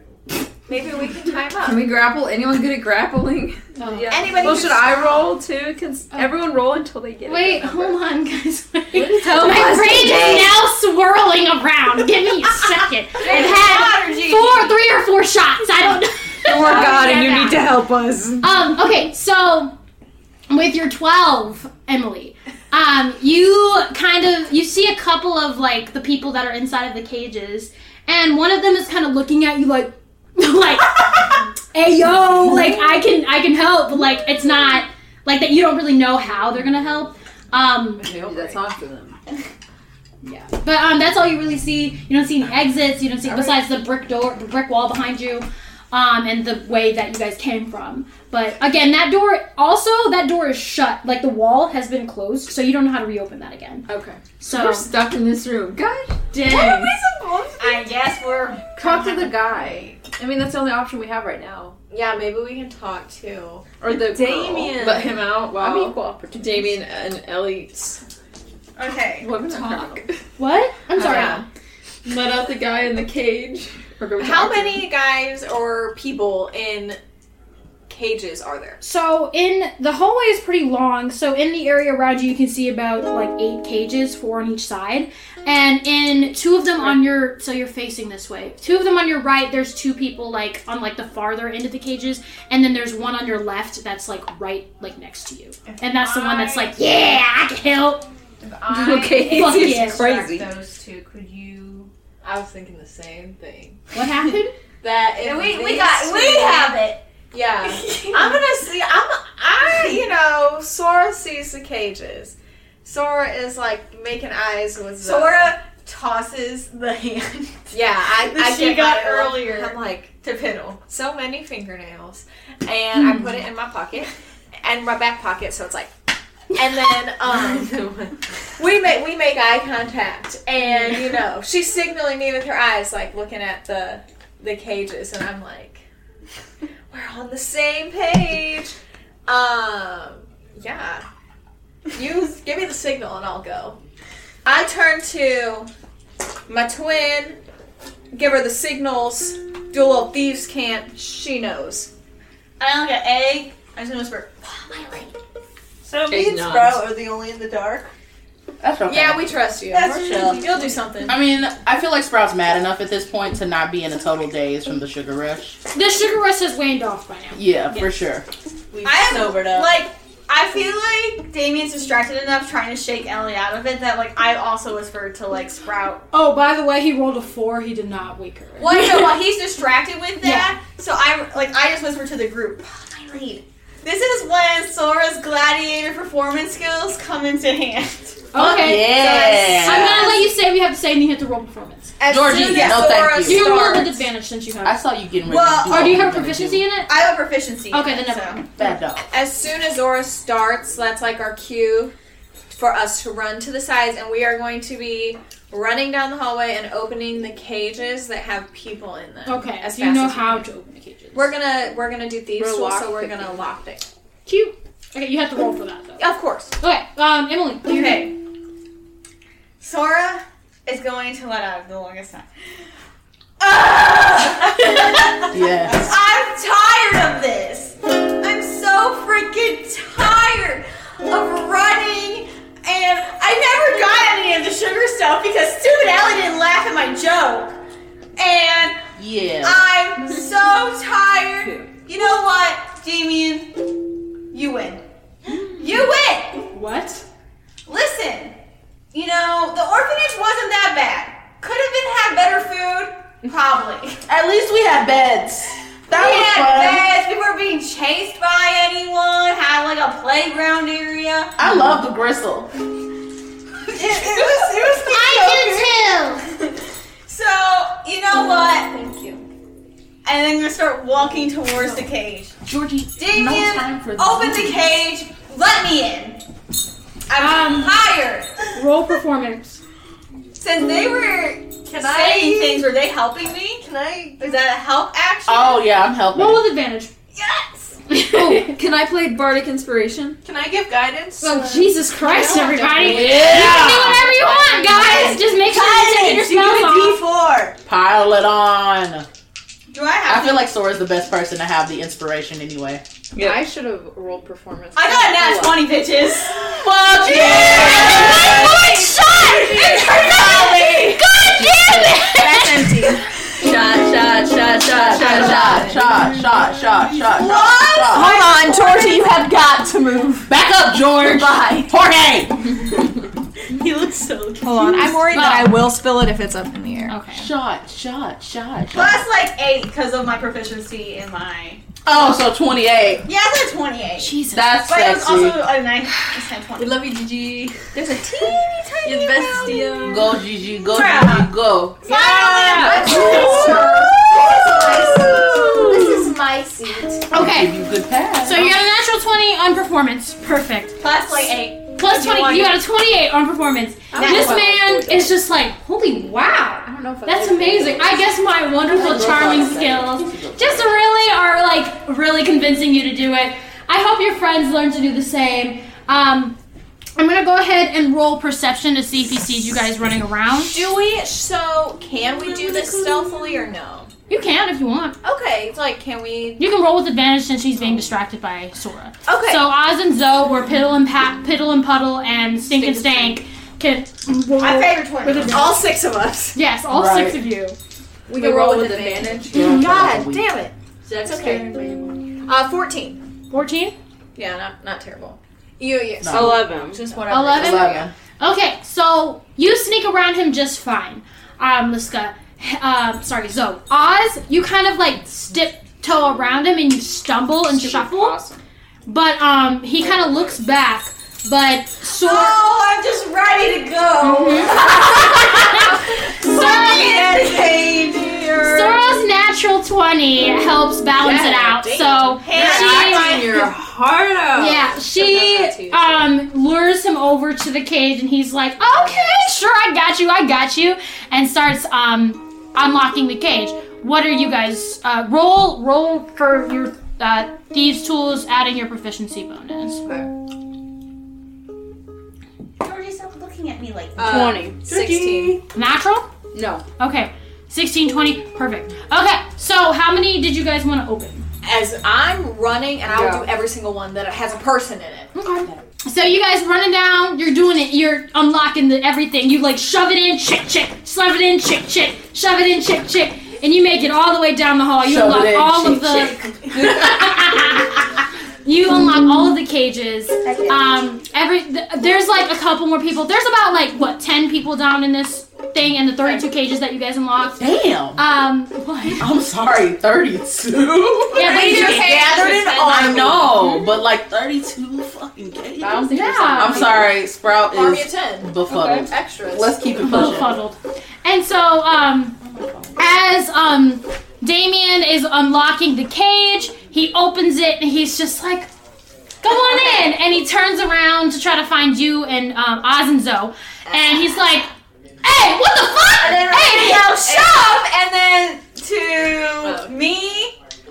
S2: Maybe we can tie him up.
S9: Can we grapple? Anyone good at grappling?
S7: Yeah.
S2: Anybody
S9: Well,
S2: who's-
S9: should I roll too? Can s-
S7: Oh.
S9: everyone roll until they get? a
S7: Wait,
S9: good
S7: hold on, guys. (laughs)
S9: Help
S7: My
S9: us
S7: brain
S9: today.
S7: is now swirling around. Give (laughs) me a second. I've had
S9: Energy.
S7: four, three or four shots. I (laughs) don't know.
S9: Oh my god, and you need to help us.
S7: Um, okay, so with your 12, Emily, um, you kind of you see a couple of like the people that are inside of the cages, and one of them is kind of looking at you like (laughs) like hey yo, like I can I can help, but like it's not like that you don't really know how they're gonna help. Um
S9: That's not for them.
S7: but um, that's all you really see. You don't see any exits. You don't see besides the brick door, the brick wall behind you, um, and the way that you guys came from. But again, that door also that door is shut. Like the wall has been closed, so you don't know how to reopen that again.
S9: Okay.
S7: So
S9: We're stuck in this room. God dang.
S7: What are
S9: supposed
S5: to I guess we're.
S9: Talk to the guy. I mean, that's the only option we have right now.
S2: Yeah, maybe we can talk too.
S9: Or the girl.
S2: Damien.
S9: Let him out
S2: I'm
S9: while
S2: equal
S9: Damien and Ellie s-
S5: Okay.
S9: talk.
S7: what? I'm sorry.
S2: Yeah.
S9: Let out the guy in the cage. Or go
S2: How
S9: talk to
S2: many guys or people in cages are there?
S7: So in the hallway is pretty long. So in the area around you, you can see about like eight cages, four on each side, and in two of them on your so you're facing this way. Two of them on your right, there's two people like on like the farther end of the cages, and then there's one on your left that's like right like next to you, and that's the one that's like yeah, I can help.
S5: I
S7: Okay, Fuck this is yes. crazy.
S5: distract Those two, could you?
S2: I was thinking the same thing.
S7: What happened?
S2: That if
S5: And we we
S2: these
S5: got we
S2: two-
S5: have it.
S2: Yeah, (laughs) I'm gonna see. I'm I you know Sora sees the cages. Sora is like making eyes with Zoe.
S5: Sora tosses the hand
S2: Yeah, I,
S5: that
S2: I
S5: she
S2: get
S5: got
S2: my little-
S5: earlier.
S2: I'm like
S5: to piddle.
S2: so many fingernails, and I put it in my (laughs) pocket and my back pocket, so it's (laughs) like. And then um, we make we make eye contact, and you know she's signaling me with her eyes, like looking at the the cages, and I'm like, we're on the same page. Um, yeah, you give me the signal and I'll go. I turn to my twin, give her the signals, do a little thieves camp. She knows.
S5: I look at egg. I just whisper.
S2: So
S3: me and Sprout
S2: are the only in the dark.
S3: That's okay.
S2: Yeah, we trust you.
S3: That's
S2: We're
S3: true.
S2: You'll do something.
S3: I mean, I feel like Sprout's mad enough at this point to not be in a total daze from the sugar rush.
S7: (laughs) The sugar rush has waned off by now.
S3: Yeah, for sure.
S2: We've
S5: I am,
S3: sobered up.
S5: Like I feel like Damien's distracted enough trying to shake Ellie out of it that like I also whispered to like Sprout.
S7: Oh, by the way, he rolled a four. He did not wake her.
S5: Well, you know
S7: (laughs)
S5: what? He's distracted with that, so I like I just whispered to the group. "Follow My lead. This is when Sora's gladiator performance skills come into hand.
S7: Okay.
S1: yes.
S7: I'm gonna let you say what you have to say, and you have to roll performance.
S1: As Georgie, soon as no, thank Sora you.
S7: You roll with
S1: starts-
S7: advantage since you have.
S1: I saw you getting
S7: ready Well, to do or do you what have you're proficiency in it?
S2: I have a proficiency. in
S7: Okay,
S2: it,
S7: then never
S2: so.
S7: mind.
S4: Bad
S7: (laughs)
S4: dog.
S2: As soon as Zora starts, that's like our cue for us to run to the sides, and we are going to be running down the hallway and opening the cages that have people in them.
S7: Okay.
S2: as
S7: As you know
S2: fast as
S7: how to open the cages.
S2: We're gonna we're gonna do thieves
S7: We're
S2: tools,
S7: lockpicking.
S2: so we're gonna lock pick.
S7: Cute. Okay, you have to roll for that though.
S2: Of course.
S7: Okay. Um, Emily.
S5: Okay. Sora is going to let out of the longest time.
S2: (laughs)
S3: Yes.
S5: I'm tired of this. I'm so freaking tired of running, and I never got any of the sugar stuff because stupid Ellie didn't laugh at my joke. And
S3: Yeah.
S5: I'm so tired. You know what, Damien? You win. You win.
S7: What?
S5: Listen. You know the orphanage wasn't that bad. Could have been had better food, probably.
S4: At least we had beds. That
S5: we
S4: was
S5: had
S4: fun.
S5: beds. We were being chased by anyone. Had like a playground area.
S4: I love the gristle.
S5: (laughs) it, it was. It was
S26: I
S5: do too. so you know what? Thank you. And then we're gonna start walking towards the cage.
S7: Georgie,
S5: Damien,
S1: no time for this.
S5: open the cage. Let me in. I'm
S4: Um,
S5: tired.
S7: Roll performance.
S5: Since they were
S2: Can I-
S5: saying things, were they helping me? Can I? Is that a help action?
S4: Oh yeah, I'm helping.
S7: Roll with advantage.
S5: Yes.
S16: oh, can I play Bardic Inspiration?
S2: Can I give guidance?
S7: Oh Jesus Christ,
S16: Yeah,
S7: everybody!
S16: definitely.
S7: You can do whatever you want, guys. Just make sure you take your
S3: Guidance, you
S7: spells
S3: get a
S7: off.
S5: Four.
S3: Pile it on.
S5: Do I have?
S3: I feel like Sora's the best person to have the inspiration anyway.
S9: Yeah. I should have rolled performance.
S5: I got a nat 20, bitches.
S3: Fuck
S5: yeah! One shot!
S9: It's
S5: for
S9: nothing!
S5: God damn it!
S9: That's empty. Shot, shot, shot, shot, shot, shot.
S4: Shot, shot, shot, shot,
S9: What?
S4: shot.
S10: Hold on, Georgie, you have got to move.
S3: Back up, George.
S10: Bye.
S3: Jorge.
S5: he looks so confused.
S10: Hold on, I'm worried that I will spill it if it's up in the air.
S7: Okay.
S3: Shot, shot, shot,
S5: Plus like eight because of my proficiency in my.
S3: Oh, so 28.
S5: Yeah, I got a 28.
S7: Jesus.
S3: That's
S5: but it was
S3: sexy.
S5: also a 9 percent 20.
S9: We love you, GG.
S5: There's a teeny tiny
S9: You're the best, Dio.
S3: Go, Gigi. Go,
S5: Crap.
S3: Gigi. Go.
S5: Yeah.
S2: (laughs)
S26: This is my seat.
S7: Okay.
S3: Give you good pass.
S7: So you got a natural 20 on performance. Perfect.
S5: Plus like eight.
S7: Plus
S5: If you
S7: 20.
S5: want
S7: You
S5: it.
S7: got a 28 on performance.
S5: I'm
S7: This
S5: not-
S7: man is just like, holy wow.
S9: I don't know if I
S7: That's
S9: like
S7: amazing. I guess my wonderful charming skills just really are like really convincing you to do it. I hope your friends learn to do the same. Um, I'm gonna go ahead and roll perception to see if he sees you guys running around.
S2: Do we? So can we do this stealthily or no?
S7: You can if you want.
S2: Okay, it's like can we?
S7: You can roll with advantage since she's being distracted by Sora.
S2: Okay.
S7: So Oz and Zoe were piddle and pat, piddle and puddle, and stink and stank. Can roll
S5: My favorite 20.
S7: with advantage.
S2: All six of us.
S7: Yes, all
S2: Right.
S7: six of you.
S2: We can roll with advantage. God damn it! That's okay. Uh, fourteen.
S7: Fourteen.
S2: Yeah, not not terrible. You, you
S9: No. Eleven.
S2: Just whatever.
S7: Eleven. Okay, so you sneak around him just fine. Um, Liska, um, sorry, Zoe. Oz, you kind of like tiptoe around him and you stumble and shuffle. But um, he kind of looks back. But Sora.
S5: Oh, I'm just ready to go.
S7: Sora's natural 20 helps balance it
S9: Yeah,
S7: out.
S9: damn.
S7: So
S9: Hand
S7: she
S9: your heart out.
S7: Yeah, she um lures him over to the cage and he's like, "Okay, sure, I got you. I got you." And starts um unlocking the cage. What are you guys uh roll roll for your uh thieves tools adding your proficiency bonus.
S5: Georgie, stop looking at me like that.
S9: Uh, 20. 16.
S7: Natural?
S9: No.
S7: Okay. 16 20 perfect. Okay. So, how many did you guys want to open?
S2: As I'm running, and I will
S7: Yeah.
S2: do every single one that has a person in it.
S7: Okay. So you guys running down, you're doing it, you're unlocking the everything. You like shove it in, chick chick, shove it in, chick chick, shove it in, chick chick, and you make it all the way down the hall. You
S4: Shove it
S7: unlock
S4: in,
S7: all of
S4: chick,
S7: the You unlock all of the cages. Um every th- there's like a couple more people. There's about like what, 10 people down in this thing and the 32 cages that you guys unlocked.
S3: Damn.
S7: Um, (laughs) what?
S3: I'm sorry, 32.
S7: Yeah, but you just gathered
S3: gathered
S7: it
S3: it
S7: all.
S3: I know, but like 32 fucking games.
S7: I don't think
S3: yeah.
S7: there's that
S3: I'm
S7: many.
S3: sorry, Sprout
S7: Army
S3: is
S7: of 10.
S3: befuddled.
S7: Okay. Extras.
S3: Let's keep it pushing.
S7: Befuddled. And so, um, as um, Damien is unlocking the cage, he opens it and he's just like, "Go on in!" And he turns around to try to find you and um, Oz and Zoe, and he's like, "Hey, what the fuck?"
S5: And then
S7: hey,
S5: I
S7: yo,
S5: yell
S7: shove!
S5: shove, and then to me,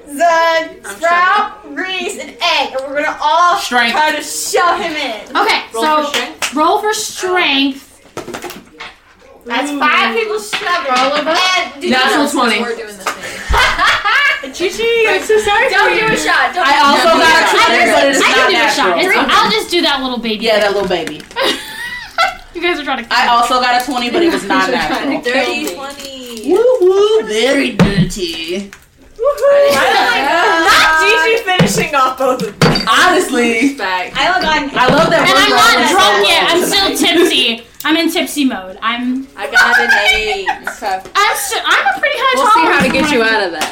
S5: the sprout, Reese, and egg, and we're gonna all
S7: Strength.
S5: try to shove him in.
S7: Okay, so roll for strength.
S5: That's five people shoving.
S7: All of us?
S5: And did you
S7: Natural
S5: know
S7: 20.
S5: We're doing this thing. (laughs)
S7: Gigi, I'm so sorry.
S5: Don't do a shot. Don't
S3: I also
S5: do
S3: got a
S5: shot.
S3: trigger, but it's
S7: I
S3: not
S7: can do
S3: natural.
S7: a shot. It's- I'll just do that little baby.
S3: Yeah, that little baby.
S7: You guys are trying to.
S3: I also got a 20, but it was (laughs) not
S7: You're trying
S3: natural.
S7: to kill me.
S3: Woo woo, very dirty.
S2: Uh, Not Gigi finishing off both of them.
S3: Honestly.
S2: I look on.
S3: I love that
S7: And
S3: we're
S7: I'm
S3: rolling
S7: not
S3: that
S7: drunk
S3: low
S7: yet. I'm
S3: tonight.
S9: (laughs)
S7: still tipsy. I'm in tipsy mode. I'm.
S9: I got an eight.
S2: (laughs)
S9: So
S7: I'm, st- I'm a pretty high
S9: we'll see how to get you
S7: tolerance.
S9: out of that.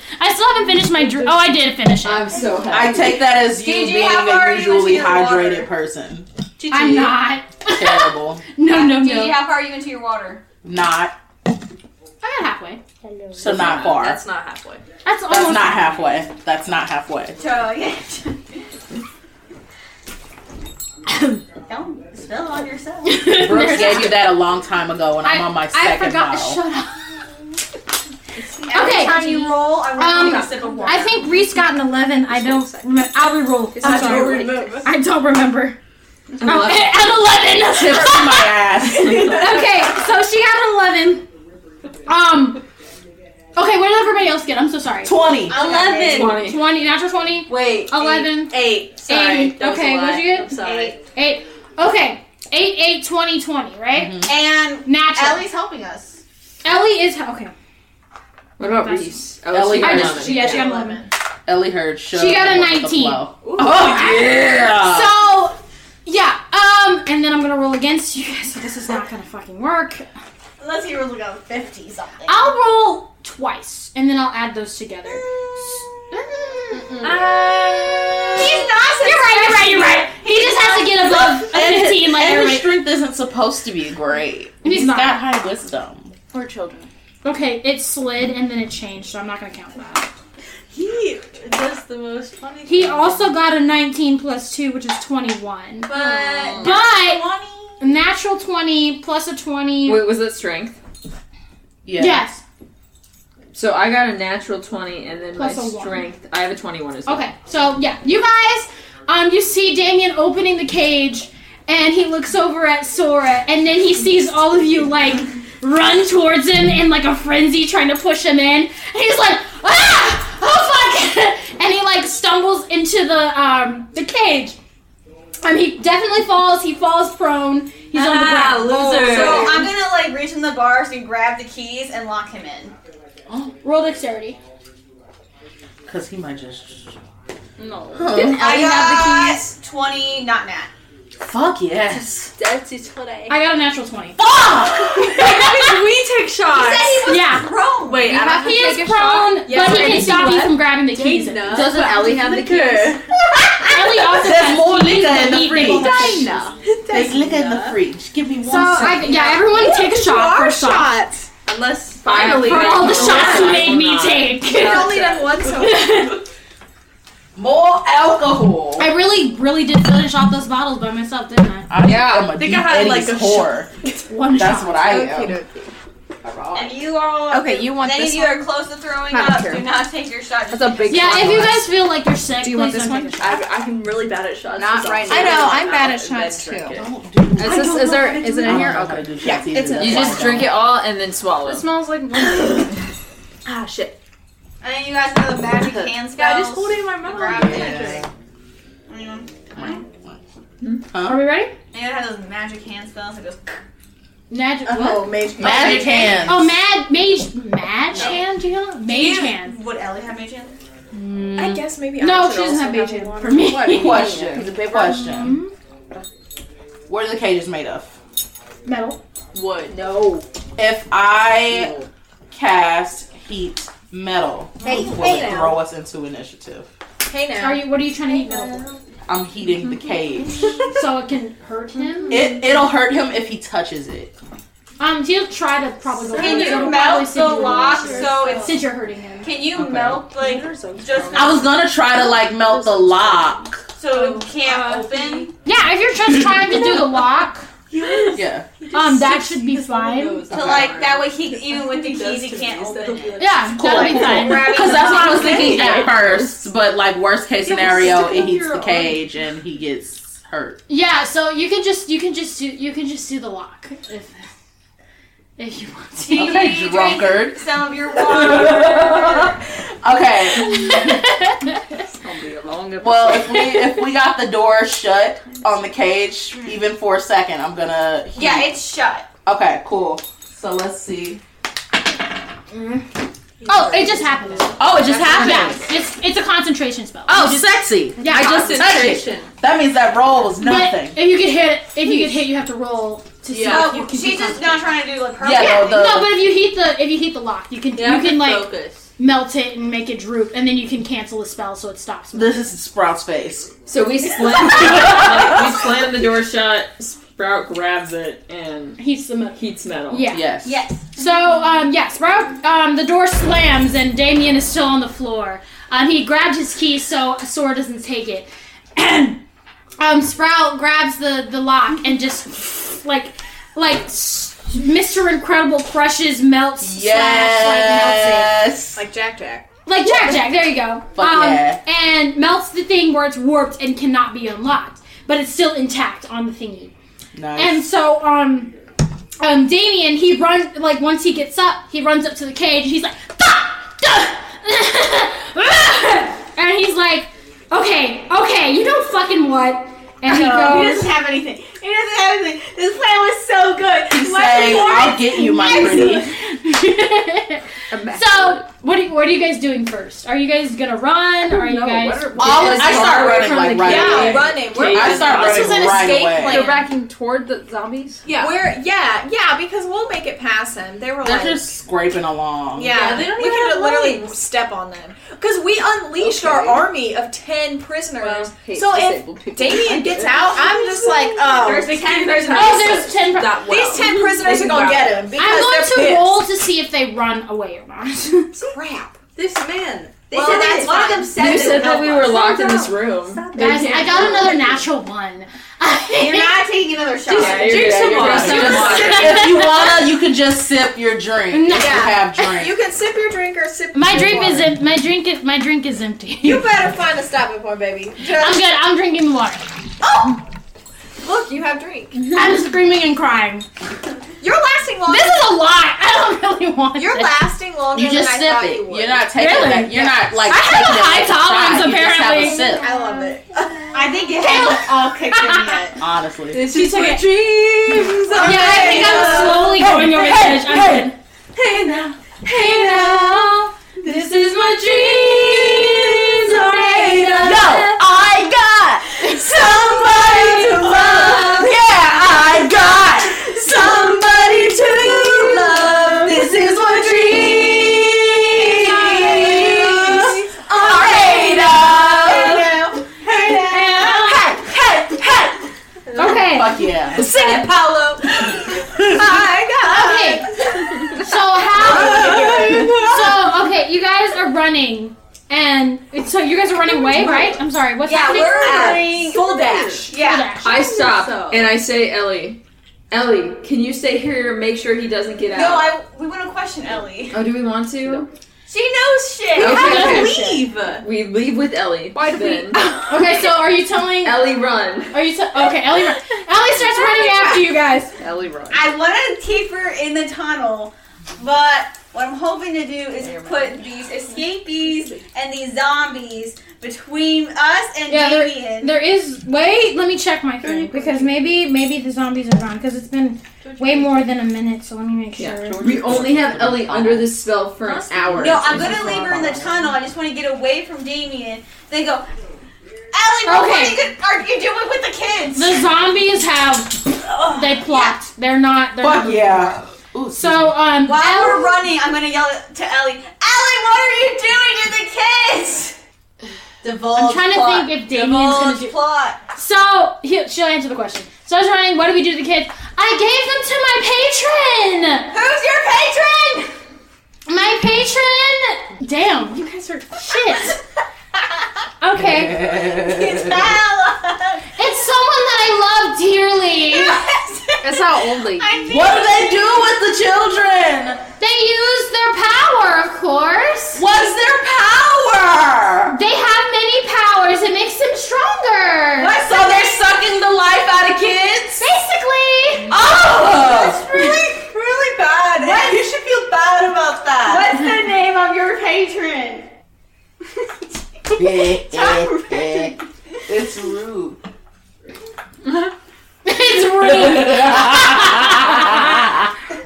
S7: (laughs) I still haven't finished my drink. Oh, I did finish it. I'm
S9: so happy.
S3: I take that as you
S7: Gigi,
S3: being
S7: how far are
S3: a
S7: you
S3: usually
S7: into your water?
S3: hydrated person.
S7: I'm not.
S3: Terrible.
S7: No, no,
S5: Gigi,
S7: no.
S5: how far are you into your water?
S3: Not.
S7: I got halfway.
S3: So not far.
S5: That's not halfway.
S7: That's
S3: That's
S7: almost-
S3: not halfway. That's not (laughs) halfway.
S5: So yeah. Don't spill on (laughs) yourself.
S3: Brooks gave you that a long time ago, and I'm
S5: I-
S3: on my
S5: I
S3: second
S5: forgot-
S3: now. (laughs)
S7: Shut up.
S5: (laughs) Every
S7: Okay.
S5: time you roll, Um, I want you to take a sip of water.
S7: I think Reese got an 11. I don't remember. I'll re-roll.
S5: It's
S7: I'm
S5: not
S7: sorry.
S5: your remember.
S7: I don't remember.
S5: An 11.
S7: Oh, (laughs) an 11.
S3: Tips
S7: (laughs)
S3: my (laughs) ass.
S7: okay, so she got an 11. Um. Okay, what did everybody else get? I'm so sorry.
S3: 20.
S7: 11.
S3: 20.
S7: 20. Natural 20. Wait. 11. 8.
S5: Sorry, that was
S7: Okay,
S5: a
S7: what'd
S5: lie.
S7: you get?
S5: I'm sorry.
S7: Eight. Eight. Okay. 8, 8, 20, 20, right? And natural.
S5: Ellie's helping us.
S7: Ellie is. Okay.
S9: What about
S7: That's-
S9: Reese?
S3: Ellie
S7: I
S3: heard.
S7: just, yeah, she got an 11.
S3: Ellie heard. Show
S7: She got a
S3: with the
S7: 19.
S3: flow. Oh
S9: Uh,
S3: yeah.
S7: So, yeah. Um, and then I'm gonna roll against you guys. So this is not gonna fucking work.
S5: Unless he rolls like a fifty something.
S7: I'll roll twice, and then I'll add those together.
S5: He's not
S7: You're right. You're right. You're right. He just has to
S5: (laughs)
S7: get above
S3: And
S7: a
S3: his-
S7: 15, like
S3: and his
S7: everybody.
S3: strength isn't supposed to be great.
S7: He's
S3: He's
S7: not.
S3: got high wisdom.
S7: Poor children. Okay, it slid and then it changed, so I'm not gonna count that.
S5: He does the most funny.
S7: He also got a 19 plus two, which is 21.
S5: But
S7: But a natural 20 plus a 20.
S9: Wait, was that strength?
S3: Yeah.
S7: Yes.
S9: So I got a natural twenty, and then
S7: Plus
S9: my
S7: a one.
S9: strength. I have a twenty-one as well.
S7: Okay, so yeah, you guys, um, you see Damien opening the cage, and he looks over at Sora, and then he sees all of you like run towards him in like a frenzy, trying to push him in. And he's like, ah, oh fuck, (laughs) and he like stumbles into the um the cage. Um, he definitely falls. He falls prone. He's on the
S5: Ah,
S7: ground.
S5: loser. So I'm gonna like reach in the bars and grab the keys and lock him in.
S7: Roll dexterity.
S3: Cause he might just.
S7: No.
S3: Didn't
S5: I
S3: Ellie have
S5: got twenty, not nat.
S3: Fuck yes.
S5: That's it's what I.
S7: I got a natural twenty.
S9: we take shots.
S5: He said he was
S7: yeah.
S5: prone.
S9: Wait,
S7: You
S9: I don't
S7: have-
S9: have
S7: he
S9: to
S7: is
S9: take a
S7: prone,
S9: shot? Yes,
S7: but he
S9: I
S7: can
S9: need
S7: stop
S9: to
S7: you
S9: what?
S7: from grabbing the keys. in.
S9: Dana.
S7: Doesn't Ellie have the keys? Ellie also
S3: There's
S7: has
S3: more
S7: keys
S3: liquor
S7: that
S3: in the
S7: lead people
S3: fridge.
S7: to shit.
S3: There's liquor in the fridge. Give me one
S7: So Oh, I,
S3: second.
S7: yeah, everyone take a shot for a shot.
S9: Unless
S7: Finally, for all Oh, the shots you made me take.
S9: done one
S3: More alcohol.
S7: (laughs) I really, really did finish off those bottles by myself, didn't I?
S3: I yeah, am a think I had like a whore.
S7: One
S3: That's
S7: shot.
S3: what I am.
S5: And you all.
S9: Okay, you want
S5: Many
S9: this
S5: of you are close to throwing
S9: I don't
S5: up.
S9: care.
S5: Do not take your shot.
S9: That's a big.
S7: Yeah,
S9: shot.
S7: if you guys feel like you're sick,
S9: Do you want
S7: please
S9: this
S7: don't
S9: one? I, I'm really bad at shots.
S2: Not
S9: so-
S2: right now. I know, I'm bad at shots,
S9: Drink
S2: too.
S9: it.
S3: Is
S2: I
S9: this?
S2: don't
S9: Is
S2: know
S9: there?
S2: how to
S9: Is
S2: do
S9: it
S2: it.
S9: in here?
S2: I don't know how
S9: Okay.
S2: to do shots either, that's
S9: You
S2: why
S9: just
S2: I
S9: drink it all and then swallow.
S2: It smells
S9: like.
S2: (laughs)
S5: Ah, shit. And then you guys know the (laughs) magic hand spells. Yeah, I just hold it in my mouth. Grab it. Anyone?
S7: Are we ready?
S5: Anyone have those magic hand spells that goes.
S7: Magic.
S5: Oh,
S7: what?
S5: mage hand. Magic hands.
S7: Oh, mad mage. Mage hand. Do you know? Mage hand.
S5: Would Ellie have mage hand?
S2: I guess maybe I
S7: No,
S2: should
S7: she doesn't
S2: also
S7: have mage hand
S2: one.
S7: for me.
S3: What question? Question. What are the cages made of?
S7: (laughs) Metal.
S25: Wood.
S9: No.
S3: If I cast heat metal,
S10: Hey,
S3: will
S10: hey
S3: it
S10: now.
S3: throw us into initiative?
S10: Hey now.
S7: Are you? What are you trying to eat metal for?
S3: I'm heating the cage.
S7: (laughs) so it can hurt him.
S3: It it'll hurt him if he touches it.
S7: Um, he'll try to probably.
S5: So
S7: go
S5: can
S7: first.
S5: you
S7: It'll
S5: melt
S7: probably send
S5: the
S7: you
S5: lock
S7: first.
S5: so it's-
S7: since you're hurting him?
S5: Can you melt like just?
S3: I was gonna try to like melt the lock.
S5: So uh, it can't (laughs) open.
S7: Yeah, if you're just trying to do the lock,
S3: Yeah.
S7: um, that should be fine.
S5: So like that way he even with the keys he can't open it.
S7: Yeah, that'll be fine.
S3: Because that's what I was thinking at
S7: Yeah.
S3: first. But like worst case
S7: Yeah, but
S3: scenario,
S7: stick it
S3: it
S7: up
S3: heats
S7: your
S3: the
S7: arm.
S3: cage and he gets hurt.
S7: Yeah, so you can just you can just do you can just do the lock if if you want to.
S3: Okay, drunkard.
S5: Some of your (laughs)
S3: Okay. Well, if we if we got the door shut on the cage, even for a second, I'm gonna. heat-
S5: Yeah, it's shut.
S3: Okay, cool. So let's see.
S7: Oh, it just happens.
S3: Oh, it just happens.
S7: Yeah, it's it's a concentration spell.
S3: Oh,
S7: You just-
S3: sexy!
S7: Yeah,
S3: I just said
S7: concentration.
S3: it. That means that roll was nothing.
S7: But if you get hit, if you get hit, you have to roll to see.
S5: Yeah.
S7: if you
S5: No,
S7: can
S5: she's just not trying to do like her.
S7: Yeah,
S5: method.
S7: no, but if you heat the if you heat the lock, you can
S5: Yeah, I
S7: you can
S5: can
S7: like
S5: focus.
S7: melt it and make it droop, and then you can cancel the spell so it stops.
S3: This is Sprout's face.
S7: So
S16: we slam, like, we slam the door shut. Sprout grabs it and
S7: heats the metal.
S16: Heats metal.
S7: Yeah. Yes. So, um, yes, Rob, um, the door slams and Damien is still on the floor. Um, he grabbed his key so Sora doesn't take it. (clears throat) And, um, Sprout grabs the, the lock and just, like, like, s- Mr. Incredible crushes, melts, slash, like, melts it.
S2: Like Jack Jack.
S7: Like Jack Jack, there you go. Um,
S2: Fuck yeah.
S7: And melts the thing where it's warped and cannot be unlocked, but it's still intact on the thingy. And so, um, um, Damien, he runs, like, once he gets up, he runs up to the cage, he's like, "Fuck! Duh!" and he's like, okay, okay, you know fucking what? And he
S5: No,
S16: Uh-huh.
S7: goes,
S5: he
S16: (laughs)
S5: doesn't have anything. He doesn't have anything. This plan was so good. He's
S3: saying, "I'll get you, my pretty."
S7: so, what are, what are you guys doing first? Are you guys gonna run? Are you
S16: know.
S7: guys?
S16: What are- All of- I start running, like, right away. Okay, I start running right away. You're
S2: backing toward the zombies. Yeah, we're yeah, yeah, because we'll make it past them. They were
S3: They're
S2: like,
S3: just scraping along.
S2: yeah,
S5: they don't
S2: we
S5: even
S2: could
S5: have
S2: literally step on them because we unleashed our army of ten prisoners.
S9: hey,
S2: so
S9: disabled
S2: if
S9: people.
S16: (laughs)
S9: (laughs)
S2: Damien gets out, I'm just like, oh,
S9: There's the ten prisoners.
S2: Oh,
S9: That's
S2: there's ten.
S9: not well.
S2: These ten prisoners are gonna get him. because
S7: I'm going to
S2: they're pissed.
S7: roll to see if they run away or not. (laughs)
S2: Crap.
S9: This man.
S2: They said that- one of them said
S16: You
S2: they
S16: said
S2: would
S16: that
S2: help
S16: we were
S2: us.
S16: locked in this room. They
S7: Guys, I
S16: can't
S7: got
S16: help.
S7: another natural one.
S5: You're not taking another shot.
S3: Yeah, you're good, you're good. if you wanna, you can just sip your drink. If you
S2: (laughs)
S3: have drink.
S2: You can sip your drink or sip.
S7: My drink is em- my drink is my drink is empty.
S2: You better find a stopping point, baby.
S7: I'm good. I'm drinking water.
S2: Oh, look, you have drink.
S7: I'm screaming and crying.
S2: You're lasting longer.
S7: This is a lot. I don't really want.
S2: You're
S7: this.
S2: lasting longer
S3: You just
S2: than I
S3: sip
S2: thought
S3: it.
S2: you would.
S3: You're not taking
S7: Really?
S3: that. You're not like.
S7: I have
S3: taking
S7: a
S3: it
S7: high
S3: like shot.
S7: tolerance,
S3: You just have a
S7: apparently.
S3: sip.
S2: I love it.
S5: I think it hasn't all
S7: Oh,
S5: kicked in yet.
S3: Honestly,
S5: This
S2: is
S5: like
S2: dreams.
S7: Yeah, I think I'm slowly
S5: Hey,
S7: going over the
S5: hey,
S7: edge. I'm
S5: hey.
S7: good. Hey now, hey now, this is my dreams.
S5: are made of-
S4: No, I got somebody to love. Yeah, I got somebody to love. This is what dreams are made
S2: uh,
S4: of. Hey, hey, hey.
S7: Okay.
S3: Fuck (laughs) yeah.
S2: Sing it, Paolo. I
S7: got. Okay. So how? So okay, you guys are running, and so you guys are running away, right? I'm sorry. What's
S2: Yeah,
S7: happening?
S2: we're at full dash.
S7: Yeah.
S16: I stop and I say, Ellie, Ellie, can you stay here and make sure he doesn't get
S5: (laughs)
S16: out?
S5: No, I. We want to question Ellie.
S16: Oh, do we want to?
S5: She knows shit.
S16: Okay.
S5: leave.
S16: We leave with Ellie. Why do we?
S7: Okay, so are you telling
S16: Ellie run?
S7: Are you t- okay? Ellie, run. Ellie starts running after you guys.
S16: Ellie run.
S5: I want to keep her in the tunnel, but what I'm hoping to do is put these escapees and these zombies between us and
S7: Yeah, there,
S5: Damien.
S7: there is. Wait, let me check my thing because maybe maybe the zombies are gone because it's been way more than a minute. So let me make sure.
S16: We only have Ellie under this spell for an hour.
S5: No, I'm gonna leave her in the tunnel. I just want to get away from Damien. Then go. Ellie, what
S7: Okay.
S5: you could- are you doing with the kids?
S7: The zombies have they plot. They're not. They're
S5: Fuck
S7: not
S5: yeah.
S7: so um,
S5: While
S7: Elle-
S5: we're running, I'm gonna yell to Ellie. Ellie, what are you doing to the kids? Divulge
S7: I'm trying
S5: plot.
S7: to think if Damien's gonna
S5: Divulge
S7: do
S5: plot.
S7: So he, she'll answer the question. So I was running. What do we do to the kids? I gave them to my patron.
S5: Who's your patron?
S7: My patron. Damn, you guys are
S5: (laughs)
S7: shit. Okay.
S5: It's Ella.
S7: It's someone that I love
S5: (laughs)
S7: dearly.
S4: That's not old lady.
S7: What do they do with the children? They use their power, of course.
S4: What's their power?
S7: They have many powers. It makes them stronger.
S4: What, so they're sucking the life out of kids?
S7: Basically.
S4: Oh!
S2: That's really, really bad. and you should feel bad about that.
S4: What's the
S2: name of your patron?
S3: (laughs) it's rude.
S7: (laughs) it's rude.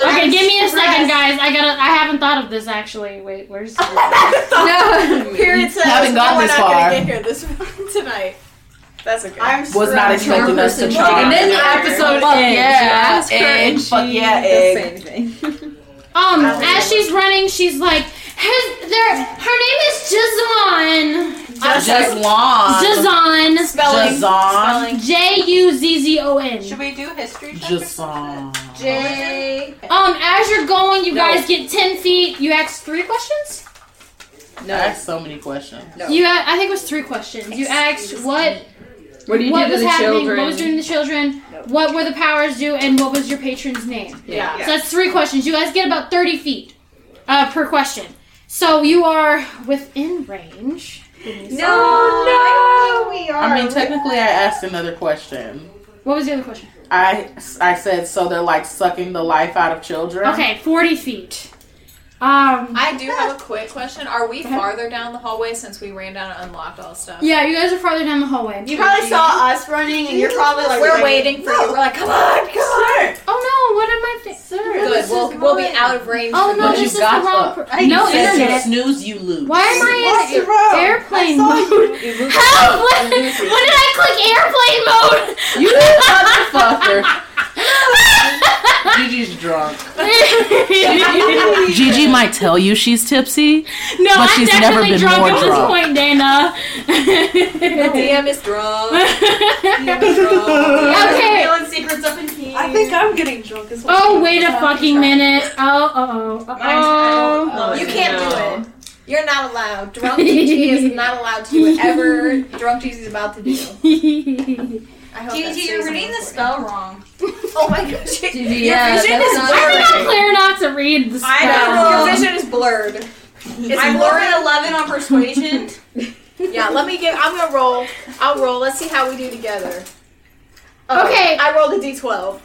S7: okay, give me a second, guys. I gotta. I haven't thought of this actually. Wait, where's? Um, no.
S2: Period says
S3: Haven't gotten
S2: we're
S3: this
S2: not
S3: far.
S2: gonna get here this (laughs) tonight. That's okay. I'm
S3: Was not expecting us to try.
S2: fuck
S3: yeah,
S2: ask her
S3: egg,
S2: and
S3: fuck
S2: she
S3: yeah,
S2: doesn't
S3: egg.
S2: say anything.
S7: Um, as she's running, she's like, "His, their, her name is Jazon.
S3: Jazon.
S7: Jazon.
S3: Spelling. Jazon.
S7: J u z z o n. Should
S2: we do history?
S3: Jason.
S2: J.
S7: Um, as you're going, you
S3: No.
S7: guys get ten feet. You ask three questions.
S3: No. I asked so many questions.
S7: You, a- I think it was three questions. You asked what.
S3: What do you do to
S7: was
S3: the
S7: happening?
S3: children?
S7: What was doing to the children? What were the powers do? And what was your patron's name?
S4: Yeah.
S7: So that's three questions. You guys get about thirty feet uh, per question. So you are within range.
S3: No,
S7: no. We
S3: I mean, technically, I asked another question.
S7: What was the other question?
S3: I, I said, so they're like sucking the life out of children?
S7: Okay, forty feet. Um,
S2: I do (laughs) have a quick question. Are we farther down the hallway since we ran down and unlocked all stuff?
S7: Yeah, you guys are farther down the hallway.
S2: You probably saw
S5: us running,
S2: and you're probably like,
S5: We're
S2: waiting for you. We're like, come on, come on.
S7: Oh no! What am I? Fi- Sir,
S2: Good. We'll, we'll be out of range.
S7: Oh
S2: for
S7: no!
S2: this.
S7: This is the wrong. Per- no
S3: says
S7: internet.
S3: you snooze, you lose.
S7: Why am I
S3: What's
S7: in
S3: wrong?
S7: airplane mode? (laughs) Help! When, when did I click airplane mode? (laughs) You
S3: motherfucker. Gigi's drunk. Gigi might tell you she's tipsy,
S7: No,
S3: but
S7: I'm
S3: she's never
S7: definitely
S3: been
S7: drunk
S3: more
S7: at this
S3: drunk.
S7: point, Dana.
S2: DM is drunk. (laughs)
S7: Okay.
S5: Feeling secrets up in here.
S2: I think I'm getting drunk as
S7: (laughs) Oh wait a fucking minute! Oh oh (laughs) oh oh! oh.
S2: you can't do it. You're not allowed. Drunk Gigi
S7: (laughs)
S2: is not allowed to do whatever drunk Gigi is about to do. I hope that
S5: Gigi,
S2: stays
S5: you're
S2: in
S5: reading
S2: recording.
S5: the spell wrong.
S2: Oh my gosh. Gigi,
S5: yeah,
S2: your vision
S5: that's
S2: is
S5: not
S2: blurred.
S5: right.
S7: Clear not to read the spell.
S2: I know. Your vision is blurred. It's
S5: I'm
S2: blurred.
S5: over 11 on persuasion.
S2: Yeah, let me give. I'm gonna roll. I'll roll. Let's see how we do together.
S7: Okay.
S2: I rolled a d12.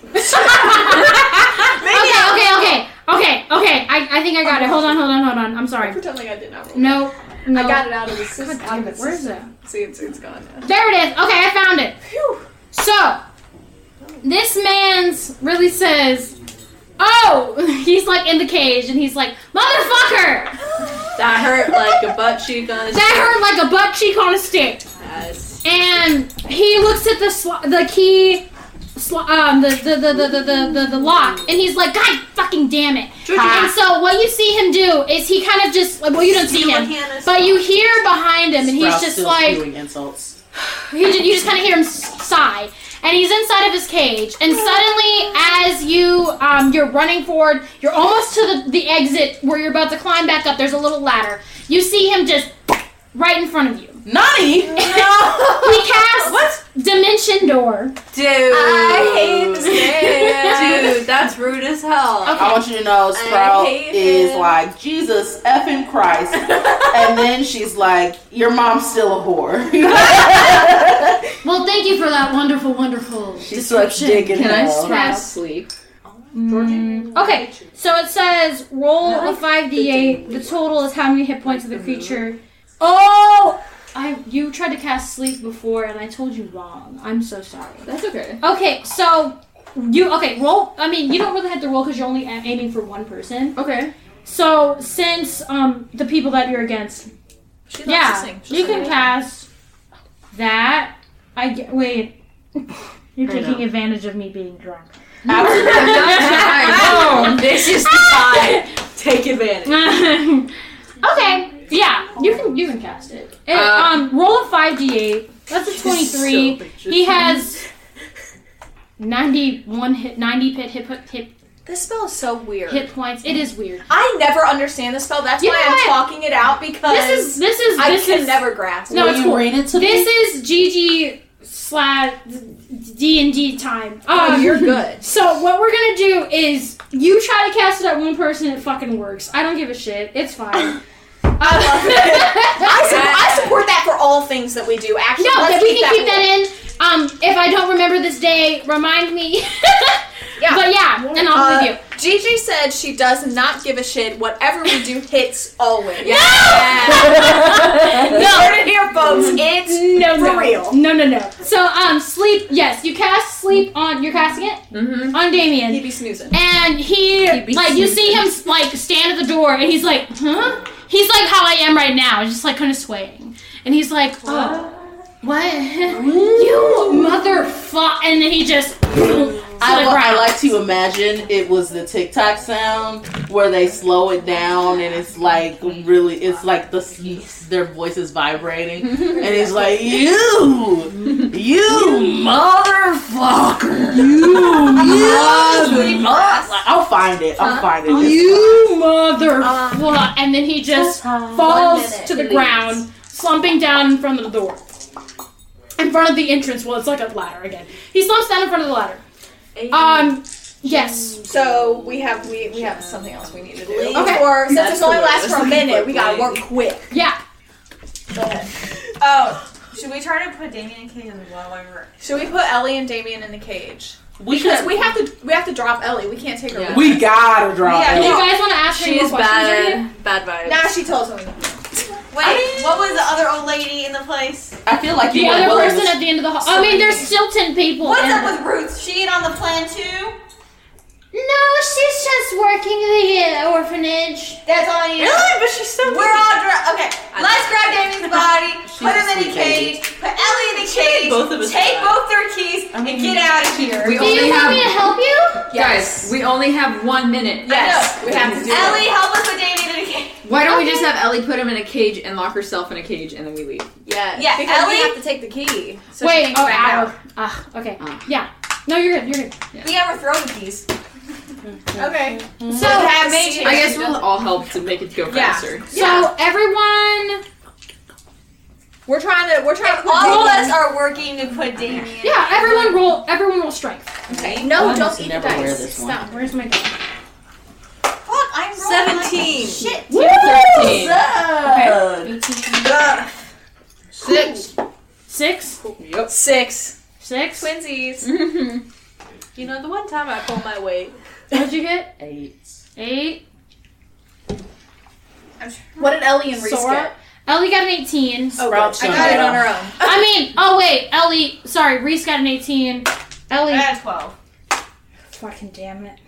S7: (laughs) Okay, okay, okay, okay, okay. I, I think I got it. Hold on, hold on, hold on. I'm sorry.
S2: Pretend like I did not roll.
S7: No, no.
S2: I got it out of the system.
S7: God damn it, where is it?
S2: See, it's, it's gone now.
S7: There it is. Okay, I found it. So, this man's really says, "Oh, (laughs) he's like in the cage, and he's like, motherfucker,
S9: That hurt like a butt cheek on his
S7: that hurt like a butt cheek on a stick." And he looks at the sw- the key, sl- um, the the the, the the the the the lock, and he's like, "God fucking damn it!" And so what you see him do is he kind of just well, you don't see him, but you hear behind him, and he's
S3: Sprout's
S7: just
S3: still
S7: like.
S3: spewing insults.
S7: He ju- you just kind of hear him s- sigh, and he's inside of his cage. And suddenly, as you um, you're running forward, you're almost to the, the exit where you're about to climb back up. There's a little ladder. You see him just right in front of you.
S3: Nani,
S7: he casts dimension door.
S9: Dude, I hate this
S7: man.
S9: Dude, that's rude as hell.
S3: (laughs) I want you to know Sprout
S9: hate
S3: is
S9: him.
S3: like, Jesus effing
S7: (laughs)
S3: Christ. and then she's like, Your mom's still a (laughs)
S7: (laughs)
S3: whore.
S7: Well, thank you for that wonderful, wonderful
S3: She sucks
S7: description.
S3: dick in Can I hell.
S7: Sprout?
S9: sleep?
S7: Okay, so it says roll a 5d8. The total is how many hit points of the creature. Oh! I you tried to cast sleep before and I told you wrong. I'm so sorry.
S9: That's okay.
S7: Okay, so you okay, roll I mean, you don't really have to roll cuz you're only a- aiming for one person.
S9: Okay.
S7: So, since um the people that you're against.
S2: She loves
S7: yeah.
S2: to sing. She'll
S7: You
S2: sing
S7: can
S2: it.
S7: cast That I get, wait. (laughs) You're
S4: I
S7: taking
S4: know.
S7: advantage of me being drunk.
S4: Absolutely. I'm not trying.
S7: Oh.
S4: This is the time. Take
S16: (laughs)
S4: advantage.
S7: okay. Um, Yeah, you can you can cast it. And,
S4: Uh,
S7: um, roll a five d eight. That's a twenty three.
S4: so bitches.
S7: he has ninety one hit ninety pit hip hip
S2: This spell is so weird.
S7: hit points. It is weird.
S2: I never understand the spell. That's
S7: You
S2: why
S7: know
S2: I'm
S7: what?
S2: talking it out because
S7: This is- this is-
S2: I
S7: this
S2: can
S7: is-
S2: never grasp.
S7: No,
S2: it.
S7: it's cool. this is Gigi slash D and D time.
S2: Oh,
S7: Um,
S2: you're
S7: (laughs)
S2: good.
S7: So what we're gonna do is you try to cast it at one person, it fucking works. I don't give a shit. It's
S2: (laughs)
S7: fine. Uh,
S2: I love it. I, su- I support that for all things that we do. Actually,
S7: No,
S2: let's
S7: that we can keep
S2: going.
S7: that in. Um, if I don't remember this day, remind me. (laughs)
S2: Yeah.
S7: But yeah, and I'll
S2: Uh,
S7: believe you.
S2: Gigi said she does not give a shit. Whatever we do hits always.
S7: No!
S2: Yeah.
S7: No.
S2: Heard it here, folks. It's
S7: no,
S2: for
S7: no.
S2: real.
S7: No, no, no. So, um, sleep. Yes, you cast sleep on. You're casting it mm-hmm. on Damien.
S2: He'd be snoozing.
S7: and he
S2: be
S7: like you see him
S2: snoozing.
S7: like stand at the door and he's like huh he's like how i am right now just like kind of swaying and he's like oh what you motherfucker and then he just
S3: I,
S7: the
S3: wa- I
S7: ground.
S3: like to imagine it was the TikTok sound where they slow it down and it's like really, it's like the s- their voice is vibrating and it's like you, you motherfucker, you motherfucker. Like, I'll find it. I'll find it.
S7: Oh, you motherfucker and then he just
S2: One
S7: falls
S2: minute,
S7: to the
S2: please.
S7: ground slumping down in front of the door in front of the entrance well it's like a ladder again he slumps down in front of the ladder um yes
S2: So we have we, we have something else we need to do.
S7: Okay.
S2: Or since
S7: That's
S2: it's only
S7: the
S2: lasts for a
S7: worst.
S2: minute, we gotta work quick.
S7: yeah
S2: Go ahead.
S5: Oh, should we try to put Damien and Kate in the well while we're?
S2: Should we put Ellie and Damien in the cage?
S3: We
S2: because
S3: could-
S2: we have to we have to drop Ellie. We can't take her. with
S3: We
S2: us.
S3: gotta draw.
S2: Yeah,
S3: it.
S2: you
S7: guys want to ask her
S2: She
S7: any
S2: is
S7: more questions
S2: bad.
S7: right here?
S2: Bad vibes. Nah, she told me.
S5: Wait, what was the other old lady in the place?
S3: I feel like
S7: the
S3: you
S7: other
S3: were willing to-
S7: person at the end of the hall. I mean, there's still ten people.
S5: What's
S7: in
S5: up
S7: there.
S5: with Ruth? She on the plan too?
S7: No, she's just working the uh, orphanage.
S5: That's all you
S7: Really?
S5: But she's so We're all dr- okay. Let's grab Damien's body, put him in the
S3: sweet
S5: cage, put Ellie in the cage,
S9: both of us
S5: take
S9: alive.
S5: both their keys, and get out of here.
S9: We only have,
S7: you?
S9: Guys, we only have one minute.
S5: Yes,
S9: we have to do
S5: Ellie,
S9: it.
S5: help us with Damien in the cage.
S9: Why don't we just have Ellie put him in a cage and lock herself in a cage and then we leave?
S2: Yeah.
S5: Yeah,
S2: Because
S5: Ellie-
S2: we have to take the key. So she
S7: Wait.
S2: can
S7: Oh,
S2: back out.
S7: ow. Ah, okay. Yeah. No, you're good. You're good.
S2: We have her throw the keys. okay.
S7: So
S9: I
S2: have
S9: guess we'll all help to make it go
S2: Yeah.
S9: faster.
S7: So everyone.
S2: We're trying to. We're trying to.
S5: All of us are working to put Damien.
S7: Yeah, everyone roll. Everyone roll strength.
S2: Okay. No,
S3: One
S2: don't
S3: must
S2: eat the
S3: never wear
S2: dice.
S3: this one.
S2: Stop.
S7: Where's my?
S5: Fuck, I'm rolling.
S2: Seventeen.
S5: Shit.
S7: Woo!
S3: Thirteen.
S7: Okay.
S2: Ugh.
S7: Six. Six.
S9: Yep.
S2: Six.
S7: Six.
S2: Twinsies. You know the one time I pulled my weight.
S7: What'd you get?
S3: Eight.
S7: Eight.
S2: What did Ellie and Reese get?
S7: Ellie got an 18.
S2: Oh, well, I got it on her own.
S7: I mean, oh wait, Ellie. Sorry, Reese got an 18. Ellie.
S5: I got 12.
S7: Fucking damn it.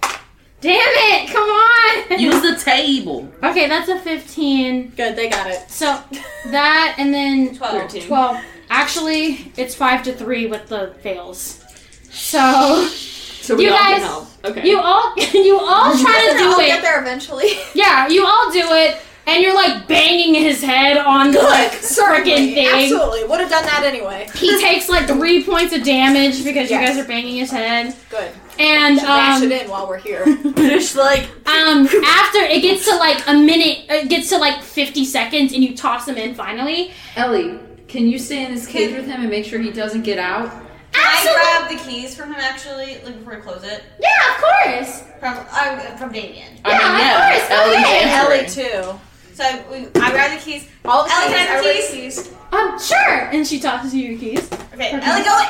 S7: Damn it! Come on!
S3: Use the table.
S7: (laughs) Okay, that's a 15.
S2: Good, they got it.
S7: So that
S2: (laughs)
S7: and then
S5: 12.
S7: 12. Actually, it's 5 to 3 with the fails.
S2: (laughs)
S7: So,
S9: So we
S7: you
S9: all can
S7: guys
S9: help. Okay.
S7: you all (laughs) you all try
S2: (laughs)
S7: to
S2: Doesn't
S7: do
S2: Ellie
S7: it.
S2: get there eventually.
S7: Yeah, you all do it and you're like banging his head on the
S2: (laughs)
S7: like
S2: Certainly.
S7: freaking thing.
S2: Absolutely. Would have done that anyway. (laughs)
S7: He takes like 3 points of damage because you
S2: Yes.
S7: guys are banging his head.
S2: Good.
S7: And
S2: Should bash
S7: um
S2: it in while we're (laughs) here.
S7: But it's like um
S2: (laughs)
S7: after it gets to like a minute, it gets to like fifty seconds, and you toss him in finally.
S9: Ellie, can you stay in this cage with him and make sure he doesn't get out?
S5: I grabbed the keys from him actually, like before we close it.
S7: Yeah, of course.
S5: From uh, from Damien.
S3: I mean, yeah, Ellie and
S2: Ellie
S3: Ellie.
S2: too.
S5: So I, we, I grabbed the keys.
S2: All of a
S5: Ellie,
S2: sudden,
S5: can I have the
S2: everybody-
S5: keys?
S7: Um, sure. And she tosses you your keys.
S5: Okay, Ellie, go in.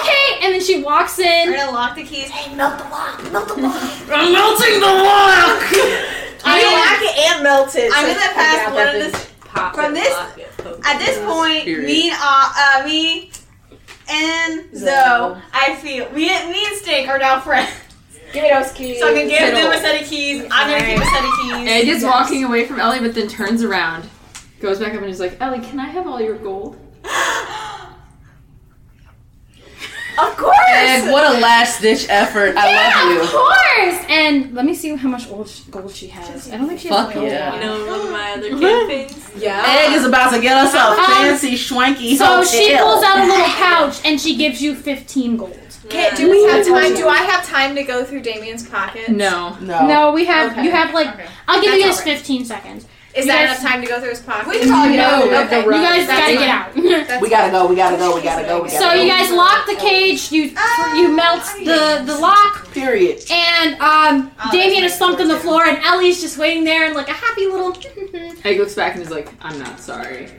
S7: Okay, and then she walks in.
S5: We're gonna lock the keys. Hey, melt the lock. Melt the lock.
S3: I'm melting the lock.
S2: I mean, I can and melt it.
S5: I'm
S2: so
S5: gonna
S2: I
S5: pass
S2: grab
S5: one
S2: that
S5: of
S2: bitch, pop
S5: from
S2: it,
S5: this-
S2: lock it, poke
S5: At
S2: it,
S5: this
S2: yes.
S5: point,
S2: Period.
S5: me and uh, uh, me and Zoe, I feel me and me and Stink are now friends.
S2: Give me those keys.
S5: So I'm gonna give them
S9: Fiddle.
S5: a set of keys. I'm gonna give a set of keys.
S9: And is walking away from Ellie, but then turns around, goes back up and is like, Ellie, can I have all your gold?
S2: Of course.
S3: And what a last ditch effort. I
S7: yeah,
S3: love you.
S7: (laughs) of course. And let me see how much gold she, gold she has. I don't think she has
S3: Fuck
S7: gold.
S3: yeah. You
S7: know, one of my other
S3: campaigns.
S7: Yeah.
S3: Egg is about to get us a
S7: Um,
S3: fancy swanky
S7: So
S3: hotel.
S7: she pulls
S2: (laughs)
S7: out a little pouch and she gives you 15 gold.
S2: Okay, do we have time? Do I have time to go through Damien's pockets?
S7: No.
S3: No.
S7: No, we have. You have like. I'll give you
S2: Oh, That's
S7: guys 15 seconds.
S2: Is
S7: You
S2: that
S7: guys-
S2: enough time to go through his pockets?
S7: We can probably get No, over it. the road. You guys
S2: That's
S7: gotta
S2: fine.
S7: get out. (laughs)
S3: we gotta go. We gotta go. We gotta go. We gotta
S7: So
S3: go.
S7: you guys lock the cage. You
S2: Uh,
S7: you melt the the lock. (laughs)
S3: Period.
S7: And um, Damien is thumped on the floor, and Ellie's just waiting there and like a happy little, (laughs)
S16: Egg looks back and is like, I'm not sorry.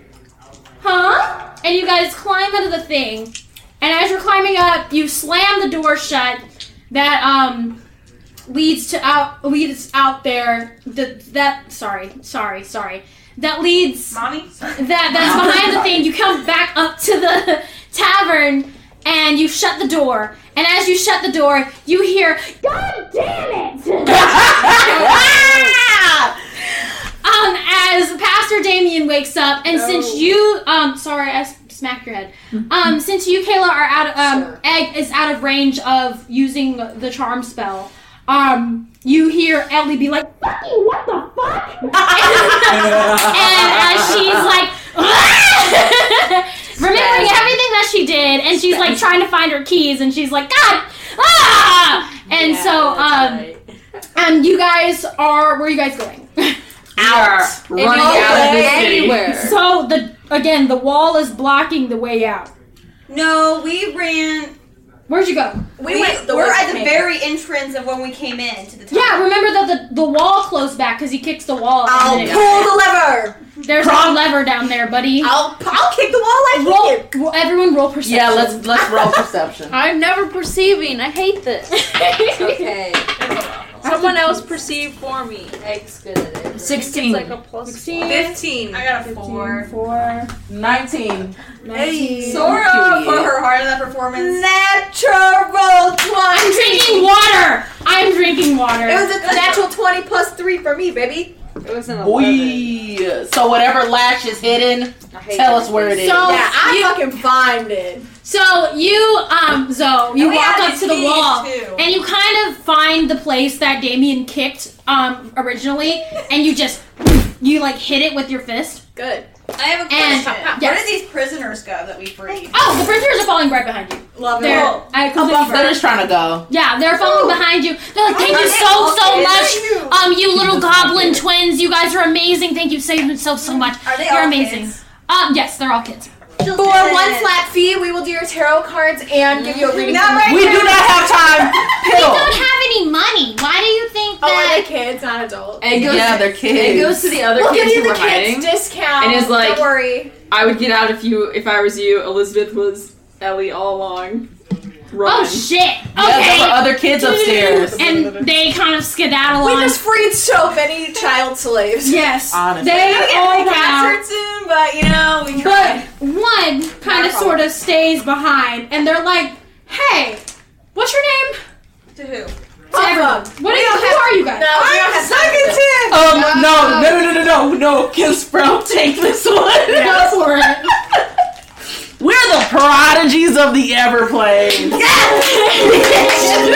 S7: huh? And you guys climb out of the thing, and as you're climbing up, you slam the door shut that um leads to out leads out there. The, that sorry sorry sorry that leads
S5: mommy
S7: that that's behind the thing. You come back up to the (laughs) tavern and you shut the door. And as you shut the door, you hear, "God damn it!" (laughs) um, as Pastor Damien wakes up, and since you, um, sorry, I s- smacked your head. Um, since you, Kayla, are out, um, Egg is out of range of using the charm spell. Um, you hear Ellie be like, "Fucking what the fuck?" and as she's like. (laughs) remembering everything that she did, and she's like trying to find her keys, and she's like, God, ah! And so, um, and you guys are where are you guys going? (laughs)
S3: Out.
S7: If
S3: Running
S7: you
S3: out of
S7: go
S3: the city. Anywhere.
S9: (laughs)
S7: (laughs) So the again, the wall is blocking the way out.
S5: No, we ran.
S7: Where'd you go?
S5: We,
S7: We-
S5: went.
S7: the
S5: we're
S7: West
S5: at the
S7: Main.
S5: very entrance of when we came in to the top.
S7: Yeah, remember that the, the wall closed back because he kicks the wall.
S5: I'll pull the lever.
S7: There's a
S5: Prom-
S7: lever down there, buddy.
S5: I'll
S7: I'll kick the wall like roll, roll, Everyone roll perception.
S3: Yeah, let's let's
S7: (laughs)
S3: roll perception.
S4: I'm never perceiving. I hate this. okay. Someone else perceive for me. Egg's good at it.
S9: 16.
S4: It's like a plus 16.
S5: 15. I got a 4.
S7: 4.
S3: 19.
S5: Hey,
S3: Nineteen.
S5: Sora
S3: Period.
S5: for her heart of that performance.
S2: Natural 20.
S7: I'm drinking water. I'm drinking water.
S2: It was a natural 20 plus 3 for me, baby. It was an
S3: Boy. So whatever lash is hidden, tell us where it is.
S7: So
S2: I
S7: fucking find it. So you, um, Zoe, you
S2: we
S7: walk
S2: had
S7: up
S2: his
S7: to the
S2: keys,
S7: wall
S2: too.
S7: and you kind of find the place that Damien kicked, um, originally, and you just you like hit it with your fist.
S2: Good. I have a
S7: And-
S5: Question.
S7: yes.
S5: Where did these prisoners go that we freed?
S7: Oh, the prisoners are falling right behind you.
S5: Love
S7: They're-
S5: it.
S7: I completely
S3: They're just trying to go.
S7: Yeah, they're following behind you. They're like, thank
S3: I'm
S7: you so,
S3: not
S7: so
S3: okay.
S7: much. Um, you little goblin twins, you guys are amazing. Thank you, saved yourselves so much.
S2: Mm, Are they
S7: You're
S2: all
S7: amazing. Um, yes, they're all kids.
S2: For one flat fee, we will do your tarot cards and give you a reading.
S7: Not right We now. do not have time.
S2: We
S7: (laughs) We don't have any money. Why do you think
S2: Oh, are they
S7: that?
S2: kids, not adults?
S16: Egg goes- Yeah, they're kids. Egg goes to the other
S2: we'll
S16: kids
S2: give you
S16: who
S2: the
S16: were hiding
S2: kids discount.
S16: and is like-
S2: don't worry.
S16: I would get out if you, if I was you. Elizabeth was Ellie all along. Run.
S7: Oh shit! Okay.
S16: Yeah, there were other
S7: (laughs)
S16: kids upstairs.
S7: and they kind of skedaddle
S2: We
S7: on.
S2: just freed so many child
S7: (laughs)
S2: slaves.
S7: Yes.
S2: honestly.
S7: They
S2: We're
S7: all
S2: gonna
S7: went
S2: get captured
S7: out.
S2: soon, but you know, we
S7: But one kind
S2: problem.
S7: of sort of stays behind, and they're like, "Hey, what's your name?"
S5: To who?
S7: To everyone. What
S5: We
S7: are,
S5: don't
S7: who
S5: have-
S7: are you guys?
S5: No, we don't have time for
S3: Um, no, no, no, no, no, no, no, Kim Sprout, take this one.
S7: Go for it.
S3: (laughs) We're the prodigies of the Everplains.
S7: and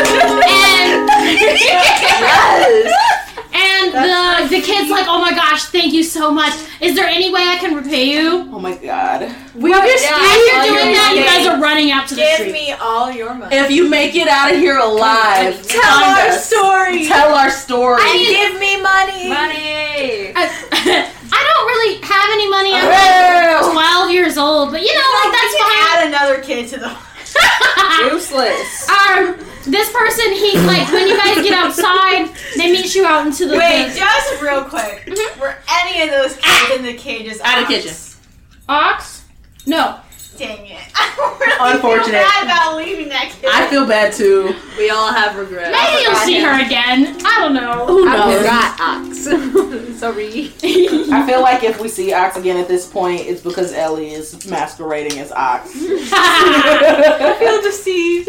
S7: and
S3: That's
S7: the the kid's like, oh my gosh, thank you so much. Is there any way I can repay you?
S3: (laughs) Oh my god.
S7: We are just
S3: yeah,
S7: as you're
S3: all
S7: doing
S3: your
S7: that, you
S3: money.
S7: guys are running out to the
S2: Give
S7: street.
S2: me all your money.
S3: If you make it out of here alive,
S2: Tell
S3: find
S2: our
S3: us.
S2: story.
S3: Tell our story.
S2: And give me money. Money.
S7: I (laughs) don't really have any money. I'm
S2: Well.
S7: like 12 years old, but you know, like, that's fine. (laughs)
S5: Add another kid to the.
S9: Useless.
S7: Um, this person, he like when you guys get outside, they meet you out into the
S5: Wait,
S7: the
S5: just real quick.
S7: Mm-hmm.
S5: Were any of those kids in the cages
S3: Out of
S5: ox?
S3: kitchen.
S7: ox. No,
S5: Dang it. (laughs) I really
S3: Unfortunate.
S5: feel bad about leaving that kid.
S3: (laughs) I feel bad too.
S9: We all have regrets.
S7: maybe you'll see her again. I don't
S1: (laughs)
S7: know. (laughs)
S3: Who knows?
S9: ox. Sorry.
S3: I feel like if we see Ox again at this point, it's because Ellie is masquerading as Ox.
S7: I
S3: feel
S7: deceived.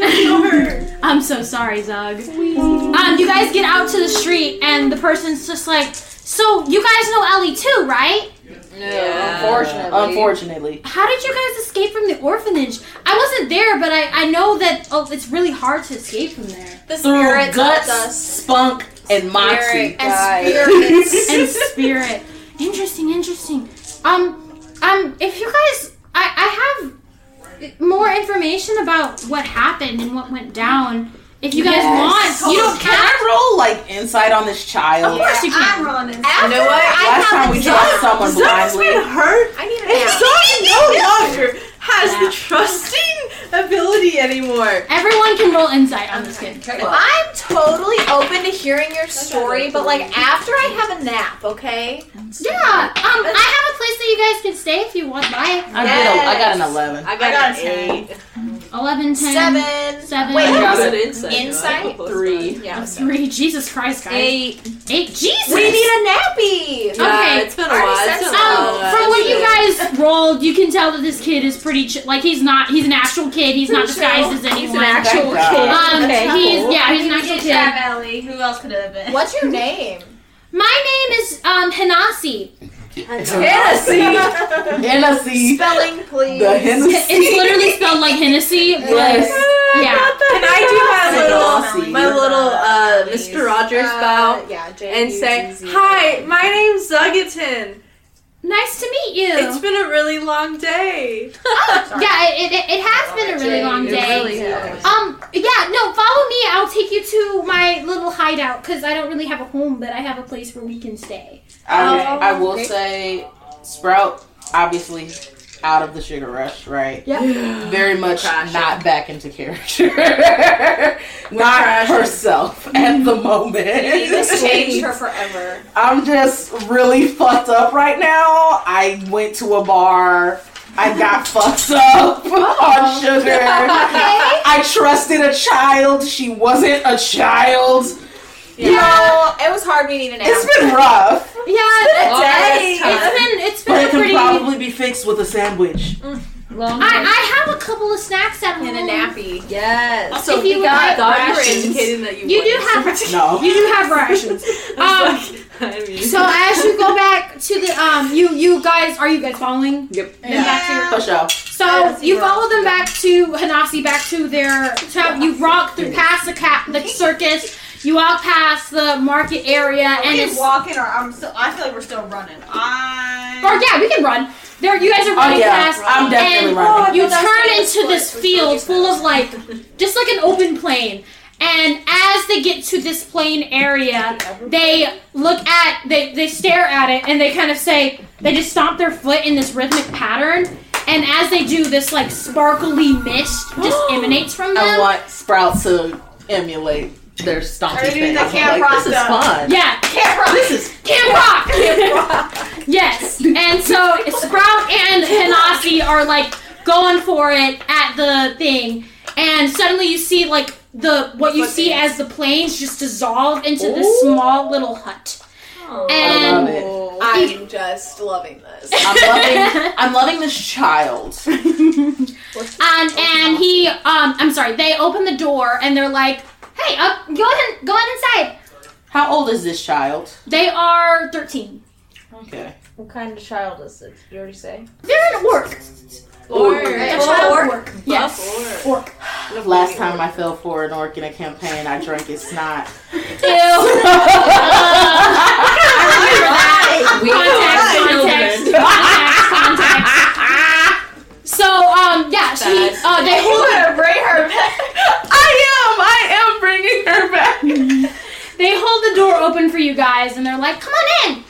S7: I'm so sorry, Zug. Um, you guys get out to the street, and the person's just like, "So you guys know Ellie too, right?"
S9: No, unfortunately.
S3: Uh, Unfortunately.
S7: How did you guys escape from the orphanage? I wasn't there, but I, I know that oh, it's really hard to escape from there.
S2: The
S3: Through guts, spunk, and moxie.
S7: (laughs) and spirit. Interesting, interesting. Um, um, if you guys, I, I have more information about what happened and what went down. If you guys
S3: Yes.
S7: want, you don't
S3: can I
S7: have.
S3: roll like insight on this child?
S7: Of course you can. I'm rolling
S3: You know what? Last time we tried someone
S4: Zoe's
S3: blindly.
S4: been hurt.
S2: I need
S4: And Zoe no longer has
S3: (laughs)
S4: the trusting ability anymore.
S7: Everyone can roll insight on this kid.
S2: I'm totally open to hearing your story, but like after I have a nap, okay?
S7: Yeah, um, I have a place that you guys can stay if you want by.
S3: I, did a, I got an 11.
S2: I
S7: got
S2: got
S7: an
S2: an
S7: 11, 10,
S2: Seven.
S7: 7.
S2: Wait,
S7: I
S2: got
S7: got
S2: an
S7: it.
S2: insight. Insight?
S16: Three.
S2: Yeah.
S7: A three. Jesus Christ, guys.
S16: Eight.
S7: Eight. Jesus.
S2: We need a nappy.
S7: okay. Um, from what you guys rolled, you can tell that this kid is pretty ch- like he's not. He's an actual kid. He's not
S2: Pretty
S7: disguised
S2: chill.
S7: as anyone.
S2: He's an actual
S7: Um,
S2: kid.
S5: Okay.
S7: He's yeah. He's an
S5: You
S7: actual
S5: did have
S7: kid.
S5: Ellie. Who else could it have been?
S2: What's your name?
S7: My name is um Hanasi.
S3: Hennessy. Hennessy.
S2: Spelling, please.
S3: The Hennessy.
S7: It's literally spelled like Hennessy. but-
S3: Yes.
S7: Yeah.
S4: Can I do my little,
S5: (laughs)
S4: my little uh, Mr. Rogers bow
S2: yeah,
S4: and say, "Hi, my name's Zuggeton.
S7: Nice to meet you.
S4: It's been a really long day."
S7: yeah, it, it, it has been a really long
S4: It
S7: day.
S4: really has.
S7: Um, yeah, no, follow me. I'll take you to my little hideout because I don't really have a home, but I have a place where we can stay.
S3: I,
S7: Um,
S3: I will
S7: great.
S3: say, Sprout, obviously out of the sugar rush, right? (gasps)
S7: Yep.
S3: Very much
S4: Crashing.
S3: not back into (laughs) character. not herself at the moment. (laughs)
S2: This changed her forever.
S3: I'm just really fucked up right now. I went to a bar. I got fucked up on sugar. I trusted a child. She wasn't a child.
S2: Yeah.
S3: You know,
S2: it was hard. We needed an
S3: it's
S2: nap.
S3: been rough.
S7: Yeah,
S4: Oh,
S7: it's, it's been it's
S3: But
S7: been
S3: it
S7: a
S3: can
S7: pretty.
S3: probably be fixed with a sandwich.
S7: I, I have a couple of snacks at home
S2: And a nappy.
S4: Yes.
S7: So we got rations.
S4: that
S7: You do have
S3: No.
S7: you do
S3: (laughs)
S7: have rations. Um, so as you go back to the um, you you guys are you guys following?
S16: Yep.
S7: Them back to your-
S3: For sure.
S7: So you follow them back to Hanasi, back to their. To, you walk through past the cat, the circus. You walk past the market area,
S5: Are
S7: Uh, and
S5: we
S7: it's.
S5: walking, or I'm still. I feel like we're still running. I.
S7: Or yeah, we can run. There, you guys are running
S3: Oh, yeah.
S7: past.
S3: I'm definitely
S7: and
S3: running.
S7: You
S3: Oh, that's
S7: turn into this field full of like, just like an open plain. And as they get to this plain area, they look at, they, they stare at it, and they kind of say, they just stomp their foot in this rhythmic pattern. And as they do, this like sparkly mist
S3: (gasps)
S7: just emanates from them.
S3: I want Sprout to emulate their stomping
S7: Or do the
S3: things. I'm
S7: Camp
S3: like, this is
S7: Rock stuff.
S3: fun.
S7: Yeah, Camp Rock.
S3: This is
S7: Camp Rock. yes, and so Sprout and Hanasi are like going for it at the thing, and suddenly you see like the what you see as the planes just dissolve into this small little hut, and (laughs)
S3: I love it.
S2: I'm just loving this.
S3: I'm loving, I'm loving this child.
S7: and and he um I'm sorry they open the door and they're like hey up go ahead go on inside
S3: How old is this child?
S7: they are thirteen
S3: Okay.
S2: What kind of child is it? Did you already say?
S7: they're an orc
S3: Orc.
S7: a child orc, yes
S2: Buff
S7: orc.
S3: Last time I fell for an orc in a campaign, I drank its snot.
S7: Ew. Uh,
S3: We-
S7: context, context, (laughs) context, context. So, um, yeah, she, uh, they hold her, bring her back.
S3: I am, I am bringing her back.
S7: They hold the door open for you guys, and they're like, "Come on in.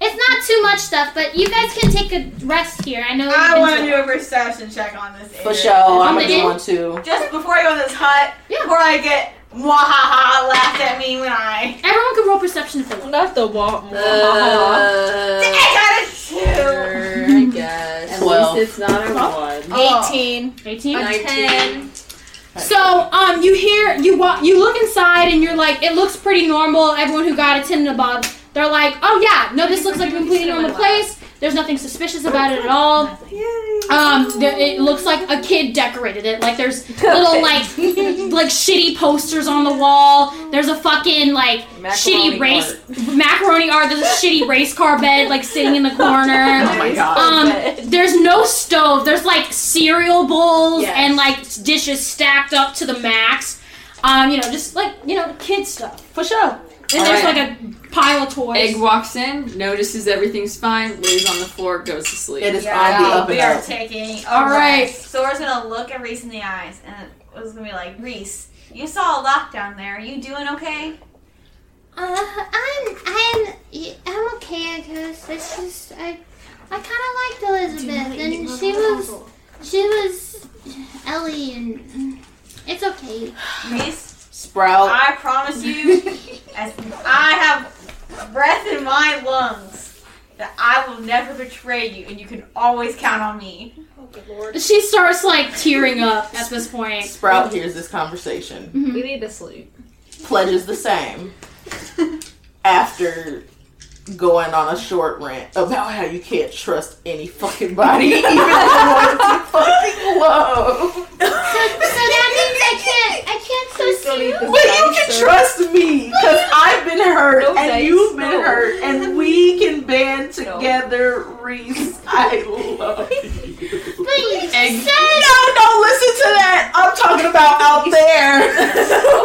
S7: It's not too much stuff, but you guys can take a rest here. I know."
S5: I
S7: you've
S5: want to
S7: been
S5: do a perception check on this.
S3: For
S5: area.
S3: sure, I'm
S7: On the
S3: going
S7: in?
S3: to.
S5: Just before I go in this hut, before I get mwahaha laughed at me when I.
S7: Everyone can roll perception if they want.
S25: Not the wah
S4: Uh, (laughs)
S9: Uh,
S3: Uh,
S5: (laughs) I got a two.
S25: I guess. At
S3: Twelve.
S25: least it's not a one.
S5: Oh,
S2: 18.
S7: 18?
S2: A 10.
S7: So, um, you hear, you walk, you look inside, and you're like, it looks pretty normal. Everyone who got a ten and above, they're like, oh yeah, no, this looks like a completely normal place. There's nothing suspicious about it at all. Um, there, it looks like a kid decorated it. Like there's little like like shitty posters on the wall. There's a fucking like
S4: Macaroni
S7: shitty race macaroni art. There's a shitty race car bed like sitting in the corner.
S3: (laughs)
S4: Oh my God.
S7: Um, there's no stove. There's like cereal bowls and like dishes stacked up to the max. Um, you know, just like you know, kid stuff for sure. And
S16: All
S7: there's
S16: right.
S7: like a pile of toys.
S16: Egg walks in, notices everything's fine, lays on the floor, goes to sleep.
S3: It is
S5: we are taking. All
S16: All right.
S5: right. Sora's gonna look at Reese in the eyes and it was gonna be like, Reese, you saw a lock down there. Are you doing okay?
S26: Uh, I'm, I'm, y- I'm okay, I guess. It's just, I, I kind of liked Elizabeth, and she was, she was Ellie, and it's okay.
S5: Reese,
S3: Sprout.
S5: I promise you, as I have breath in my lungs, that I will never betray you, and you can always count on me. Oh, good lord.
S7: She starts like tearing up at this point.
S3: Sprout hears this conversation.
S26: Mm-hmm.
S7: We need to sleep.
S3: Pledges the
S7: (laughs)
S3: same. After going on a short rant about how you can't trust any fucking body, even the ones you fucking love.
S26: So that means I can't, I can't trust you.
S3: But you can trust
S26: (laughs)
S3: me because I've been hurt and you've been hurt, and we can band together, Reese. I love you.
S26: But you said
S3: No, don't listen to that. I'm talking
S9: (laughs)
S3: about out there.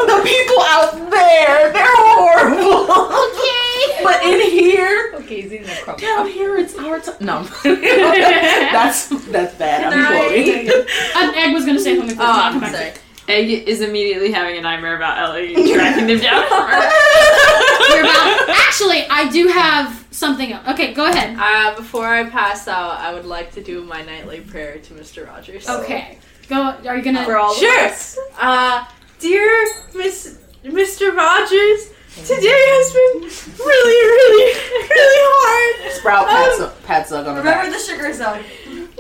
S3: (laughs) the people out there, they're horrible.
S26: Okay.
S3: But in here,
S9: Okay, he's eating a crumb.
S3: down here, it's our time.
S9: (laughs)
S3: No, (laughs) that's that's bad. I'm quoting. (laughs)
S7: Um, Egg was gonna say something.
S16: Oh, I'm sorry. Egg is immediately having a nightmare about Ellie (laughs) and tracking them down.
S7: We're about. Actually, I do have something else. Okay, go ahead.
S4: Uh, before I pass out, I would like to do my nightly prayer to Mr. Rogers.
S7: Okay. Go. Are you gonna?
S4: For all of
S7: sure.
S4: us. Uh, dear Miss Mr. Rogers, today has been really, really, really hard.
S3: Sprout pats,
S4: Um,
S3: pats up on her
S4: remember
S3: back.
S5: The sugar zone.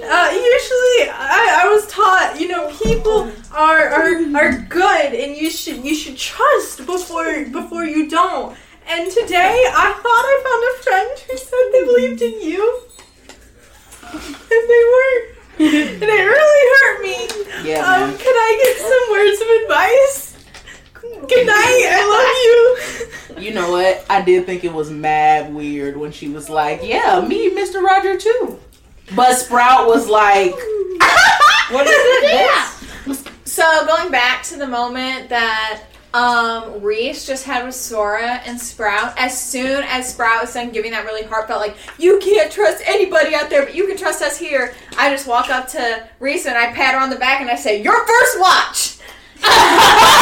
S4: Uh, usually, I, I was taught, you know, people are, are are good, and you should you should trust before before you don't. And today, I thought I found a friend who said they believed in you, and they weren't, and it really hurt me.
S3: Yeah,
S4: Um,
S3: man.
S4: can I get some words of advice? Good night. I love you.
S9: um,
S3: You know what? I did think it was mad weird when she was like, "Yeah, me, Mr. Roger too," but Sprout was like, "What is it?
S2: So going back to the moment that um, Reese just had with Sora and Sprout, as soon as Sprout was done giving that really heartfelt, like, you can't trust anybody out there, but you can trust us here, I just walk up to Reese and I pat her on the back and I say, Your first watch! (laughs) and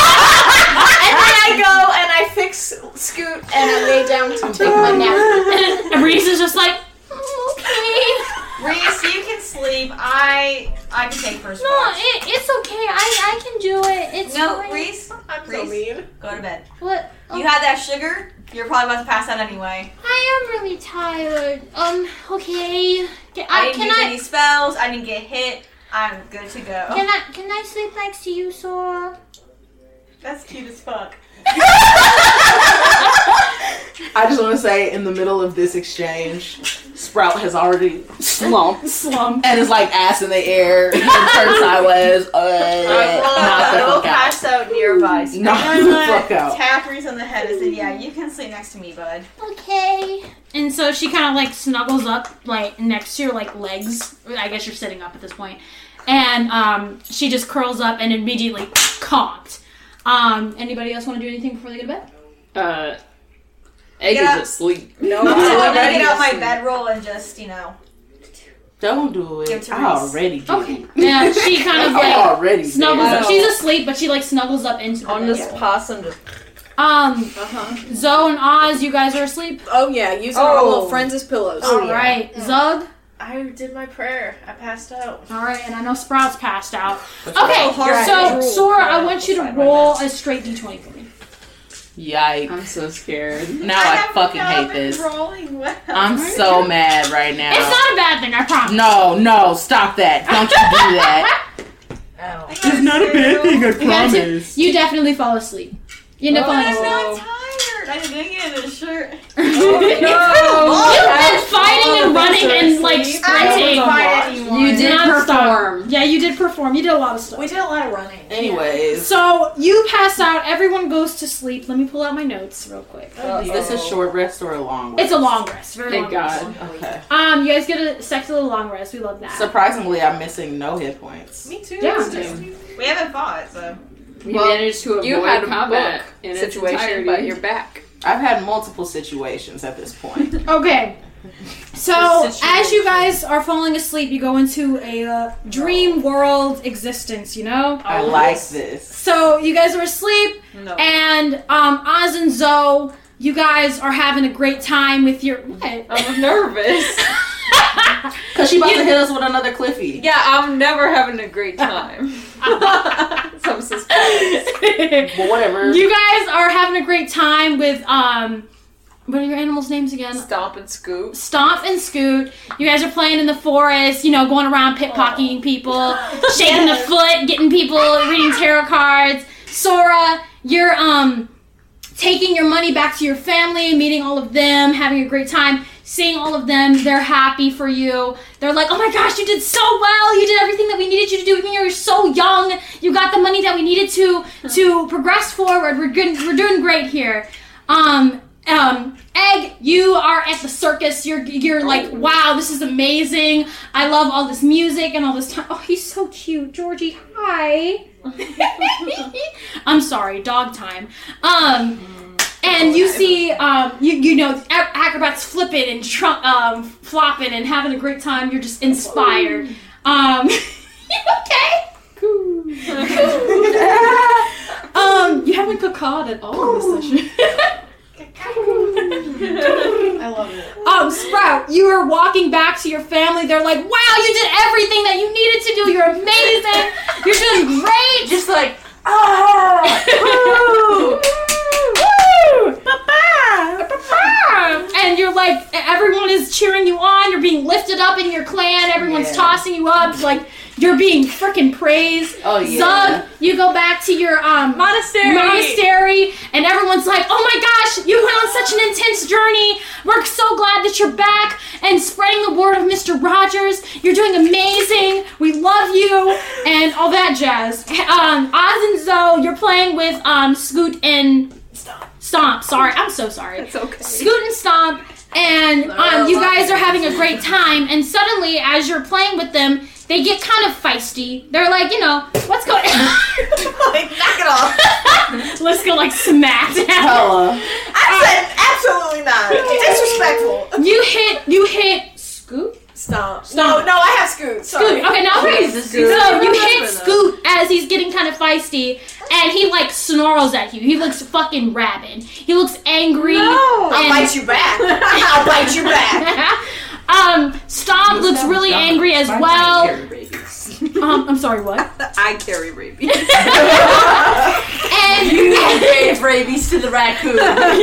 S2: then I go and I fix Scoot and I lay down to take my nap.
S7: And (laughs) Reese is just like,
S5: Reese, you can sleep. I I can take first.
S7: No, it, it's okay. I I can do it. It's
S5: no,
S7: fine.
S5: Reese. I'm
S7: so Oh.
S5: Reese, Go to bed.
S26: What? Oh,
S5: You had that sugar. You're probably about to pass out anyway.
S26: I am really tired. Um, okay. Can
S5: I
S26: I,
S5: didn't
S26: can
S5: use
S26: I,
S5: any spells. I didn't get hit. I'm good to go.
S26: can I, can I sleep next to you, Sora?
S5: That's cute as fuck.
S3: I just want to say, in the middle of this exchange, Sprout has already slumped,
S7: slumped,
S3: and is like ass in the air, and turns sideways, uh, knock the
S5: I will
S3: fuck out.
S5: pass out nearby. So
S3: Knock
S5: I'm
S3: the
S5: gonna
S3: fuck out.
S5: Tap Reese on the head and say, "Yeah, you can sleep next to me, bud."
S26: Okay.
S7: And so she kind of like snuggles up like next to your like legs. I guess you're sitting up at this point. And um, she just curls up and immediately conked. Um, anybody else want to do anything before they go to bed?
S16: Uh, Egg
S5: Yeah.
S16: is asleep.
S5: No, I'm gonna get out my bedroll and just you know.
S3: Don't do
S5: Give it
S3: it.
S5: to
S3: I
S5: Reese.
S3: already did.
S7: Okay. Yeah, she kind of like
S3: I
S26: (laughs)
S3: already did.
S7: snuggles up. She's asleep, but she like snuggles up into the
S4: I'm
S7: bed.
S4: just possum. Just
S7: Um,
S3: Uh-huh.
S7: Zoe and Oz, you guys are asleep.
S4: Oh yeah, using
S2: our
S7: all
S2: little friends
S4: as pillows.
S3: Oh,
S5: Oh,
S7: All right, Zug.
S2: I did my prayer. I passed out.
S7: All right, and I know Sprout's passed out.
S3: That's
S7: Okay,
S3: right.
S7: so
S3: Right.
S7: Sora, I want you to roll a straight d20 for me.
S3: Yikes! I'm so scared. Now
S5: Oh,
S3: I, fucking hate this.
S5: Rolling well.
S3: I'm so mad right now.
S7: It's not a bad thing, I promise.
S3: Uh, No, no, stop that. Don't you do
S7: (laughs)
S3: that. It's not a bad thing, I Oh,
S7: You, got to- you definitely fall asleep. You end up falling asleep.
S5: tired. I didn't get a shirt.
S3: Oh,
S7: You've been fighting and running and like sprinting.
S16: You did
S7: nonstop.
S16: perform.
S7: Yeah, you did perform. You did a lot of stuff. We
S2: did a lot of running.
S3: Anyways.
S7: So you pass out. Everyone goes to sleep. Let me pull out my notes real quick.
S3: Is this a short rest or a long rest?
S7: It's a long rest. Very
S3: Thank
S7: long
S3: God.
S7: rest.
S3: Okay.
S7: Um, you guys get a sexy little long rest. We love that.
S3: Surprisingly, I'm missing no hit points.
S5: Me too.
S7: Yeah.
S5: We haven't fought, so.
S3: We
S16: Well, managed to you avoid had a combat book in its situation,
S3: situation,
S16: entirety. but you're
S3: back. I've had multiple situations at this point.
S7: Okay. So as you guys are falling asleep, you go into a uh, dream world existence. You know.
S3: I like this.
S7: So you guys are asleep, and um, Oz and Zoe, you guys are having a great time with your. What?
S16: (laughs) I'm nervous.
S3: Cause (laughs) she about to hit us with another Cliffy.
S16: (laughs) Yeah, I'm never having a great (laughs) time. Some
S7: suspicious.
S3: but whatever.
S7: You guys are having a great time with um. What are your animals' names again?
S16: Stomp and Scoot.
S7: Stomp and Scoot. You guys are playing in the forest, you know, going around pickpocketing people, shaking the foot, getting people, reading tarot cards. Sora, you're um taking your money back to your family, meeting all of them, having a great time, seeing all of them. They're happy for you. They're like, oh my gosh, you did so well. You did everything that we needed you to do. Even you're so young. You got the money that we needed to to progress forward. We're good. We're doing great here. Um, um, Egg, you are at the circus. You're you're like, wow, this is amazing. I love all this music and all this time. Oh, he's so cute, Georgie. Hi. I'm sorry, dog time. Um, and you see, um, you you know, ac- acrobats flipping and tr- um, flopping and having a great time. You're just inspired. Um, (laughs) you okay? (laughs) um, you haven't cacawed at all in this session. (laughs) I love it. Um, Sprout, you are walking back to your family. They're like, "Wow, you did everything that you needed to do. You're amazing. You're doing great." Just like, "Ah, and you're like, everyone is cheering you on. You're being lifted up in your clan. Everyone's
S3: Yeah.
S7: tossing you up. Like, you're being freaking praised.
S3: Oh, yeah.
S7: Zug, you go back to your um monastery monastery and everyone's like oh my gosh you went on such an intense journey we're so glad that you're back and spreading the word of mr rogers you're doing amazing we love you and all that jazz um oz and zoe you're playing with um scoot and stomp stomp sorry i'm so sorry it's okay scoot and stomp and um, you guys are having a great time and suddenly as you're playing with them they get kind of feisty they're like you know what's going (laughs) knock it off (laughs) Let's go like smack down. I said absolutely
S3: (laughs)
S7: not. Disrespectful. You hit you hit Scoot?
S5: (laughs)
S7: Stop.
S2: No, no, I have Scoot. Sorry.
S7: Scoot. Okay, now
S2: Okay,
S7: okay,
S2: Oh, this is
S7: Scoot.
S2: Scoot.
S7: So you
S2: Remember
S7: hit
S2: though.
S7: Scoot as he's getting kind of feisty and he like snarls at you. He looks fucking rabid. He looks angry.
S2: No. I'll
S7: and- (laughs)
S2: bite you back. I'll bite you back.
S7: um Stomp looks really angry as well. Um, I'm sorry, what?
S9: (laughs) I carry rabies.
S7: (laughs) and
S9: you gave rabies to the
S7: (laughs)
S9: raccoon.
S7: As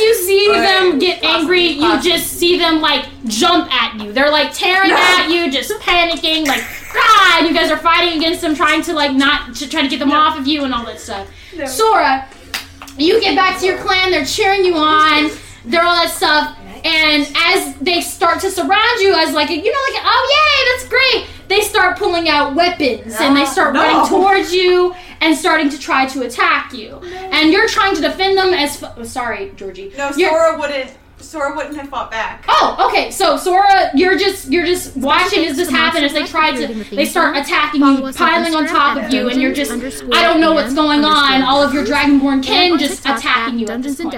S7: you see
S9: Right.
S7: them get angry, you just see them like jump at you. They're like tearing at you, just panicking, like ah! And you guys are fighting against them, trying to like not to try to get them off of you and all that stuff. Sora, you get back to your clan. They're cheering you on. They're all that stuff. And as they start to surround you, as like a- you know, like a, oh yay, that's great. They start pulling out weapons and they start
S24: No.
S7: running towards you and starting to try to attack you. And you're trying to defend them as f- oh, sorry, Georgie.
S5: No,
S7: You're-
S5: Sora wouldn't. Sora wouldn't have fought back.
S7: Oh, okay. So Sora, you're just you're just watching as this happen as they try to they start attacking you, piling on top of you, and you're just I don't know what's going on. All of your Dragonborn kin just attacking you at this point.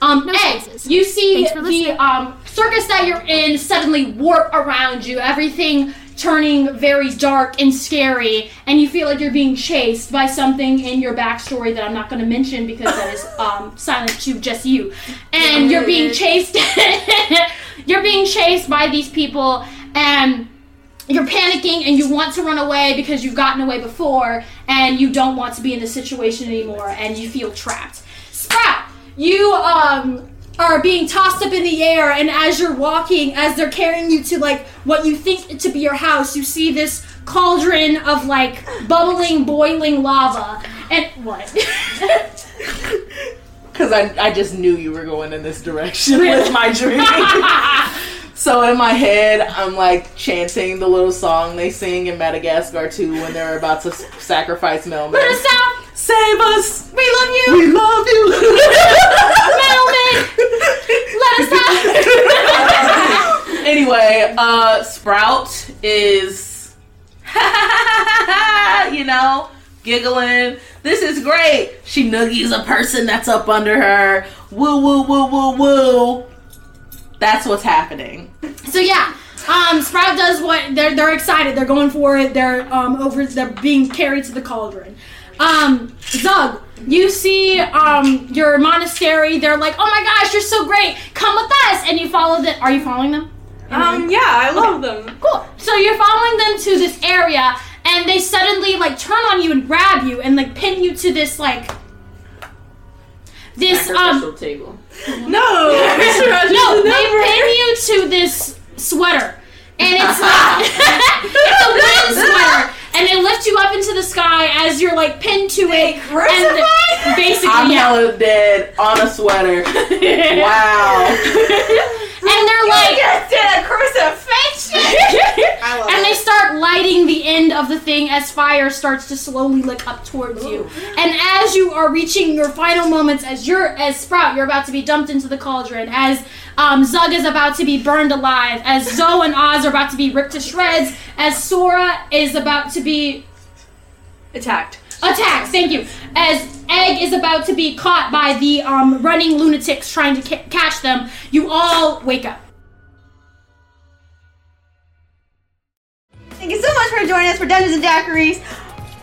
S7: Um, hey, you see the um, circus that you're in suddenly warp around you. Everything turning very dark and scary, and you feel like you're being chased by something in your backstory that I'm not going to mention because that is um, silent to just you. And you're being chased. (laughs) you're being chased by these people, and you're panicking and you want to run away because you've gotten away before and you don't want to be in this situation anymore and you feel trapped. Sprout, you um are being tossed up in the air and as you're walking as they're carrying you to like what you think to be your house, you see this cauldron of like bubbling boiling lava and what?
S3: Because I, I just knew you were going in this direction with my (laughs) dream. so in my head, I'm like chanting the little song they sing in Madagascar 2 when they're about to s- sacrifice Melman.
S7: (laughs) Put us out!
S3: Save us!
S7: We love you!
S3: We love you!
S7: Mailman!
S3: (laughs)
S7: Let us
S3: out! (laughs) anyway, uh, Sprout is, (laughs) you know, giggling. This is great. She noogies a person that's up under her. Woo, woo, woo, woo, woo. That's what's happening.
S7: So yeah, um, Sprout does what they're they're excited. They're going for it. They're um over. They're being carried to the cauldron. Um, Zug, you see um your monastery. They're like, oh my gosh, you're so great. Come with us, and you follow the. Are you following them?
S2: Um, yeah, I love them.
S7: Cool. So you're following them to this area, and they suddenly like turn on you and grab you and like pin you to this like this um
S27: table.
S2: No,
S7: (laughs) no, they pin you to this sweater, and it's like (laughs) it's a woolen sweater, and they lift you up into the sky as you're like pinned to it. And (laughs) the- basically,
S3: I'm
S7: yeah.
S3: hella dead on a sweater. wow.
S7: and they're like did a crucifixion, and they start lighting the end of the thing as fire starts to slowly lick up towards you. And as you are reaching your final moments, as you're as Sprout, you're about to be dumped into the cauldron, as um, Zug is about to be burned alive, as Zoe and Oz are about to be ripped to shreds, as Sora is about to be
S28: Attacked.
S7: attacked. Thank you. As Egg is about to be caught by the um, running lunatics trying to ca- catch them, you all wake up.
S5: Thank you so much for joining us for Dungeons and Daiquiris.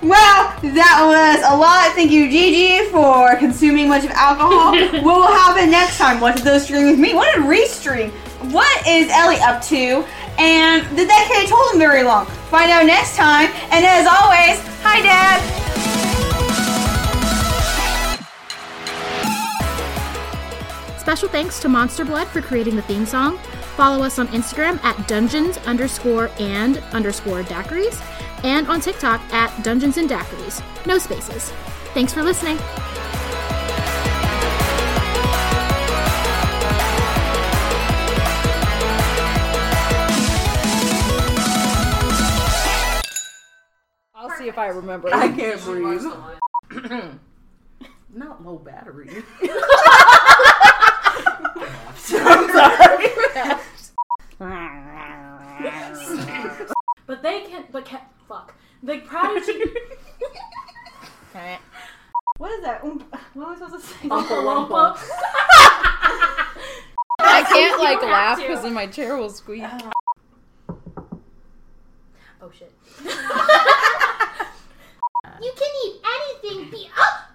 S5: Well, that was a lot. Thank you, Gigi, for consuming much of (laughs) alcohol. what will happen next time? What did those stream with me? What did Restream? What is Ellie up to? And did that kid hold him very long? Find out next time. And as always, hi, Dad.
S1: Special thanks to Monster Blood for creating the theme song. Follow us on Instagram at dungeons underscore and underscore daiquiris and on TikTok at dungeons and daiquiris. No spaces. Thanks for listening.
S29: I'll see if I remember.
S3: I can't breathe. Not low battery. I'm sorry.
S8: But they can't. But can fuck. The
S5: (laughs)
S8: prodigy.
S5: What is that? Oomp- What was I supposed to say?
S8: Oompa Loompa. (laughs)
S29: I can't like
S5: You have
S29: laugh
S5: to.
S29: because then my chair will squeak.
S8: Oh shit.
S30: You can eat anything. Be- oh,